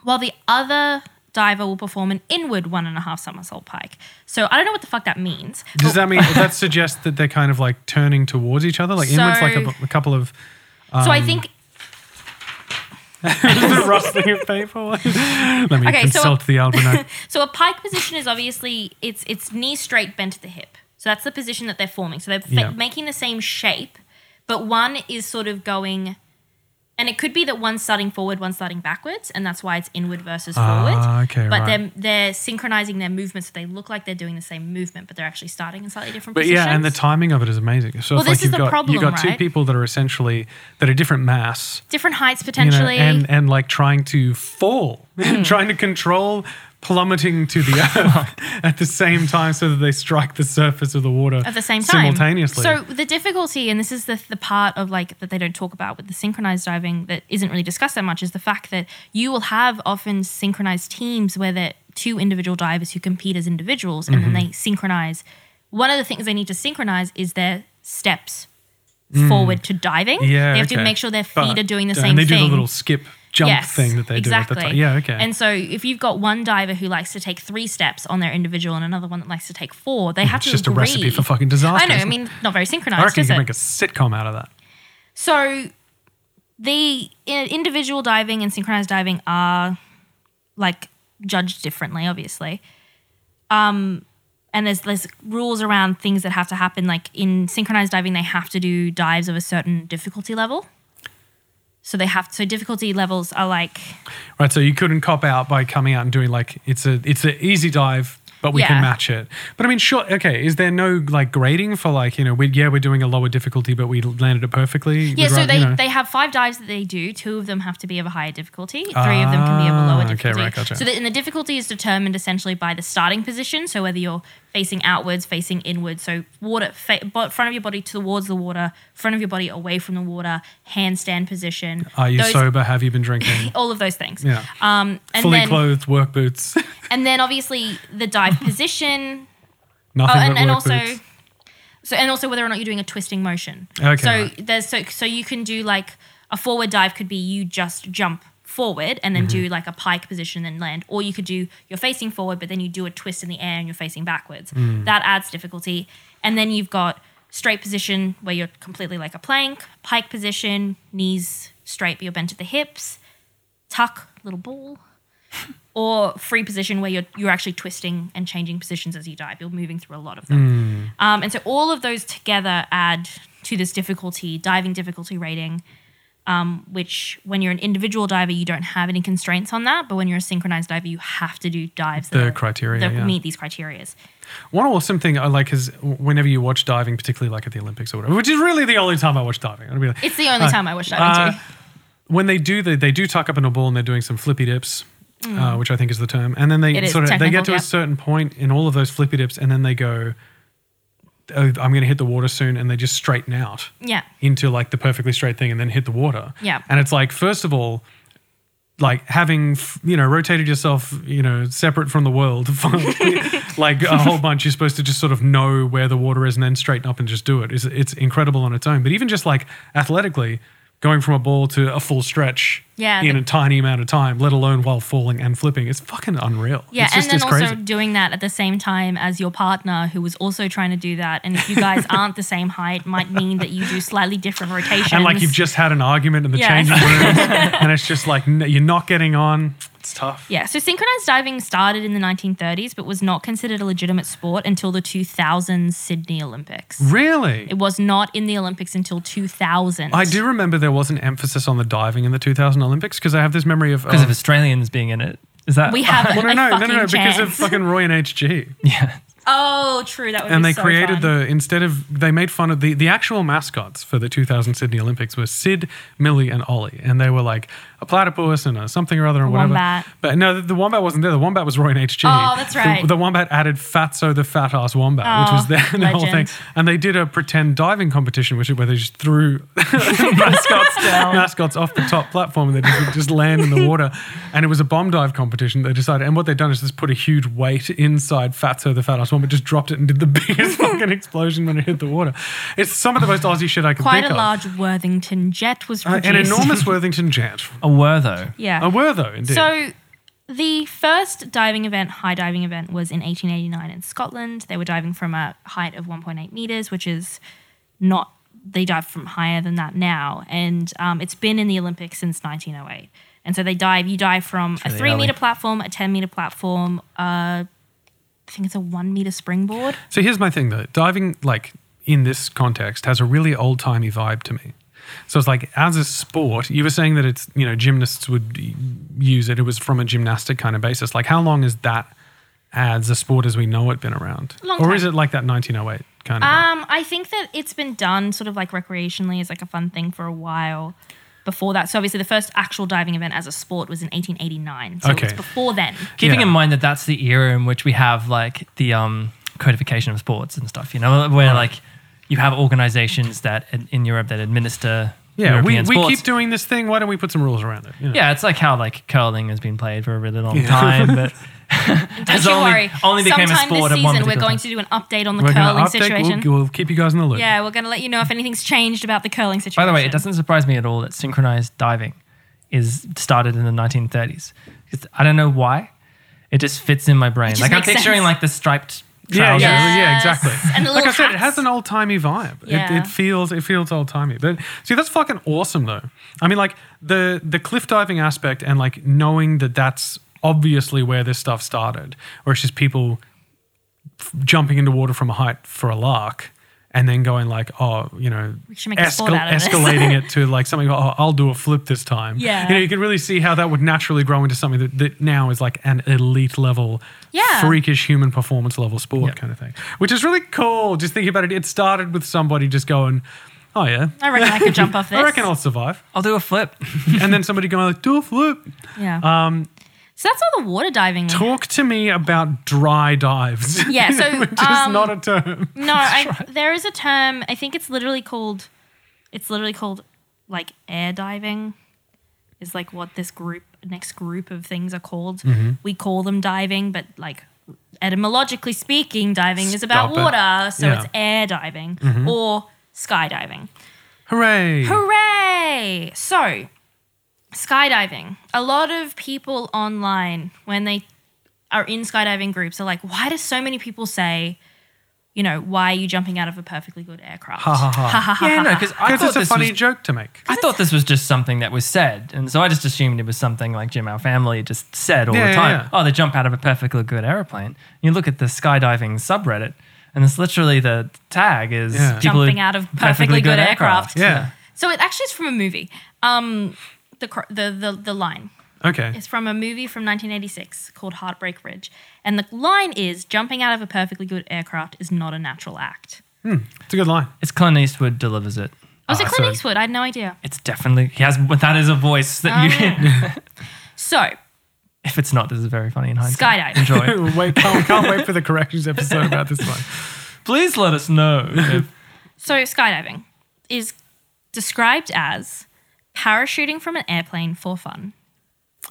Speaker 2: while the other diver will perform an inward one and a half somersault pike. So I don't know what the fuck that means.
Speaker 1: Does that mean that suggests that they're kind of like turning towards each other? Like inwards, like a,
Speaker 2: So-
Speaker 1: bu- a couple of
Speaker 2: so I think
Speaker 1: *laughs* rustling of paper. Let me
Speaker 2: Okay, so-
Speaker 1: consult the
Speaker 2: *laughs*
Speaker 1: almanac.
Speaker 2: So a pike position is obviously it's it's knee straight bent to the hip. So that's the position that they're forming. So they're fa-
Speaker 1: Yeah.
Speaker 2: making the same shape, but one is sort of going and it could be that one's starting forward, one's starting backwards, and that's why it's inward versus forward.
Speaker 1: Ah, okay,
Speaker 2: but
Speaker 1: right.
Speaker 2: they're they're synchronizing their movements so they look like they're doing the same movement, but they're actually starting in slightly different
Speaker 1: But
Speaker 2: positions.
Speaker 1: yeah, and the timing of it is amazing. So
Speaker 2: Well,
Speaker 1: it's like
Speaker 2: this is
Speaker 1: you've
Speaker 2: the
Speaker 1: got
Speaker 2: problem,
Speaker 1: you've got two
Speaker 2: right?
Speaker 1: people that are essentially that are different mass,
Speaker 2: different heights
Speaker 1: you know,
Speaker 2: potentially.
Speaker 1: and and like trying to fall, *laughs*
Speaker 2: Hmm.
Speaker 1: trying to control plummeting to the
Speaker 2: *laughs*
Speaker 1: earth at the same time, so that they strike the surface of the water
Speaker 2: at the same time
Speaker 1: simultaneously.
Speaker 2: So the difficulty, and this is the, the part of like that they don't talk about with the synchronized diving that isn't really discussed that much, is the fact that you will have often synchronized teams where they're two individual divers who compete as individuals and
Speaker 1: Mm-hmm.
Speaker 2: then they synchronize. One of the things they need to synchronize is their steps forward to diving.
Speaker 1: Mm. yeah,
Speaker 2: they have to
Speaker 1: okay.
Speaker 2: make sure their feet
Speaker 1: But-
Speaker 2: are doing the
Speaker 1: and
Speaker 2: same
Speaker 1: they
Speaker 2: thing
Speaker 1: do the little skip jump thing that they do at the time. Yeah, okay.
Speaker 2: and so if you've got one diver who likes to take three steps on their individual and another one that likes to take four, they have
Speaker 1: Mm, it's
Speaker 2: to
Speaker 1: just a
Speaker 2: agree.
Speaker 1: recipe for fucking disaster,
Speaker 2: I know. I
Speaker 1: isn't it?
Speaker 2: mean, not very
Speaker 1: I
Speaker 2: synchronized,
Speaker 1: reckon you
Speaker 2: is
Speaker 1: can
Speaker 2: it?
Speaker 1: make a sitcom out of that.
Speaker 2: so the i- individual diving and synchronized diving are like judged differently, obviously. Um, and there's there's rules around things that have to happen. Like in synchronized diving, they have to do dives of a certain difficulty level. So they have so difficulty levels are like
Speaker 1: Right, so you couldn't cop out by coming out and doing like it's a it's an easy dive, but we
Speaker 2: Yeah.
Speaker 1: can match it. But I mean, sure, okay. Is there no like grading for like you know we yeah we're doing a lower difficulty, but we landed it perfectly.
Speaker 2: Yeah,
Speaker 1: We'd
Speaker 2: so
Speaker 1: rather-
Speaker 2: they,
Speaker 1: you know.
Speaker 2: they have five dives that they do. Two of them have to be of a higher difficulty. Three of them can be of a
Speaker 1: Ah,
Speaker 2: lower
Speaker 1: okay,
Speaker 2: difficulty.
Speaker 1: right, gotcha.
Speaker 2: So the, and the difficulty is determined essentially by the starting position. So whether you're facing outwards, facing inwards, so water fa- bo- front of your body towards the water, front of your body away from the water, handstand position.
Speaker 1: are you
Speaker 2: those-
Speaker 1: sober? Have you been
Speaker 2: *laughs*
Speaker 1: drinking?
Speaker 2: All of those things.
Speaker 1: Yeah,
Speaker 2: Um, and
Speaker 1: fully
Speaker 2: then
Speaker 1: clothed, work boots, *laughs* nothing
Speaker 2: and then obviously the dive position.
Speaker 1: but
Speaker 2: Oh, and,
Speaker 1: work
Speaker 2: and also,
Speaker 1: boots.
Speaker 2: so and also whether or not you're doing a twisting motion.
Speaker 1: Okay,
Speaker 2: So
Speaker 1: right.
Speaker 2: there's so so you can do like a forward dive could be you just jump forward and then
Speaker 1: Mm-hmm.
Speaker 2: do like a pike position and land, or you could do you're facing forward but then you do a twist in the air and you're facing backwards.
Speaker 1: Mm.
Speaker 2: That adds difficulty, and then you've got straight position where you're completely like a plank, pike position, knees straight but you're bent at the hips, tuck little ball or free position where you're you're actually twisting and changing positions as you dive. You're moving through a lot of
Speaker 1: Hmm.
Speaker 2: them, um, and so all of those together add to this difficulty diving difficulty rating. Um, which, when you're an individual diver, you don't have any constraints on that. But when you're a synchronized diver, you have to do dives
Speaker 1: The
Speaker 2: are-
Speaker 1: criteria,
Speaker 2: that
Speaker 1: yeah.
Speaker 2: meet these criteria.
Speaker 1: One awesome thing I like is whenever you watch diving, particularly like at the Olympics or whatever, which is really the only time I watch diving. I'll be like,
Speaker 2: It's the only
Speaker 1: Uh,
Speaker 2: time I wish diving
Speaker 1: uh,
Speaker 2: to.
Speaker 1: when they do the, they do tuck up in a ball and they're doing some flippy dips, uh, which I think is the term. And then they
Speaker 2: Mm. It is
Speaker 1: sort of they
Speaker 2: technical,
Speaker 1: get to
Speaker 2: yeah.
Speaker 1: a certain point in all of those flippy dips, and then they go, oh, "I'm going to hit the water soon," and they just straighten out
Speaker 2: Yeah,
Speaker 1: into like the perfectly straight thing, and then hit the water.
Speaker 2: Yeah.
Speaker 1: And it's like, first of all. Like having f- you know rotated yourself you know separate from the world, *laughs* like a whole bunch. You're supposed to just sort of know where the water is and then straighten up and just do it. It's, it's incredible on its own. But even just like athletically, going from a ball to a full stretch
Speaker 2: Yeah,
Speaker 1: in
Speaker 2: the-
Speaker 1: a tiny amount of time, let alone while falling and flipping, it's fucking unreal.
Speaker 2: yeah,
Speaker 1: it's
Speaker 2: and
Speaker 1: just
Speaker 2: then
Speaker 1: it's
Speaker 2: also
Speaker 1: crazy.
Speaker 2: doing that at the same time as your partner, who was also trying to do that, and if
Speaker 1: *laughs*
Speaker 2: you guys aren't the same height, might mean that you do slightly different rotations.
Speaker 1: and like you've just had an argument in the
Speaker 2: Yeah.
Speaker 1: changing
Speaker 2: *laughs*
Speaker 1: room, and it's just like n- you're not getting on. It's tough.
Speaker 2: Yeah, so synchronized diving started in the 1930s but was not considered a legitimate sport until the 2000 Sydney Olympics.
Speaker 1: Really?
Speaker 2: It was not in the Olympics until 2000.
Speaker 1: I do remember there was an emphasis on the diving in the 2000 Olympics because I have this memory of.
Speaker 3: because
Speaker 1: um,
Speaker 3: of Australians being in it. Is
Speaker 1: *laughs*
Speaker 3: that
Speaker 2: We have
Speaker 1: well,
Speaker 2: a
Speaker 1: no, no, no,
Speaker 2: fucking
Speaker 1: no, no, because of
Speaker 2: chance. *laughs*
Speaker 1: fucking Roy and HG.
Speaker 3: Yeah,
Speaker 2: Oh, true. That would
Speaker 1: and
Speaker 2: be
Speaker 1: they
Speaker 2: so
Speaker 1: created
Speaker 2: fun.
Speaker 1: the instead of they made fun of the the actual mascots for the 2000 Sydney Olympics were Sid, Millie, and Ollie, and they were like a platypus and a something or other and whatever.
Speaker 2: Wombat.
Speaker 1: But no, the, the wombat wasn't there. The wombat was Roy and HG.
Speaker 2: Oh, that's
Speaker 1: The- The,
Speaker 2: right.
Speaker 1: wombat added Fatso the fat ass wombat, which
Speaker 2: Oh,
Speaker 1: was their *laughs* their whole thing.
Speaker 2: legend.
Speaker 1: And they did a pretend diving competition, which is where they just threw mascots mascots off the top platform and they just, just land in
Speaker 2: *laughs*
Speaker 1: the water. And it was a bomb dive competition. They decided, and what they'd done is just put a huge weight inside Fatso the fat ass one, but just dropped it and did the *laughs*
Speaker 2: *laughs*
Speaker 1: biggest fucking explosion when it hit the water. It's some of the most Aussie shit I could
Speaker 2: Quite
Speaker 1: think
Speaker 2: a
Speaker 1: of.
Speaker 2: large Worthington jet was
Speaker 1: Uh,
Speaker 2: produced.
Speaker 1: an
Speaker 2: *laughs*
Speaker 1: enormous Worthington jet.
Speaker 3: A were though.
Speaker 2: yeah.
Speaker 1: A were though, indeed.
Speaker 2: So the first diving event, high diving event, was in 1889 in Scotland. They were diving from a height of 1.8 meters, which is not, they dive from higher than that now. And um, it's been in the Olympics since 1908. And so they dive, you dive from a
Speaker 3: really
Speaker 2: three meter
Speaker 3: early.
Speaker 2: platform, a 10 meter platform, uh, I think it's a one meter springboard.
Speaker 1: So here's my thing though. Diving like in this context has a really old timey vibe to me. So it's like as a sport, you were saying that it's you know gymnasts would y- use it. It was from a gymnastic kind of basis. Like how long is that as a sport as we know it been around,
Speaker 2: Long
Speaker 1: or
Speaker 2: time.
Speaker 1: is it like that 1908 kind of?
Speaker 2: Um, I think that it's been done sort of like recreationally as like a fun thing for a while before that. So obviously the first actual diving event as a sport was in 1889. So
Speaker 1: Okay.
Speaker 2: it's before then.
Speaker 3: Keeping
Speaker 1: Yeah.
Speaker 3: in mind that that's the era in which we have like the um, codification of sports and stuff. You know, where like you have organizations that in- in Europe that administer.
Speaker 1: yeah, we,
Speaker 3: European
Speaker 1: we
Speaker 3: sports.
Speaker 1: keep doing this thing. Why don't we put some rules around it? You know?
Speaker 3: Yeah, it's like how like curling has been played for a really long
Speaker 1: Yeah. *laughs*
Speaker 3: time, but
Speaker 2: Don't
Speaker 3: has
Speaker 2: you
Speaker 3: only-
Speaker 2: worry.
Speaker 3: only became a
Speaker 2: Sometime
Speaker 3: sport at
Speaker 2: this
Speaker 3: one
Speaker 2: season we're
Speaker 3: particular
Speaker 2: going to
Speaker 3: time.
Speaker 2: do an update on the
Speaker 1: we're
Speaker 2: curling
Speaker 1: going to
Speaker 2: situation.
Speaker 1: update. We'll, we'll keep you guys in the loop.
Speaker 2: yeah, we're going to let you know if anything's changed about the curling situation.
Speaker 3: By the way, it doesn't surprise me at all that synchronized diving is started in the 1930s. It's- I don't know why. It just fits in my brain.
Speaker 2: just
Speaker 3: Like I'm
Speaker 2: makes sense.
Speaker 3: picturing like the striped
Speaker 1: Yeah,
Speaker 3: trousers.
Speaker 1: yeah,
Speaker 2: Trousers.
Speaker 1: yeah,
Speaker 2: Yes.
Speaker 1: exactly.
Speaker 2: And the
Speaker 1: like I
Speaker 2: little
Speaker 1: said, it
Speaker 2: hats.
Speaker 1: has an old timey vibe.
Speaker 2: Yeah.
Speaker 1: It, it feels it feels old timey. But see, that's fucking awesome though. I mean, like the the cliff diving aspect and like knowing that that's obviously where this stuff started, or it's just people f- jumping into water from a height for a lark. And then going like, oh, you know,
Speaker 2: should make a sport out of this. *laughs*
Speaker 1: escalating it to like something. Oh, I'll do a flip this time.
Speaker 2: Yeah.
Speaker 1: you know, you can really see how that would naturally grow into something that, that now is like an elite level,
Speaker 2: Yeah.
Speaker 1: freakish human performance level sport kind of thing, which is really cool. Just thinking about it, it started with somebody just going, "Oh yeah,
Speaker 2: I reckon I
Speaker 1: *laughs*
Speaker 2: could jump off this.
Speaker 1: I reckon I'll survive," *laughs*
Speaker 3: I'll do a flip.
Speaker 1: and then somebody going like, "Do a flip."
Speaker 2: yeah. so that's all the water diving. was.
Speaker 1: um Talk to me about dry dives. *laughs*
Speaker 2: Yeah, so,
Speaker 1: which is
Speaker 2: um,
Speaker 1: not a term. *laughs*
Speaker 2: No, I, there is a term. I think it's literally called. It's literally called like air diving. Is like what this group next group of things are called.
Speaker 1: Mm-hmm.
Speaker 2: We call them diving, but like etymologically speaking, diving is about
Speaker 1: Stop it.
Speaker 2: water, so
Speaker 1: Yeah. Mm-hmm.
Speaker 2: it's air diving or skydiving.
Speaker 1: Hooray!
Speaker 2: Hooray! So, skydiving. A lot of people online, when they are in skydiving groups, are like, why do so many people say, you know, why are you jumping out of a perfectly good aircraft?
Speaker 1: Ha, ha, ha.
Speaker 3: yeah, *laughs* no, because I
Speaker 1: Because
Speaker 3: thought
Speaker 1: it's a
Speaker 3: this
Speaker 1: funny
Speaker 3: was,
Speaker 1: joke to make.
Speaker 3: I thought this was just something that was said, and so I just assumed it was something like Jim, our family, just said all
Speaker 1: Yeah,
Speaker 3: the
Speaker 1: yeah,
Speaker 3: time.
Speaker 1: yeah.
Speaker 3: Oh, they jump out of a perfectly good airplane. You look at the skydiving subreddit, and it's literally the tag is
Speaker 1: Yeah.
Speaker 3: people who-
Speaker 2: Jumping out of perfectly good aircraft.
Speaker 1: Yeah.
Speaker 2: So it actually is from a movie. Um, the, cr- the, the, the line.
Speaker 1: Okay.
Speaker 2: It's from a movie from 1986 called Heartbreak Ridge. And the line is jumping out of a perfectly good aircraft is not a natural act.
Speaker 1: It's a good line. *laughs*
Speaker 3: It's Clint Eastwood delivers it.
Speaker 2: Oh, is it
Speaker 1: Ah,
Speaker 2: Clint
Speaker 1: so-
Speaker 2: Eastwood? I had no idea.
Speaker 3: It's definitely he has. That is a voice that
Speaker 2: Oh,
Speaker 3: you.
Speaker 2: So,
Speaker 3: If it's not, this is very funny in hindsight.
Speaker 1: *laughs*
Speaker 2: Skydiving.
Speaker 3: Enjoy.
Speaker 1: wait, can't, can't wait for the corrections episode about this one.
Speaker 3: Please let us *laughs* know. if-
Speaker 2: So skydiving is described as parachuting from an airplane for fun.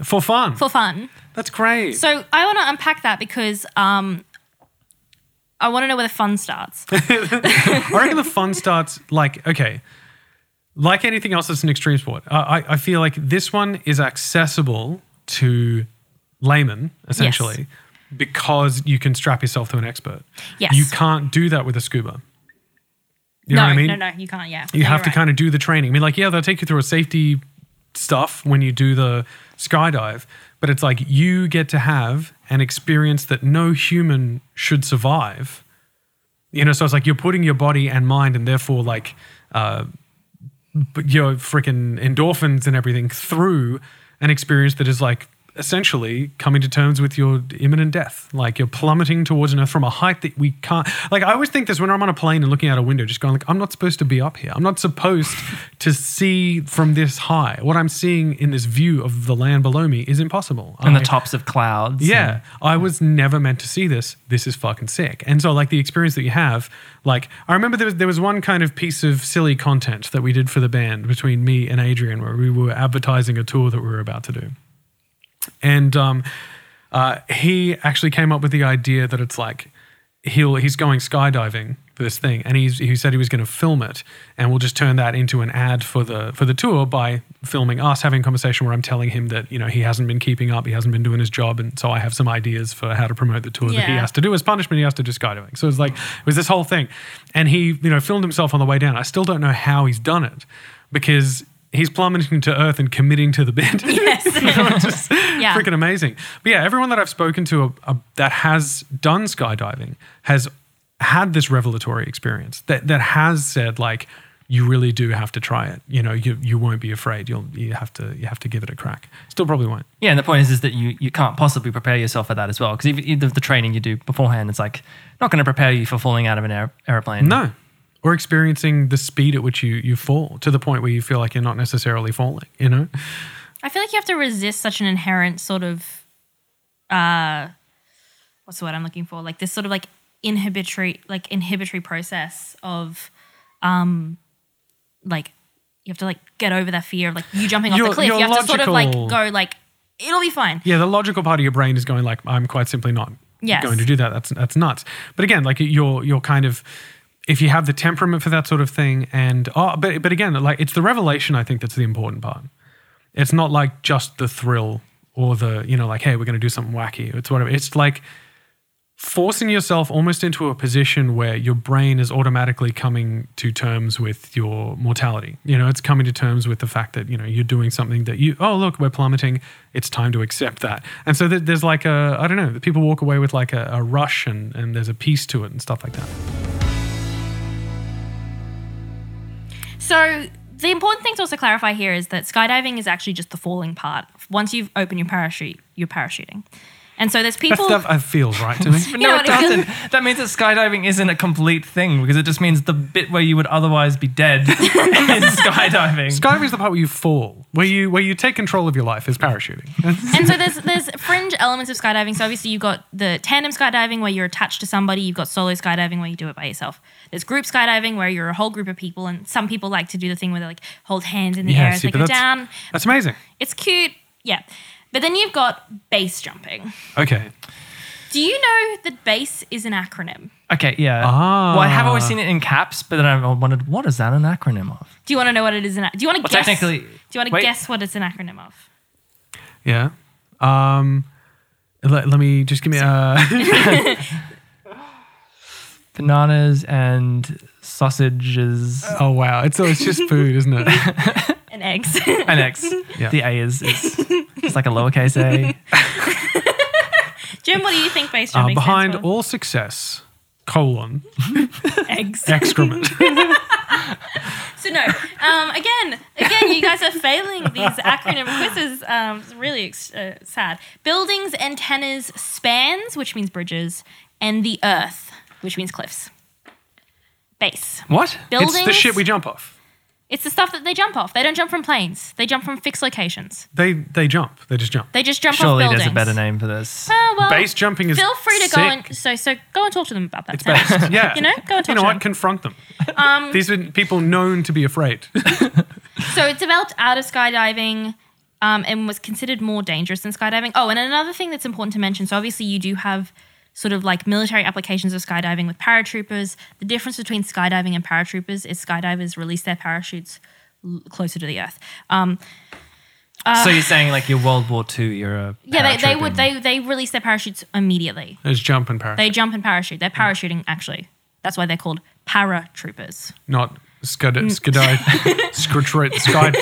Speaker 1: For fun.
Speaker 2: For fun.
Speaker 1: That's great.
Speaker 2: So I want to unpack that because um, I want to know where the fun starts.
Speaker 1: I reckon the fun starts like okay, like anything else that's an extreme sport. I, I, I feel like this one is accessible to laymen essentially because you can strap yourself to an expert.
Speaker 2: Yes.
Speaker 1: you can't do that with a scuba. You
Speaker 2: no,
Speaker 1: know what I mean?
Speaker 2: no, no, you can't. Yeah,
Speaker 1: You have to kind of do the training. I mean, like, yeah, they'll take you through a safety stuff when you do the skydive, but it's like you get to have an experience that no human should survive. You know, so it's like you're putting your body and mind and therefore like uh, b- your freaking endorphins and everything through an experience that is like essentially coming to terms with your imminent death. Like you're plummeting towards an earth from a height that we can't. Like I always think this when I'm on a plane and looking out a window, just going like, I'm not supposed to be up here. I'm not
Speaker 3: *laughs*
Speaker 1: supposed to see from this high. What I'm seeing in this view of the land below me is impossible.
Speaker 3: and
Speaker 1: I-
Speaker 3: the tops of clouds.
Speaker 1: yeah, I was never meant to see this. This is fucking sick. And so, like, the experience that you have, like, I remember there was, there was one kind of piece of silly content that we did for the band between me and Adrian where we were advertising a tour that we were about to do. And um, uh, he actually came up with the idea that it's like he'll he's going skydiving for this thing, and he's he said he was going to film it, and we'll just turn that into an ad for the for the tour by filming us having a conversation where I'm telling him that you know he hasn't been keeping up, he hasn't been doing his job, and so I have some ideas for how to promote the tour that he
Speaker 2: Yeah.
Speaker 1: has to do as punishment. He has to do skydiving, so it's like it was this whole thing, and he you know filmed himself on the way down. I still don't know how he's done it because. He's plummeting to earth and committing to the *laughs* bit.
Speaker 2: Yes.
Speaker 1: just
Speaker 2: Yeah.
Speaker 1: freaking amazing. But yeah, everyone that I've spoken to uh, uh, that has done skydiving has had this revelatory experience that that has said like you really do have to try it. You know, you you won't be afraid. You'll you have to you have to give it a crack. Still probably won't.
Speaker 3: Yeah, and the point is, is that you, you can't possibly prepare yourself for that as well because even, even the training you do beforehand, it's like not going to prepare you for falling out of an aer- airplane.
Speaker 1: No. Or experiencing the speed at which you you fall to the point where you feel like you're not necessarily falling, you know?
Speaker 2: I feel like you have to resist such an inherent sort of uh what's the word I'm looking for? Like this sort of like inhibitory like inhibitory process of um like you have to like get over that fear of like you jumping off
Speaker 1: Your-
Speaker 2: the cliff. You
Speaker 1: your
Speaker 2: have to sort of like
Speaker 1: logical-
Speaker 2: go like it'll be fine.
Speaker 1: Yeah, the logical part of your brain is going like, I'm quite simply not
Speaker 2: Yes.
Speaker 1: going to do that. That's that's nuts. But again, like you're you're kind of if you have the temperament for that sort of thing, and oh, but but again, like it's the revelation I think that's the important part. It's not like just the thrill or the you know like hey we're going to do something wacky. It's whatever. It's like forcing yourself almost into a position where your brain is automatically coming to terms with your mortality. You know, it's coming to terms with the fact that, you know, you're doing something that you, oh, look, we're plummeting. It's time to accept that. And so th- there's like a, I don't know, people walk away with like a, a rush and, and there's a peace to it and stuff like that.
Speaker 2: So the important thing to also clarify here is that skydiving is actually just the falling part. Once you've opened your parachute, you're parachuting. And so there's
Speaker 1: *laughs* That's,
Speaker 2: people
Speaker 1: that uh, feels right to me.
Speaker 2: You
Speaker 3: But no,
Speaker 2: know
Speaker 3: it
Speaker 2: what it
Speaker 3: doesn't. that means that skydiving isn't a complete thing because it just means the bit where you would otherwise
Speaker 2: *laughs*
Speaker 3: be dead is skydiving.
Speaker 1: Skydiving is the part where you fall, where you where you take control of your life is parachuting. That's-
Speaker 2: and so there's there's fringe elements of skydiving. So obviously you've got the tandem skydiving where you're attached to somebody. You've got solo skydiving where you do it by yourself. There's group skydiving where you're a whole group of people, and some people like to do the thing where they like hold hands in the air as they
Speaker 1: but
Speaker 2: go
Speaker 1: that's,
Speaker 2: down.
Speaker 1: that's amazing.
Speaker 2: It's cute, yeah. But then you've got base jumping.
Speaker 1: Okay.
Speaker 2: Do you know that base is an acronym?
Speaker 3: Okay, yeah.
Speaker 1: Ah.
Speaker 3: Well, I have always seen it in caps, but then I wondered what is that an acronym of?
Speaker 2: Do you want to know what it is? An, do you want to
Speaker 3: Well,
Speaker 2: guess?
Speaker 3: technically-
Speaker 2: do you want to
Speaker 3: wait.
Speaker 2: guess what it's an acronym of?
Speaker 1: Yeah. Um, let, let me just give me a.
Speaker 3: Bananas and
Speaker 2: *laughs*
Speaker 3: sausages.
Speaker 1: Oh wow, it's it's just food, isn't it?
Speaker 2: An eggs. *laughs*
Speaker 3: An X.
Speaker 1: Yeah.
Speaker 3: The A is, is it's like
Speaker 2: *laughs*
Speaker 3: a lowercase A.
Speaker 2: Jim, what do you think base
Speaker 1: Uh,
Speaker 2: jumping
Speaker 1: behind
Speaker 2: stands for?
Speaker 1: all success, colon
Speaker 2: eggs? *laughs*
Speaker 1: excrement.
Speaker 2: So no, um, again, again, you guys are failing these
Speaker 3: *laughs*
Speaker 2: acronym quizzes. Um, it's really ex- uh, sad. Buildings, antennas, spans, which means bridges, and the earth, which means cliffs. Base
Speaker 3: What?
Speaker 2: buildings.
Speaker 1: it's the shit we jump off.
Speaker 2: it's the stuff that they jump off. They don't jump from planes. They jump from fixed locations.
Speaker 1: They they jump. They just jump.
Speaker 2: They just jump
Speaker 3: Surely
Speaker 2: off buildings.
Speaker 3: there's a better name for this.
Speaker 2: Oh, well,
Speaker 1: Base jumping is
Speaker 2: Feel free to go
Speaker 1: sick.
Speaker 2: and so so go and talk to them about that.
Speaker 1: It's based. *laughs* Yeah.
Speaker 2: You know, go and
Speaker 1: You know
Speaker 2: Um, talk to
Speaker 1: what?
Speaker 2: them.
Speaker 1: Confront them. *laughs* These are people known to be afraid.
Speaker 2: So it developed out of skydiving um, and was considered more dangerous than skydiving. Oh, and another thing that's important to mention so obviously, you do have sort of like military applications of skydiving with paratroopers. The difference between skydiving and paratroopers is skydivers release their parachutes l- closer to the earth. Um,
Speaker 3: *laughs* so you're saying like your World War II era?
Speaker 2: yeah, they, they
Speaker 3: paratrooping.
Speaker 2: would they they release their parachutes immediately.
Speaker 1: There's jump and parachute,
Speaker 2: They jump and parachute. They're parachuting actually. That's why they're called paratroopers. *laughs*
Speaker 1: not skid skidite skitrit skid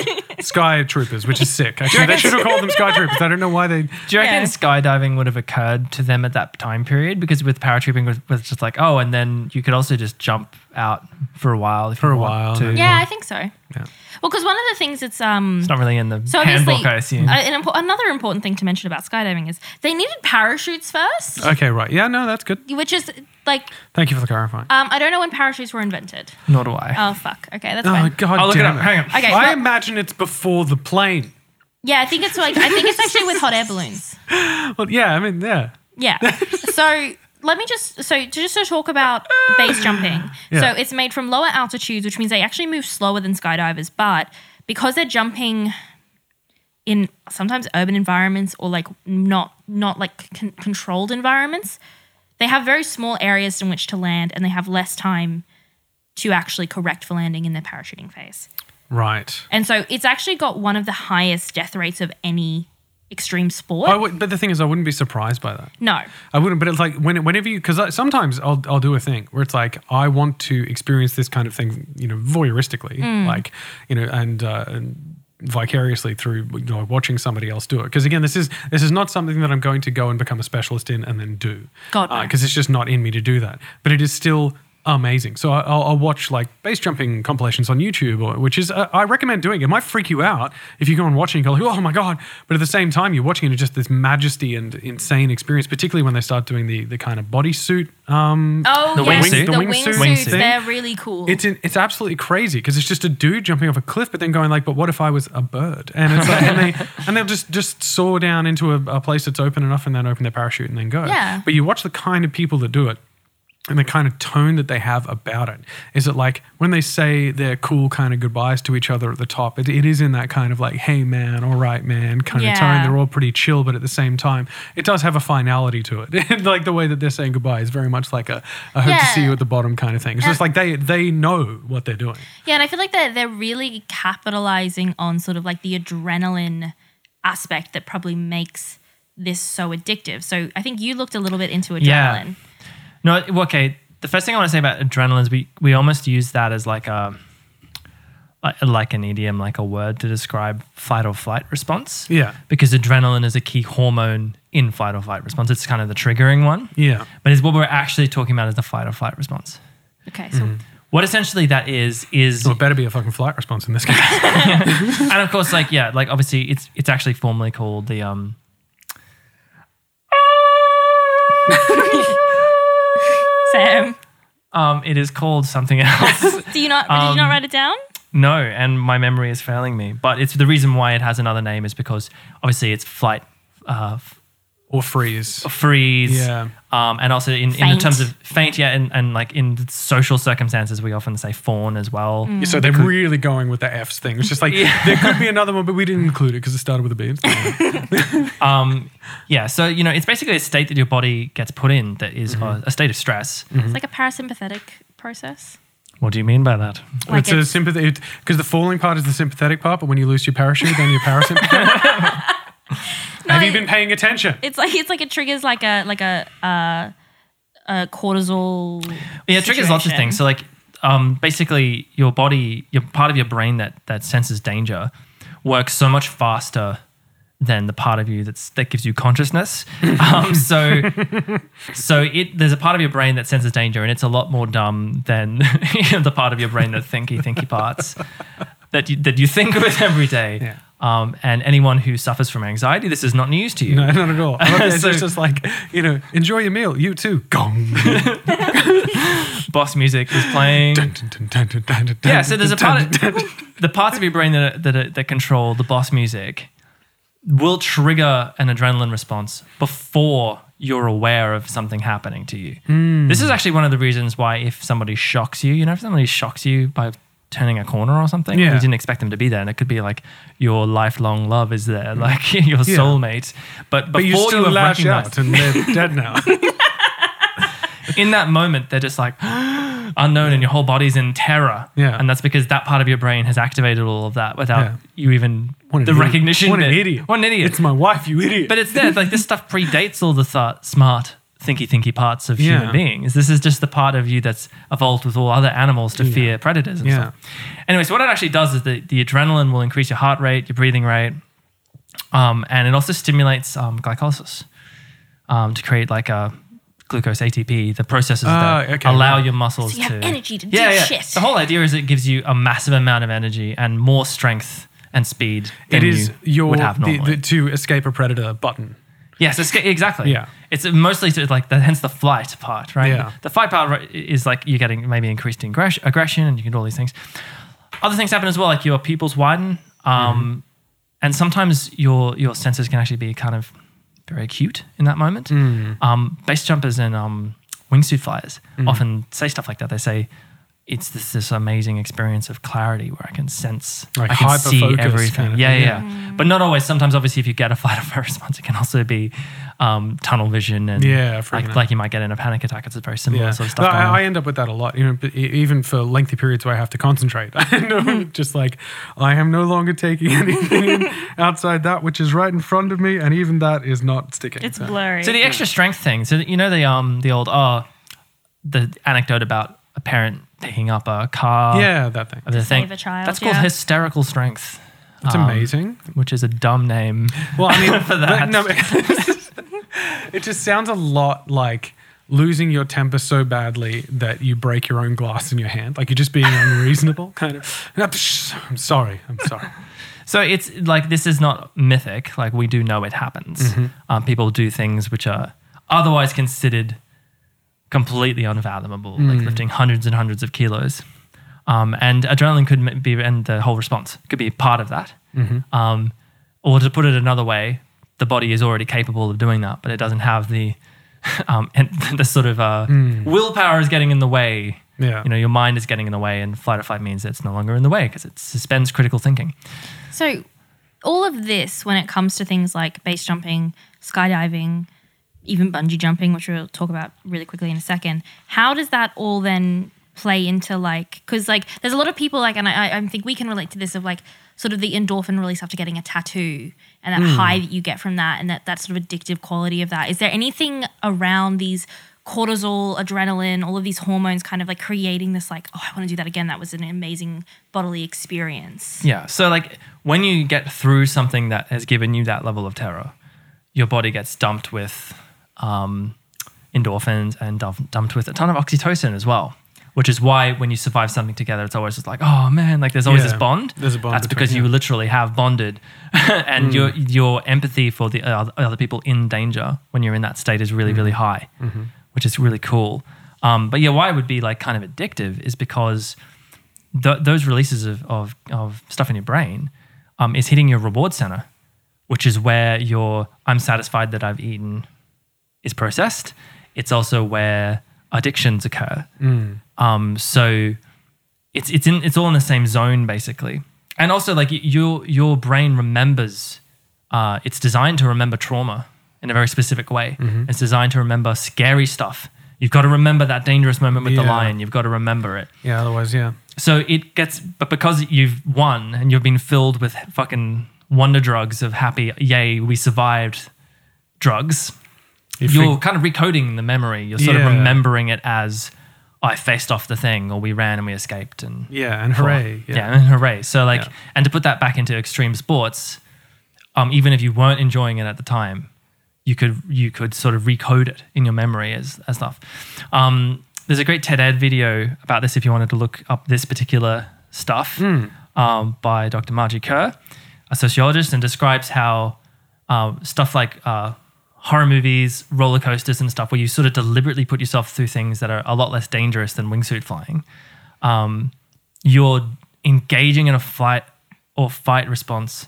Speaker 1: Sky Troopers, which is sick. Actually, they should have called them Sky Troopers. I don't know why they.
Speaker 3: Do you reckon
Speaker 2: Yeah.
Speaker 3: skydiving would have occurred to them at that time period? Because with paratrooping, it was just like, oh, and then you could also just jump out for a while if
Speaker 1: For
Speaker 3: you
Speaker 1: a
Speaker 3: want
Speaker 1: while,
Speaker 3: To.
Speaker 2: Yeah, I think so.
Speaker 1: Yeah.
Speaker 2: Well, because one of the things that's um
Speaker 3: It's not really in the
Speaker 2: So obviously,
Speaker 3: handbook, I assume.
Speaker 2: uh, an impo- another important thing to mention about skydiving is they needed parachutes first,
Speaker 1: Okay, right. Yeah, no, that's good.
Speaker 2: which is like
Speaker 1: Thank you for clarifying.
Speaker 2: um, I don't know when parachutes were invented.
Speaker 3: Nor do I.
Speaker 2: Oh fuck. Okay, that's
Speaker 1: oh
Speaker 2: fine.
Speaker 1: God,
Speaker 3: I'll look it
Speaker 1: damn
Speaker 3: up. Hang on.
Speaker 1: I
Speaker 2: Okay, well-
Speaker 1: imagine it's before the plane.
Speaker 2: Yeah, I think it's like I think it's actually with hot air balloons.
Speaker 1: Well, yeah, I mean, yeah.
Speaker 2: Yeah. So let me just so just to talk about base jumping.
Speaker 1: Yeah.
Speaker 2: So it's made from lower altitudes, which means they actually move slower than skydivers, but because they're jumping in sometimes urban environments or like not not like con- controlled environments, they have very small areas in which to land and they have less time to actually correct for landing in their parachuting phase.
Speaker 1: Right.
Speaker 2: And so it's actually got one of the highest death rates of any extreme sport.
Speaker 1: I would, but the thing is, I wouldn't be surprised by that.
Speaker 2: no.
Speaker 1: I wouldn't, but it's like when, whenever you, because sometimes I'll, I'll do a thing where it's like, I want to experience this kind of thing, you know, voyeuristically, like, you know, and, uh, and vicariously through you know, watching somebody else do it. Because again, this is this is not something that I'm going to go and become a specialist in and then do.
Speaker 2: God, no.
Speaker 1: Because Uh, it's just not in me to do that. But it is still amazing. So I- I'll, I'll watch like base jumping compilations on YouTube, or, which is, uh, I recommend doing it. It might freak you out if you go and watch it and go, like, oh my God. But at the same time, you're watching it, it's just this majesty and insane experience, particularly when they start doing the, the kind of bodysuit. Um,
Speaker 2: Oh,
Speaker 3: The
Speaker 2: yes,
Speaker 3: wingsuit?
Speaker 2: the,
Speaker 1: The wingsuit
Speaker 2: wingsuits,
Speaker 3: Wingsuit.
Speaker 2: they're really cool.
Speaker 1: it's, in, it's absolutely crazy because it's just a dude jumping off a cliff, but then going like, but what if I was a bird? And it's like, and,
Speaker 2: *laughs*
Speaker 1: they, and they'll just, just soar down into a, a place that's open enough and then open their parachute and then go.
Speaker 2: Yeah.
Speaker 1: But you watch the kind of people that do it and the kind of tone that they have about it. Is it like when they say their cool kind of goodbyes to each other at the top, it, it is in that kind of like, hey man, all right man kind of tone.
Speaker 2: Yeah.
Speaker 1: They're all pretty chill, but at the same time, it does have a finality to it. *laughs* like the way that they're saying goodbye is very much like a, I hope to see
Speaker 2: Yeah.
Speaker 1: you at the bottom kind of thing. It's just like they, they know what they're doing.
Speaker 2: yeah, and I feel like they're, they're really capitalizing on sort of like the adrenaline aspect that probably makes this so addictive. So I think you looked a little bit into adrenaline.
Speaker 3: Yeah. No, well, okay. The first thing I want to say about adrenaline is we, we almost use that as like a like- like an idiom, like a word to describe fight or flight response.
Speaker 1: Yeah.
Speaker 3: Because adrenaline is a key hormone in fight or flight response. It's kind of the triggering one.
Speaker 1: Yeah.
Speaker 3: But it's what we're actually talking about is the fight or flight response.
Speaker 2: Okay, so
Speaker 3: What essentially that is is
Speaker 1: So Oh, it better be a fucking flight response in this
Speaker 2: *laughs*
Speaker 1: case.
Speaker 3: and of course like yeah, like obviously it's it's actually formally called the um
Speaker 2: Sam, *laughs*
Speaker 3: um it is called something *laughs* else.
Speaker 2: do you not did you
Speaker 3: Um,
Speaker 2: not write it down?
Speaker 3: No, and my memory is failing me. But it's the reason why it has another name is because obviously it's flight, uh, f-
Speaker 1: or freeze.
Speaker 3: freeze,
Speaker 1: Yeah.
Speaker 3: um, and also in, in
Speaker 2: Faint.
Speaker 3: terms of faint, yeah, and, and like in social circumstances, we often say fawn as well.
Speaker 2: Mm.
Speaker 1: So they're really going with the F's thing. It's just like, there could be another one, but we didn't include it because it started with a B.
Speaker 3: Um, yeah, so you know, it's basically a state that your body gets put in that is, uh, a state of stress.
Speaker 2: It's like a parasympathetic process.
Speaker 3: What do you mean by that?
Speaker 2: *laughs* Like
Speaker 1: it's, a
Speaker 2: it's-
Speaker 1: sympathy because the falling part is the sympathetic part, but when you lose your parachute, then you're
Speaker 2: *laughs*
Speaker 1: parasympathetic. *laughs*
Speaker 2: No,
Speaker 1: Have
Speaker 2: it-
Speaker 1: you been paying attention?
Speaker 2: It's like it's like it triggers like a like a uh, a cortisol.
Speaker 3: Yeah, it triggers lots of
Speaker 2: situation.
Speaker 3: things. So like, um, basically, your body, your part of your brain that that senses danger, works so much faster than the part of you that's that gives you
Speaker 1: *laughs*
Speaker 3: consciousness. um, so, so it there's a part of your brain that senses danger, and it's a lot more dumb than *laughs* the part of your brain that thinky thinky parts that you, that you think with every day.
Speaker 1: Yeah.
Speaker 3: Um, and anyone who suffers from anxiety, this is not news to you.
Speaker 1: No, not at
Speaker 3: *laughs*
Speaker 1: all. I love it. It's
Speaker 3: So-
Speaker 1: just, just like, you know, enjoy your meal. You too.
Speaker 3: *laughs*
Speaker 1: Gong.
Speaker 3: Boss music is
Speaker 1: *laughs*
Speaker 3: playing. yeah, so there's a part of, *laughs* the parts of your brain that are, that, are, that control the boss music will trigger an adrenaline response before you're aware of something happening to you.
Speaker 1: Hmm.
Speaker 3: This is actually one of the reasons why if somebody shocks you, you know, if somebody shocks you by turning a corner or something,
Speaker 1: Yeah.
Speaker 3: you didn't expect them to be there, and it could be like your lifelong love is there, *laughs* like your soulmate. But before
Speaker 1: But you
Speaker 3: you,
Speaker 1: still
Speaker 3: have
Speaker 1: lash out
Speaker 3: recognized,
Speaker 1: and they're dead
Speaker 3: *laughs*
Speaker 1: now.
Speaker 3: in that moment, they're just like *gasps* unknown, and your whole body's in terror.
Speaker 1: Yeah.
Speaker 3: and that's because that part of your brain has activated all of that without
Speaker 1: Yeah.
Speaker 3: you even
Speaker 1: What an
Speaker 3: the
Speaker 1: idiot.
Speaker 3: recognition.
Speaker 1: What an
Speaker 3: bit.
Speaker 1: idiot.
Speaker 3: What an idiot!
Speaker 1: it's my wife, you idiot.
Speaker 3: but it's there. Like this stuff predates all the th- smart thinky thinky parts of
Speaker 1: Yeah.
Speaker 3: human beings. This is just the part of you that's evolved with all other animals to fear predators and
Speaker 1: Yeah.
Speaker 3: stuff. Anyway, so what it actually does is the, the adrenaline will increase your heart rate, your breathing rate, um, and it also stimulates um, glycolysis um, to create like a glucose ATP, the processes that
Speaker 1: Ah, okay,
Speaker 3: allow
Speaker 1: right.
Speaker 3: your muscles
Speaker 2: So you have
Speaker 3: to
Speaker 2: energy to
Speaker 3: yeah,
Speaker 2: do
Speaker 3: yeah.
Speaker 2: shit.
Speaker 3: The whole idea is it gives you a massive amount of energy and more strength and speed than
Speaker 1: it is
Speaker 3: you
Speaker 1: your
Speaker 3: would have
Speaker 1: the,
Speaker 3: normally.
Speaker 1: the, to escape a predator button.
Speaker 3: Yes, it's, exactly.
Speaker 1: Yeah.
Speaker 3: it's mostly to like the, hence the flight part, right?
Speaker 1: Yeah.
Speaker 3: The fight part right, is like you're getting maybe increased ingress- aggression, and you can do all these things. Other things happen as well, like your pupils widen,
Speaker 1: Mm-hmm.
Speaker 3: um, and sometimes your your senses can actually be kind of very acute in that moment.
Speaker 1: Mm.
Speaker 3: Um, base jumpers and um, wingsuit flyers often say stuff like that. They say. It's this, this amazing experience of clarity where I can sense,
Speaker 1: Like
Speaker 3: I can see
Speaker 1: hyper-focus kind of
Speaker 3: everything.
Speaker 1: thing,
Speaker 3: yeah, yeah,
Speaker 1: yeah.
Speaker 3: yeah.
Speaker 2: Mm.
Speaker 3: But not always. Sometimes, obviously, if you get a fight *laughs* or flight response, it can also be um, tunnel vision and
Speaker 1: Yeah, freaking
Speaker 3: like,
Speaker 1: out.
Speaker 3: like you might get in a panic attack. It's a very similar
Speaker 1: Yeah,
Speaker 3: sort of
Speaker 1: No,
Speaker 3: stuff. going on.
Speaker 1: I, I end up with that a lot. You know, but e- even for lengthy periods where I have to concentrate, *laughs* I
Speaker 3: Hmm.
Speaker 1: know, just like I am no longer taking *laughs* anything in outside that which is right in front of me, and even that is not sticking.
Speaker 2: it's
Speaker 1: So-
Speaker 2: blurry.
Speaker 3: so the extra strength thing. So that- you know the um the old oh, the anecdote about a parent picking up a car.
Speaker 1: Yeah, that thing.
Speaker 3: of The thing.
Speaker 2: save a child,
Speaker 3: That's called
Speaker 2: yeah.
Speaker 3: hysterical strength,
Speaker 1: It's
Speaker 3: Um,
Speaker 1: amazing.
Speaker 3: which is a dumb name. *laughs*
Speaker 1: Well, I mean,
Speaker 3: for
Speaker 1: but
Speaker 3: that.
Speaker 1: no, *laughs* but- it just sounds a lot like losing your temper so badly that you break your own glass in your hand. Like you're just being unreasonable, *laughs* kind of. "Ah, psh, I'm sorry. I'm sorry.
Speaker 3: So it's like this is not mythic. Like we do know it happens. Um, people do things which are otherwise considered completely unfathomable, like lifting hundreds and hundreds of kilos. Um, and adrenaline could m- be, and the whole response could be part of that. Um, or to put it another way, the body is already capable of doing that, but it doesn't have the *laughs* um, and *laughs* the sort of uh, willpower is getting in the way.
Speaker 1: Yeah.
Speaker 3: You know, your mind is getting in the way, and flight or flight means it's no longer in the way because it suspends critical thinking.
Speaker 2: So, all of this, when it comes to things like base jumping, skydiving, even bungee jumping, which we'll talk about really quickly in a second, how does that all then play into like, because like there's a lot of people like, and I, I- I think we can relate to this of like sort of the endorphin release after getting a tattoo and that high that you get from that and that, that sort of addictive quality of that. Is there anything around these? cortisol adrenaline all of these hormones kind of like creating this like oh i want to do that again that was an amazing bodily experience
Speaker 3: Yeah. So like when you get through something that has given you that level of terror, your body gets dumped with um, endorphins and dump- dumped with a ton of oxytocin as well. Which is why when you survive something together, it's always just like, oh man, like there's always
Speaker 1: Yeah.
Speaker 3: this bond.
Speaker 1: There's a bond
Speaker 3: That's
Speaker 1: between- Mm.
Speaker 3: because you literally have bonded, *laughs* and your your empathy for the other, other people in danger when you're in that state is really really
Speaker 1: Mm-hmm.
Speaker 3: high, which is really cool. Um, but yeah, why it would be like kind of addictive is because th- those releases of, of, of stuff in your brain um, is hitting your reward center, which is where your I'm satisfied that I've eaten is processed. It's also where addictions occur. Um, so it's it's in it's all in the same zone basically, and also like y- your your brain remembers. Uh, it's designed to remember trauma in a very specific way. It's designed to remember scary stuff. You've got to remember that dangerous moment with the
Speaker 1: Yeah.
Speaker 3: lion. You've got to remember it.
Speaker 1: Yeah. Otherwise, yeah.
Speaker 3: So it gets, but because you've won and you've been filled with fucking wonder drugs of happy, yay, we survived drugs,
Speaker 1: You
Speaker 3: you're
Speaker 1: fig-
Speaker 3: kind of recoding the memory. You're sort
Speaker 1: Yeah.
Speaker 3: of remembering it as I faced off the thing or we ran and we escaped and
Speaker 1: yeah, and hooray.
Speaker 3: yeah, and hooray. So like,
Speaker 1: Yeah.
Speaker 3: and to put that back into extreme sports, um, even if you weren't enjoying it at the time, you could you could sort of recode it in your memory as as stuff. Um, there's a great TED Ed video about this if you wanted to look up this particular stuff
Speaker 1: Hmm.
Speaker 3: um, by Dr. Margie Kerr, a sociologist, and describes how um, stuff like uh, horror movies, roller coasters, and stuff, where you sort of deliberately put yourself through things that are a lot less dangerous than wingsuit flying you're engaging in a fight or fight response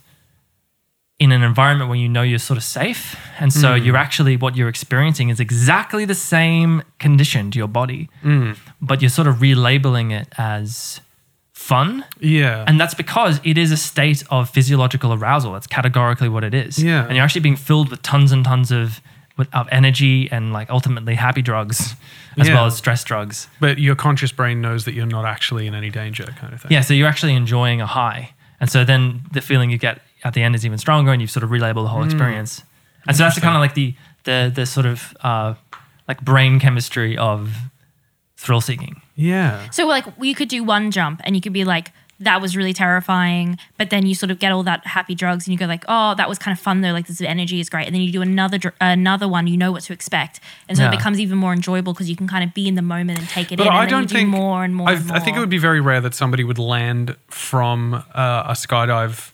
Speaker 3: in an environment where you know you're sort of safe. And so
Speaker 1: Hmm.
Speaker 3: you're actually, what you're experiencing is exactly the same condition to your body,
Speaker 1: Hmm.
Speaker 3: but you're sort of relabeling it as fun.
Speaker 1: Yeah.
Speaker 3: And that's because it is a state of physiological arousal. That's categorically what it is.
Speaker 1: Yeah.
Speaker 3: And you're actually being filled with tons and tons of, with- of energy and like ultimately happy drugs as
Speaker 1: Yeah.
Speaker 3: well as stress drugs.
Speaker 1: but your conscious brain knows that you're not actually in any danger, kind of thing.
Speaker 3: Yeah, so you're actually enjoying a high. And so then the feeling you get at the end is even stronger and you've sort of relabeled the whole experience. And so that's the kind of like the the the sort of uh, like brain chemistry of thrill seeking.
Speaker 1: Yeah.
Speaker 2: So like you could do one jump and you could be like, that was really terrifying. But then you sort of get all that happy drugs and you go like, oh, that was kind of fun though. Like this energy is great. And then you do another dr- another one. You know what to expect, and so
Speaker 3: Yeah.
Speaker 2: it becomes even more enjoyable because you can kind of be in the moment and take it
Speaker 1: But
Speaker 2: in.
Speaker 1: I
Speaker 2: and then
Speaker 1: don't
Speaker 2: you do
Speaker 1: think
Speaker 2: more and more.
Speaker 1: i
Speaker 2: and
Speaker 1: I think it
Speaker 2: more.
Speaker 1: would be very rare that somebody would land from uh, a skydive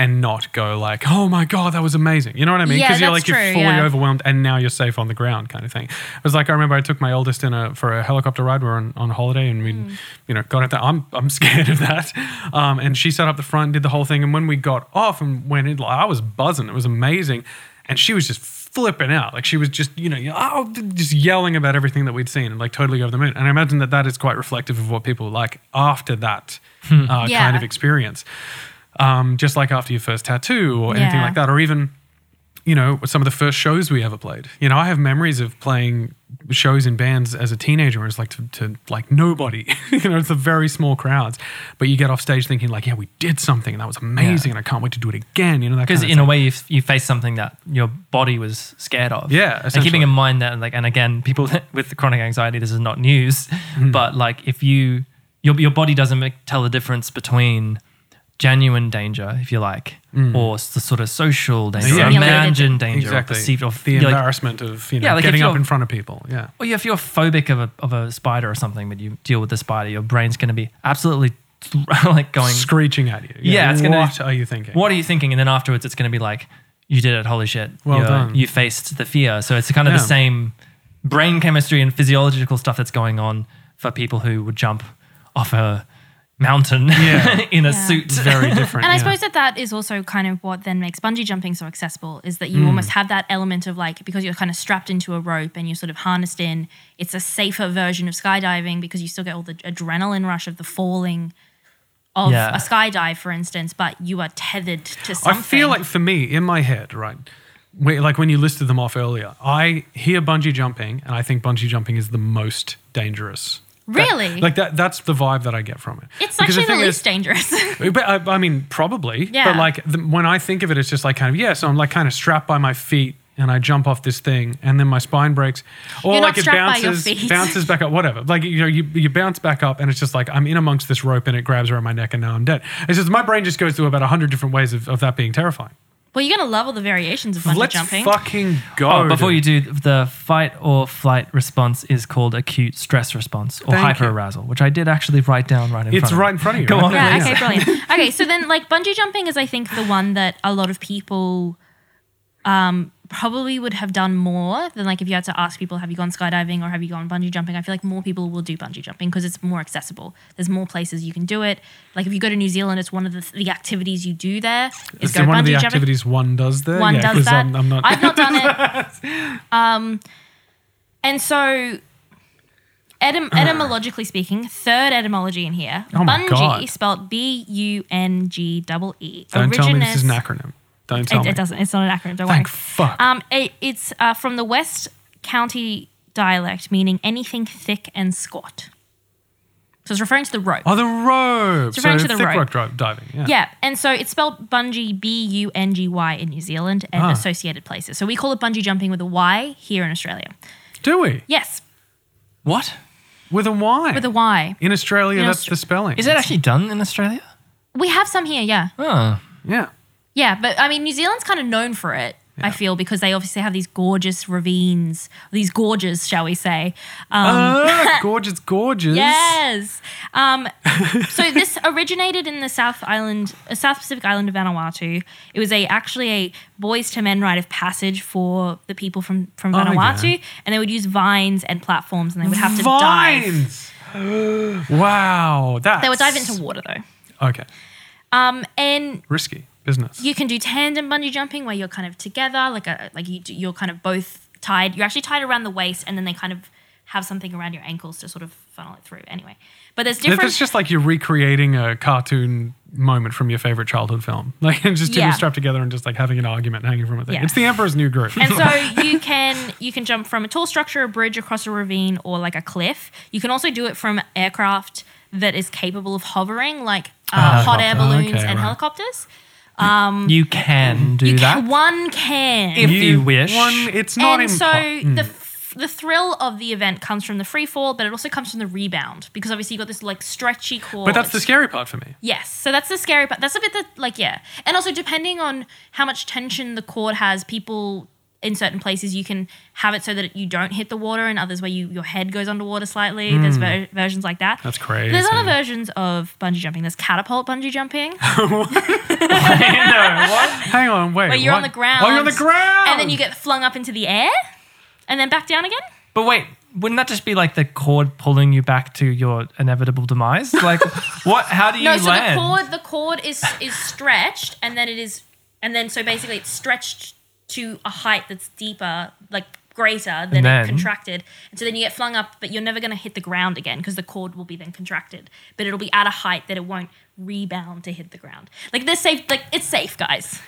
Speaker 1: and not go like, "Oh my god, that was amazing." You know what I mean?
Speaker 2: Yeah,
Speaker 1: you're
Speaker 2: that's
Speaker 1: like you're
Speaker 2: true,
Speaker 1: fully
Speaker 2: yeah.
Speaker 1: overwhelmed and now you're safe on the ground, kind of thing. It was like I remember I took my oldest in a for a helicopter ride. We were on, on holiday and we, would
Speaker 2: Mm.
Speaker 1: you know, got at that. I'm I'm *laughs* scared of that. Um, and she sat up the front, and did the whole thing, and when we got off and went in, like, I was buzzing. It was amazing, and she was just flipping out. Like she was just, you know, you- oh, just yelling about everything that we'd seen and like totally over the moon. And I imagine that that is quite reflective of what people were like after that uh,
Speaker 2: Hmm. Yeah.
Speaker 1: kind of experience. Um, just like after your first tattoo or anything
Speaker 2: Yeah.
Speaker 1: like that, or even, you know, some of the first shows we ever played. You know, I have memories of playing shows in bands as a teenager where it's like to, to like nobody, *laughs* you know, it's the very small crowds, but you get off stage thinking like, yeah, we did something and that was amazing and I can't wait to do it again. You know, that
Speaker 3: Because
Speaker 1: kind of
Speaker 3: in a
Speaker 1: thing.
Speaker 3: way, you, you face something that your body was scared of.
Speaker 1: Yeah,
Speaker 3: and keeping
Speaker 1: essentially.
Speaker 3: in mind that, like, and again, people *laughs* with chronic anxiety, this is not news,
Speaker 1: Hmm.
Speaker 3: but like, if you your your body doesn't make, tell the difference between genuine danger, if you like, or s- the sort of social danger, or
Speaker 1: Yeah.
Speaker 3: imagined danger,
Speaker 1: Hmm. exactly.
Speaker 3: or perceived, or
Speaker 1: the
Speaker 3: you're like,
Speaker 1: embarrassment of you know
Speaker 3: Yeah, like if
Speaker 1: getting up
Speaker 3: you're-
Speaker 1: in front of people. Yeah,
Speaker 3: Well, yeah, if you're phobic of a, of a spider or something, but you deal with the spider, your brain's going to be absolutely *laughs* like going,
Speaker 1: screeching at you.
Speaker 3: Yeah, it's gonna-
Speaker 1: What are you thinking?
Speaker 3: what are you thinking? And then afterwards, it's going to be like, you did it, holy shit.
Speaker 1: Well
Speaker 3: you,
Speaker 1: done.
Speaker 3: you faced the fear. So it's kind of
Speaker 1: Yeah.
Speaker 3: the same brain chemistry and physiological stuff that's going on for people who would jump off a mountain *laughs*
Speaker 1: Yeah.
Speaker 3: in a
Speaker 2: Yeah.
Speaker 3: suit.
Speaker 1: Very
Speaker 3: *laughs*
Speaker 1: different.
Speaker 2: And I
Speaker 1: yeah.
Speaker 2: suppose that that is also kind of what then makes bungee jumping so accessible is that you
Speaker 1: Hmm.
Speaker 2: almost have that element of like because you're kind of strapped into a rope and you're sort of harnessed in. It's a safer version of skydiving because you still get all the adrenaline rush of the falling of
Speaker 3: Yeah.
Speaker 2: a skydive, for instance, but you are tethered to
Speaker 1: I
Speaker 2: something.
Speaker 1: feel like for me in my head, right. we- Like when you listed them off earlier, I hear bungee jumping, and I think bungee jumping is the most dangerous. That-
Speaker 2: Really?
Speaker 1: like that—that's the vibe that I get from it.
Speaker 2: it's
Speaker 1: Because
Speaker 2: actually the
Speaker 1: thing is-
Speaker 2: least dangerous. *laughs*
Speaker 1: But I, I mean, probably. But
Speaker 2: Yeah.
Speaker 1: like the, when I think of it, it's just like kind of yeah. So I'm like kind of strapped by my feet, and I jump off this thing, and then my spine breaks, or
Speaker 2: You're not
Speaker 1: like it
Speaker 2: strapped by your
Speaker 1: bounces,
Speaker 2: feet.
Speaker 1: bounces back up, whatever. Like you know, you you bounce back up, and it's just like I'm in amongst this rope, and it grabs around my neck, and now I'm dead. It's just my brain just goes through about hundred different ways of, of that being terrifying.
Speaker 2: well, you're gonna love all the variations of bungee
Speaker 1: Let's
Speaker 2: jumping.
Speaker 1: fucking go.
Speaker 3: Oh, before
Speaker 1: dude.
Speaker 3: you do, the fight or flight response is called acute stress response or
Speaker 1: Thank you.
Speaker 3: hyperarousal, which I did actually write down right in
Speaker 1: It's
Speaker 3: front of
Speaker 1: right in front of you,
Speaker 3: Go
Speaker 1: right
Speaker 3: on.
Speaker 1: there.
Speaker 2: Yeah,
Speaker 1: Yeah.
Speaker 2: okay,
Speaker 1: *laughs*
Speaker 2: brilliant. Okay, so then like bungee jumping is I think the one that a lot of people um probably would have done more than like if you had to ask people have you gone skydiving or have you gone bungee jumping i feel like more people will do bungee jumping because it's more accessible there's more places you can do it like if you go to new zealand it's one of the, the activities you do there is
Speaker 1: Is
Speaker 2: go
Speaker 1: there one
Speaker 2: bungee
Speaker 1: of the
Speaker 2: jumping
Speaker 1: activities one does there?
Speaker 2: one
Speaker 1: *laughs* Yeah,
Speaker 2: does
Speaker 1: 'cause
Speaker 2: that.
Speaker 1: I'm, I'm not.
Speaker 2: have not done it. Um,
Speaker 1: *laughs*
Speaker 2: and so,
Speaker 1: *sighs*
Speaker 2: etym- etymologically speaking, third etymology in here.
Speaker 1: Oh my
Speaker 2: bungee,
Speaker 1: God.
Speaker 2: spelled B U N G double E.
Speaker 1: Don't tell me this is an
Speaker 2: Originates-
Speaker 1: acronym. Don't tell
Speaker 2: It,
Speaker 1: me.
Speaker 2: it doesn't. It's not an acronym. Don't
Speaker 1: Thank
Speaker 2: worry.
Speaker 1: fuck.
Speaker 2: Um, it, it's uh, from the West County dialect, meaning anything thick and squat. So it's referring to the rope.
Speaker 1: Oh, the rope. So
Speaker 2: referring to the
Speaker 1: thick
Speaker 2: rope.
Speaker 1: rock dri- diving. Yeah.
Speaker 2: *laughs* Yeah, and so it's spelled bungee, B U N G Y in New Zealand and
Speaker 1: Ah.
Speaker 2: associated places. So we call it bungee jumping with a Y here in Australia.
Speaker 1: Do we?
Speaker 2: Yes,
Speaker 3: What?
Speaker 1: With a Y.
Speaker 2: with a Y.
Speaker 1: In Australia,
Speaker 2: In
Speaker 1: that's
Speaker 2: Austra-
Speaker 1: the spelling.
Speaker 3: Is that actually done in Australia?
Speaker 2: We have some here, yeah.
Speaker 3: Oh.
Speaker 1: Yeah.
Speaker 2: Yeah, but I mean, New Zealand's kind of known for it, I feel, because they obviously have these gorgeous ravines, these gorges, shall we say. *laughs*
Speaker 1: Ah, gorgeous, gorgeous.
Speaker 2: Um. Yes. Um, so this *laughs* originated in the South Island, uh, South Pacific island of Vanuatu. It was a actually a boys to men rite of passage for the people from from
Speaker 1: Oh, yeah.
Speaker 2: Vanuatu, and they would use vines and platforms, and they would have to dive.
Speaker 1: Vines. *gasps* wow. That's.
Speaker 2: They would dive into water though,
Speaker 1: Okay.
Speaker 2: um, and
Speaker 1: Risky business.
Speaker 2: you can do tandem bungee jumping where you're kind of together, like a like you do, you're kind of both tied. You're actually tied around the waist, and then they kind of have something around your ankles to sort of funnel it through. Anyway, but there's
Speaker 1: It-
Speaker 2: different.
Speaker 1: It's just like you're recreating a cartoon moment from your favorite childhood film. *laughs* Like, and just two
Speaker 2: Yeah.
Speaker 1: people strapped together and just like having an argument hanging from a thing.
Speaker 2: Yeah.
Speaker 1: It's the Emperor's New Groove. *laughs*
Speaker 2: And so you can you can jump from a tall structure, a bridge across a ravine, or like a cliff. You can also do it from aircraft that is capable of hovering, like uh,
Speaker 1: Ah,
Speaker 2: hot air
Speaker 1: helicopter.
Speaker 2: balloons
Speaker 1: Okay,
Speaker 2: and
Speaker 1: right.
Speaker 2: helicopters.
Speaker 1: Mm.
Speaker 3: You can do
Speaker 2: You
Speaker 3: that.
Speaker 2: Can, one can.
Speaker 3: If you wish.
Speaker 1: One, it's not
Speaker 2: and
Speaker 1: impo- hmm.
Speaker 2: so the f- the thrill of the event comes from the free fall, but it also comes from the rebound because obviously you got this like stretchy core.
Speaker 1: But that's the scary part for me.
Speaker 2: Yes. So that's the scary part. That's a bit that, like, yeah. And also, depending on how much tension the cord has, people in certain places you can have it so that you don't hit the water, and others where you your head goes underwater slightly. There's ver- versions like that.
Speaker 1: Hmm. That's
Speaker 2: But There's other
Speaker 1: crazy. Oh.
Speaker 2: versions of bungee jumping. There's catapult bungee jumping,
Speaker 3: no, what?
Speaker 1: *laughs* Hang on, wait.
Speaker 2: where you're on
Speaker 1: what?
Speaker 2: the ground.
Speaker 1: Oh, you're on the ground.
Speaker 2: And then you get flung up into the air, and then back down again.
Speaker 3: But wait, wouldn't that just be like the cord pulling you back to your inevitable demise? Like, *laughs* what? How do you
Speaker 2: No, so
Speaker 3: land?
Speaker 2: the cord the cord is is stretched and then it is and then so basically it's stretched to a height that's deeper, like greater than
Speaker 3: And
Speaker 2: it
Speaker 3: then-
Speaker 2: contracted. And so then you get flung up, but you're never going to hit the ground again because the cord will be then contracted, but it'll be at a height that it won't rebound to hit the ground. Like they're safe, like it's safe, guys.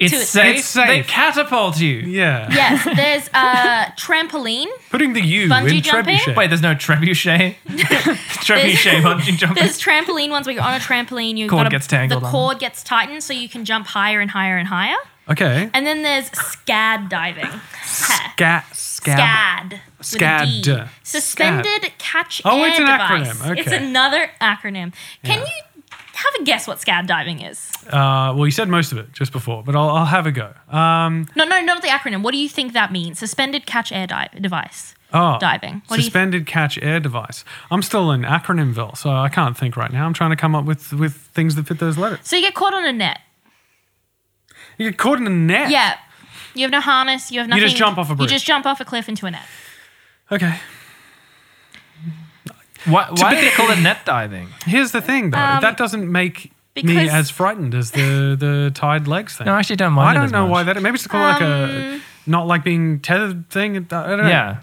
Speaker 3: it's,
Speaker 2: to it.
Speaker 3: safe.
Speaker 1: It's safe.
Speaker 3: They catapult you.
Speaker 1: Yeah.
Speaker 3: *laughs*
Speaker 2: Yes, there's uh trampoline.
Speaker 1: Putting the U
Speaker 2: Bungee
Speaker 1: in
Speaker 2: jumping?
Speaker 1: trebuchet.
Speaker 3: Wait, there's no trebuchet. *laughs* trebuchet bungee
Speaker 2: *laughs*
Speaker 3: jumping.
Speaker 2: There's trampoline ones where you're on a trampoline, you
Speaker 3: Cord gets tangled
Speaker 2: the
Speaker 3: on.
Speaker 2: cord gets tightened so you can jump higher and higher and higher.
Speaker 1: Okay.
Speaker 2: And then there's scad diving. Ha.
Speaker 1: Scat.
Speaker 2: SCAD. with a
Speaker 1: Scad.
Speaker 2: D. Suspended catch
Speaker 1: Oh,
Speaker 2: air
Speaker 1: it's an
Speaker 2: device.
Speaker 1: acronym.
Speaker 2: It's
Speaker 1: Okay.
Speaker 2: another acronym. Can
Speaker 1: Yeah.
Speaker 2: you have a guess what SCAD diving is?
Speaker 1: Uh, well, you said most of it just before, but I'll, I'll have a go. Um,
Speaker 2: No, no, not the acronym. What do you think that means? Suspended catch air dive device.
Speaker 1: oh,
Speaker 2: Diving. What do you-
Speaker 1: suspended catch air device. I'm still in acronymville, so I can't think right now. I'm trying to come up with with things that fit those letters.
Speaker 2: So you get caught on a net.
Speaker 1: You get caught in a net.
Speaker 2: Yeah. You have no harness. You have
Speaker 1: just
Speaker 2: nothing.
Speaker 1: jump off a bridge.
Speaker 2: You just jump off a cliff into a net.
Speaker 1: Okay.
Speaker 3: Why, why do they call it net diving?
Speaker 1: Here's the thing, though.
Speaker 2: Um,
Speaker 1: that doesn't make me
Speaker 2: because-
Speaker 1: as frightened as the the tied legs thing.
Speaker 3: No, I actually don't mind.
Speaker 1: I
Speaker 3: it
Speaker 1: don't
Speaker 3: as
Speaker 1: know
Speaker 3: much.
Speaker 1: why that. Maybe it's called like
Speaker 2: Um,
Speaker 1: a not like being tethered thing. I don't know.
Speaker 3: Yeah.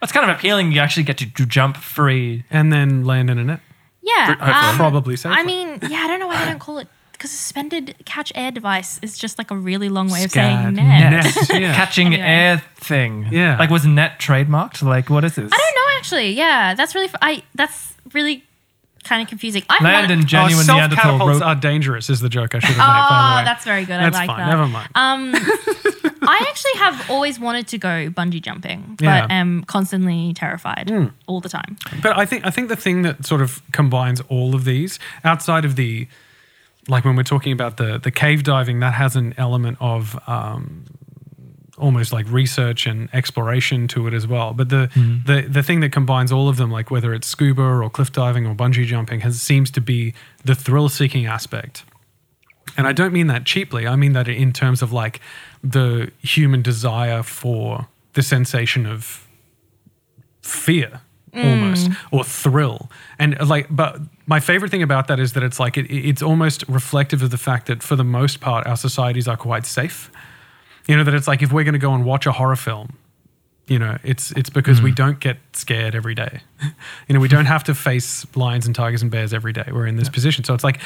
Speaker 3: That's kind of appealing. You actually get to do jump free.
Speaker 1: And then land in a net.
Speaker 2: Yeah.
Speaker 3: Hopefully.
Speaker 2: um,
Speaker 1: Probably safely.
Speaker 2: I mean, yeah, I don't know why they don't call it because suspended catch air device is just like a really long way of saying
Speaker 1: Scad.
Speaker 2: net.
Speaker 1: Net, yeah.
Speaker 3: Catching
Speaker 2: Anyway.
Speaker 3: air thing.
Speaker 1: Yeah.
Speaker 3: Like, was net trademarked? Like, what is this?
Speaker 2: I don't know actually. Yeah, that's really. f- I that's really kind of confusing. I
Speaker 3: Land and
Speaker 2: wanna-
Speaker 1: Oh,
Speaker 3: genuine
Speaker 1: self
Speaker 3: Neanderthal
Speaker 1: catapults
Speaker 3: rope.
Speaker 1: are dangerous. Is the joke I should have made? by the
Speaker 2: Oh,
Speaker 1: way.
Speaker 2: that's very good.
Speaker 1: That's
Speaker 2: I like
Speaker 1: fine.
Speaker 2: that.
Speaker 1: Never mind.
Speaker 2: Um, I actually have always wanted to go bungee jumping, but
Speaker 1: Yeah.
Speaker 2: am constantly terrified
Speaker 3: Hmm.
Speaker 2: all the time.
Speaker 1: But I think I think the thing that sort of combines all of these, outside of the, like when we're talking about the the cave diving, that has an element of um, almost like research and exploration to it as well. But the the the thing that combines all of them, like whether it's scuba or cliff diving or bungee jumping, has seems to be the thrill seeking aspect. And I don't mean that cheaply. I mean that in terms of like the human desire for the sensation of fear almost or thrill and uh, like but my favorite thing about that is that it's like it, it- it's almost reflective of the fact that for the most part our societies are quite safe you know that it's like if we're going to go and watch a horror film you know it's it's because we don't get scared every day *laughs* you know we don't have to face lions and tigers and bears every day we're in this position so it's like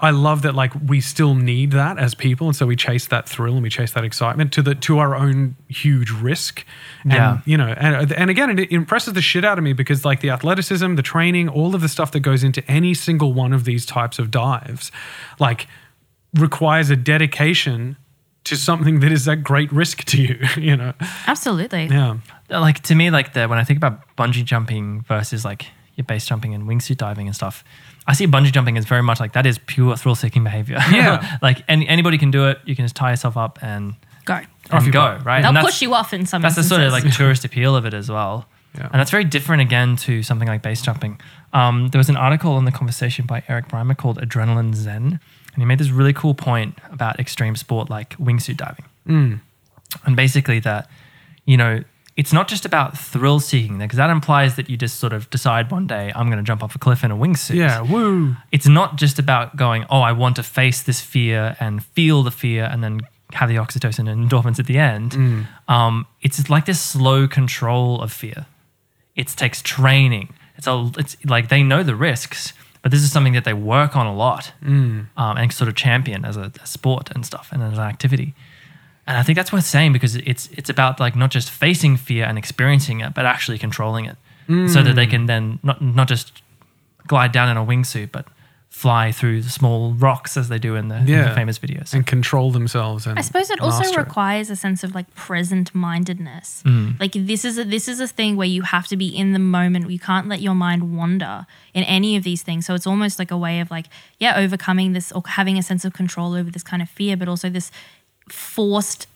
Speaker 1: i love that like we still need that as people and so we chase that thrill and we chase that excitement to the to our own huge risk and
Speaker 3: Yeah.
Speaker 1: you know and, and again it impresses the shit out of me because like the athleticism the training all of the stuff that goes into any single one of these types of dives like requires a dedication to something that is at great risk to you *laughs* you know
Speaker 2: Absolutely.
Speaker 1: yeah
Speaker 3: like to me like the when I think about bungee jumping versus like your base jumping and wingsuit diving and stuff, I see bungee jumping as very much like that is pure thrill seeking behavior.
Speaker 1: Yeah.
Speaker 3: *laughs* like any, anybody can do it. You can just tie yourself up and,
Speaker 2: Go.
Speaker 1: Off
Speaker 3: and
Speaker 1: you
Speaker 3: go,
Speaker 1: go.
Speaker 3: right?
Speaker 2: They'll
Speaker 3: and that's,
Speaker 2: push you off in some.
Speaker 3: that's the sort of like
Speaker 2: instances. *laughs*
Speaker 3: tourist appeal of it as well.
Speaker 1: Yeah.
Speaker 3: And that's very different again to something like base jumping. Um, there was an article in the conversation by Eric Brimer called Adrenaline Zen, and he made this really cool point about extreme sport like wingsuit diving
Speaker 1: Mm.
Speaker 3: and basically that you know it's not just about thrill seeking because that implies that you just sort of decide one day i'm going to jump off a cliff in a wingsuit
Speaker 1: yeah woo
Speaker 3: it's not just about going oh i want to face this fear and feel the fear and then have the oxytocin and endorphins at the end um, it's like this slow control of fear it takes training it's, a, it's like they know the risks but this is something that they work on a lot um, and sort of champion as a, a sport and stuff and as an activity and I think that's worth saying because it's it's about like not just facing fear and experiencing it, but actually controlling it, so that they can then not not just glide down in a wingsuit, but fly through the small rocks as they do in the, in the
Speaker 1: Yeah.
Speaker 3: famous videos.
Speaker 1: and control themselves. And
Speaker 2: I suppose it also
Speaker 1: master
Speaker 2: requires a sense of like present mindedness. Like this is a this is a thing where you have to be in the moment. You can't let your mind wander in any of these things. So it's almost like a way of like yeah, overcoming this or having a sense of control over this kind of fear, but also this forced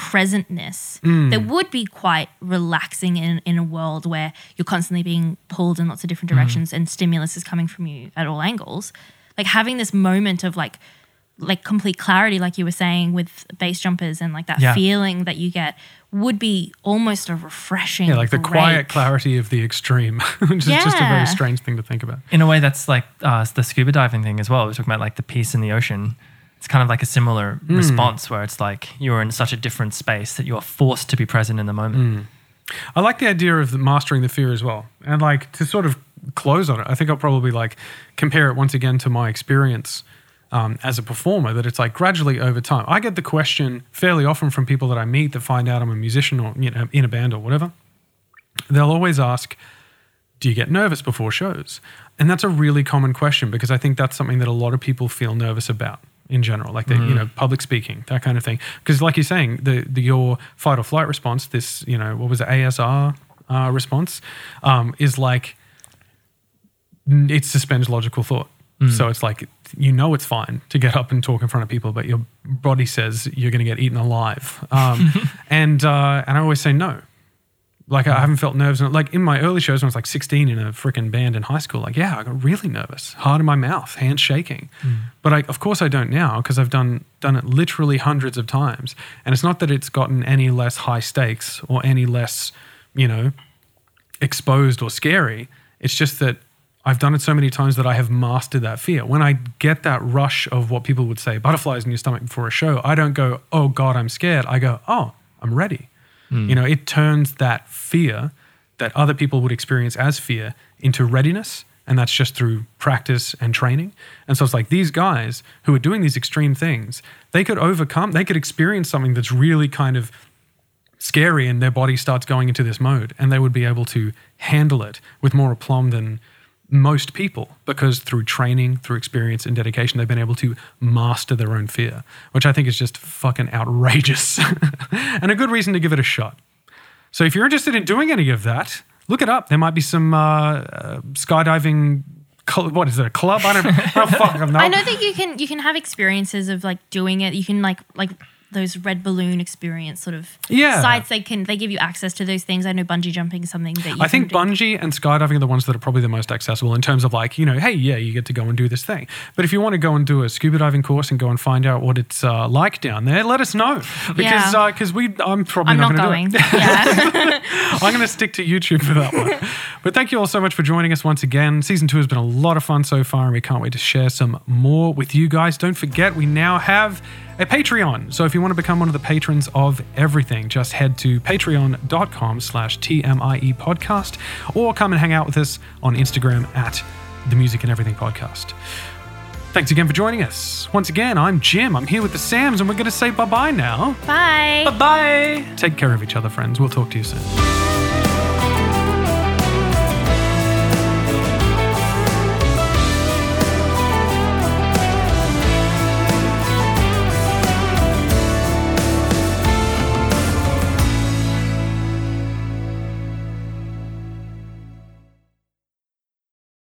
Speaker 2: presentness
Speaker 1: Mm.
Speaker 2: that would be quite relaxing in, in a world where you're constantly being pulled in lots of
Speaker 1: Mm.
Speaker 2: different directions and stimulus is coming from you at all angles like having this moment of like like complete clarity like you were saying with base jumpers and like that
Speaker 3: Yeah.
Speaker 2: feeling that you get would be almost a refreshing
Speaker 1: Yeah, like the quiet
Speaker 2: break.
Speaker 1: clarity of the extreme, *laughs* which is just a
Speaker 2: Yeah.
Speaker 1: very strange thing to think about.
Speaker 3: In a way, that's like uh, the scuba diving thing as well. We're talking about like the peace in the ocean. It's kind of like a similar response where it's like you're in such a different space that you're forced to be present in the moment.
Speaker 1: I like the idea of mastering the fear as well. And like to sort of close on it, I think I'll probably like compare it once again to my experience um, as a performer that it's like gradually over time. I get the question fairly often from people that I meet that find out I'm a musician or, you know, in a band or whatever. They'll always ask, do you get nervous before shows? And that's a really common question because I think that's something that a lot of people feel nervous about in general, like the, you know, public speaking, that kind of thing. Because like you're saying, the, the your fight or flight response, this you know, what was it, ASR uh, response, um, is like n- it suspends logical thought. So it's like you know it's fine to get up and talk in front of people, but your body says you're going to get eaten alive. Um, and uh, and I always say no like I haven't felt nerves. And like in my early shows when I was like 16 in a freaking band in high school, like yeah, I got really nervous, heart in my mouth, hands shaking. But I, of course I don't now because I've done done it literally hundreds of times, and it's not that it's gotten any less high stakes or any less, you know, exposed or scary. It's just that I've done it so many times that I have mastered that fear. When I get that rush of what people would say, butterflies in your stomach before a show, I don't go, oh God, I'm scared. I go, oh, I'm ready. You know, it turns that fear that other people would experience as fear into readiness. And that's just through practice and training. And so it's like these guys who are doing these extreme things, they could overcome, they could experience something that's really kind of scary and their body starts going into this mode and they would be able to handle it with more aplomb than most people because through training through experience and dedication they've been able to master their own fear which i think is just fucking outrageous *laughs* and a good reason to give it a shot so if you're interested in doing any of that look it up there might be some uh, uh, skydiving cl- what is it a club i don't, I don't fucking know Oh,
Speaker 2: I know that you can you can have experiences of like doing it. You can like like those red balloon experience sort of
Speaker 1: Yeah.
Speaker 2: sites. They can they give you access to those things. I know bungee jumping is something that you
Speaker 1: I think
Speaker 2: can do.
Speaker 1: bungee and skydiving are the ones that are probably the most accessible in terms of like, you know, hey, yeah, you get to go and do this thing. But if you want to go and do a scuba diving course and go and find out what it's uh, like down there, let us know because
Speaker 2: Yeah.
Speaker 1: uh 'cause we I'm probably
Speaker 2: I'm
Speaker 1: not,
Speaker 2: not
Speaker 1: gonna
Speaker 2: going.
Speaker 1: Do *laughs* it.
Speaker 2: yeah.
Speaker 1: I'm going to stick to YouTube for that one. but thank you all so much for joining us once again. Season two has been a lot of fun so far, and we can't wait to share some more with you guys. Don't forget, we now have a Patreon. So if you want to become one of the patrons of everything, just head to patreon.com slash TMIE E podcast or come and hang out with us on Instagram at the Music and Everything Podcast. Thanks again for joining us. Once again, I'm Jim. I'm here with the Sams, and we're going to say bye bye now.
Speaker 2: Bye.
Speaker 3: Bye.
Speaker 1: Take care of each other, friends. We'll talk to you soon.